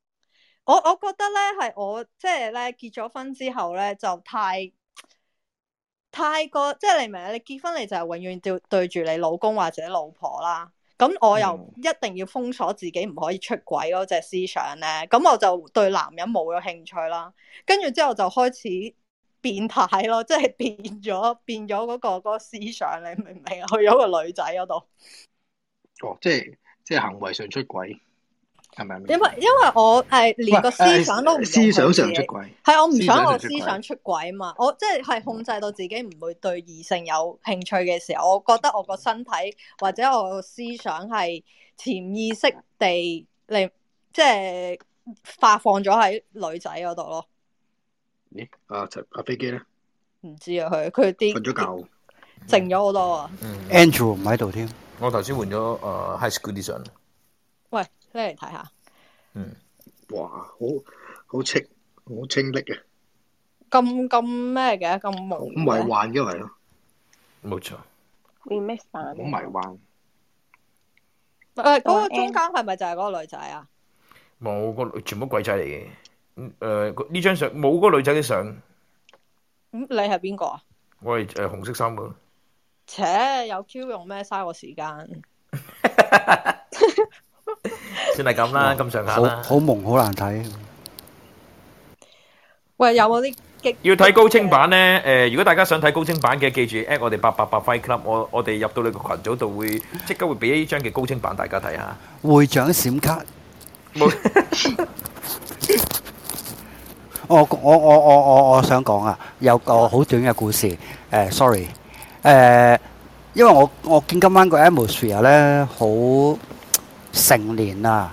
我我覺得咧係我即係咧結咗婚之後咧就太太過，即係你明唔明？你結婚你就係永遠對對住你老公或者老婆啦。咁我又一定要封鎖自己唔可以出軌嗰隻思想咧，咁我就對男人冇咗興趣啦。跟住之後就開始變態咯，即係變咗變咗嗰個嗰個思想，你明唔明啊？去咗個女仔嗰度。
哦，即係即係行為上出軌，係咪啊？
因為因為我係連個思想都唔
喂
容
誒
許自己
思想上出軌
係我唔想我思
思想上出軌
想出軌嘛，我即係係控制到自己唔會對異性有興趣嘅時候，我覺得我個身體或者我個思想係潛意識地嚟即係發放咗喺女仔嗰度咯，
咦？啊，陳阿飛機咧
唔知啊佢佢啲
瞓咗覺。
靜咗好多
Ừ.
啊，
Andrew 唔喺度添，
我頭先換咗誒 High School Edition，
喂，你嚟睇下
嗯，
哇，好好清好清晰嘅，
咁咁咩嘅咁朦
唔迷幻嘅咪咯，
冇錯，
remix 版
好迷幻。
誒嗰個中間係咪就係嗰個女仔啊？
冇個女全部鬼仔嚟嘅。嗯誒個呢張相冇嗰個女仔嘅相，
咁你係邊個啊？
我係誒紅色衫嘅。
切，有 Q 用咩嘥我時間？
算係咁啦，咁上下
好
啦。
好蒙好難睇。
喂，有冇啲激？
要睇高清版咧，誒、如果大家想睇高清版嘅，記住 at 我哋八八八 Fight Club，我我哋入到你個群組度會即刻會俾呢張嘅高清版大家睇下。
會長閃卡，
冇
我我我我我我想講啊，有個好短嘅故事。誒、s o r r y 誒、À, 因為我我見今晚個 atmosphere 咧好成年啊，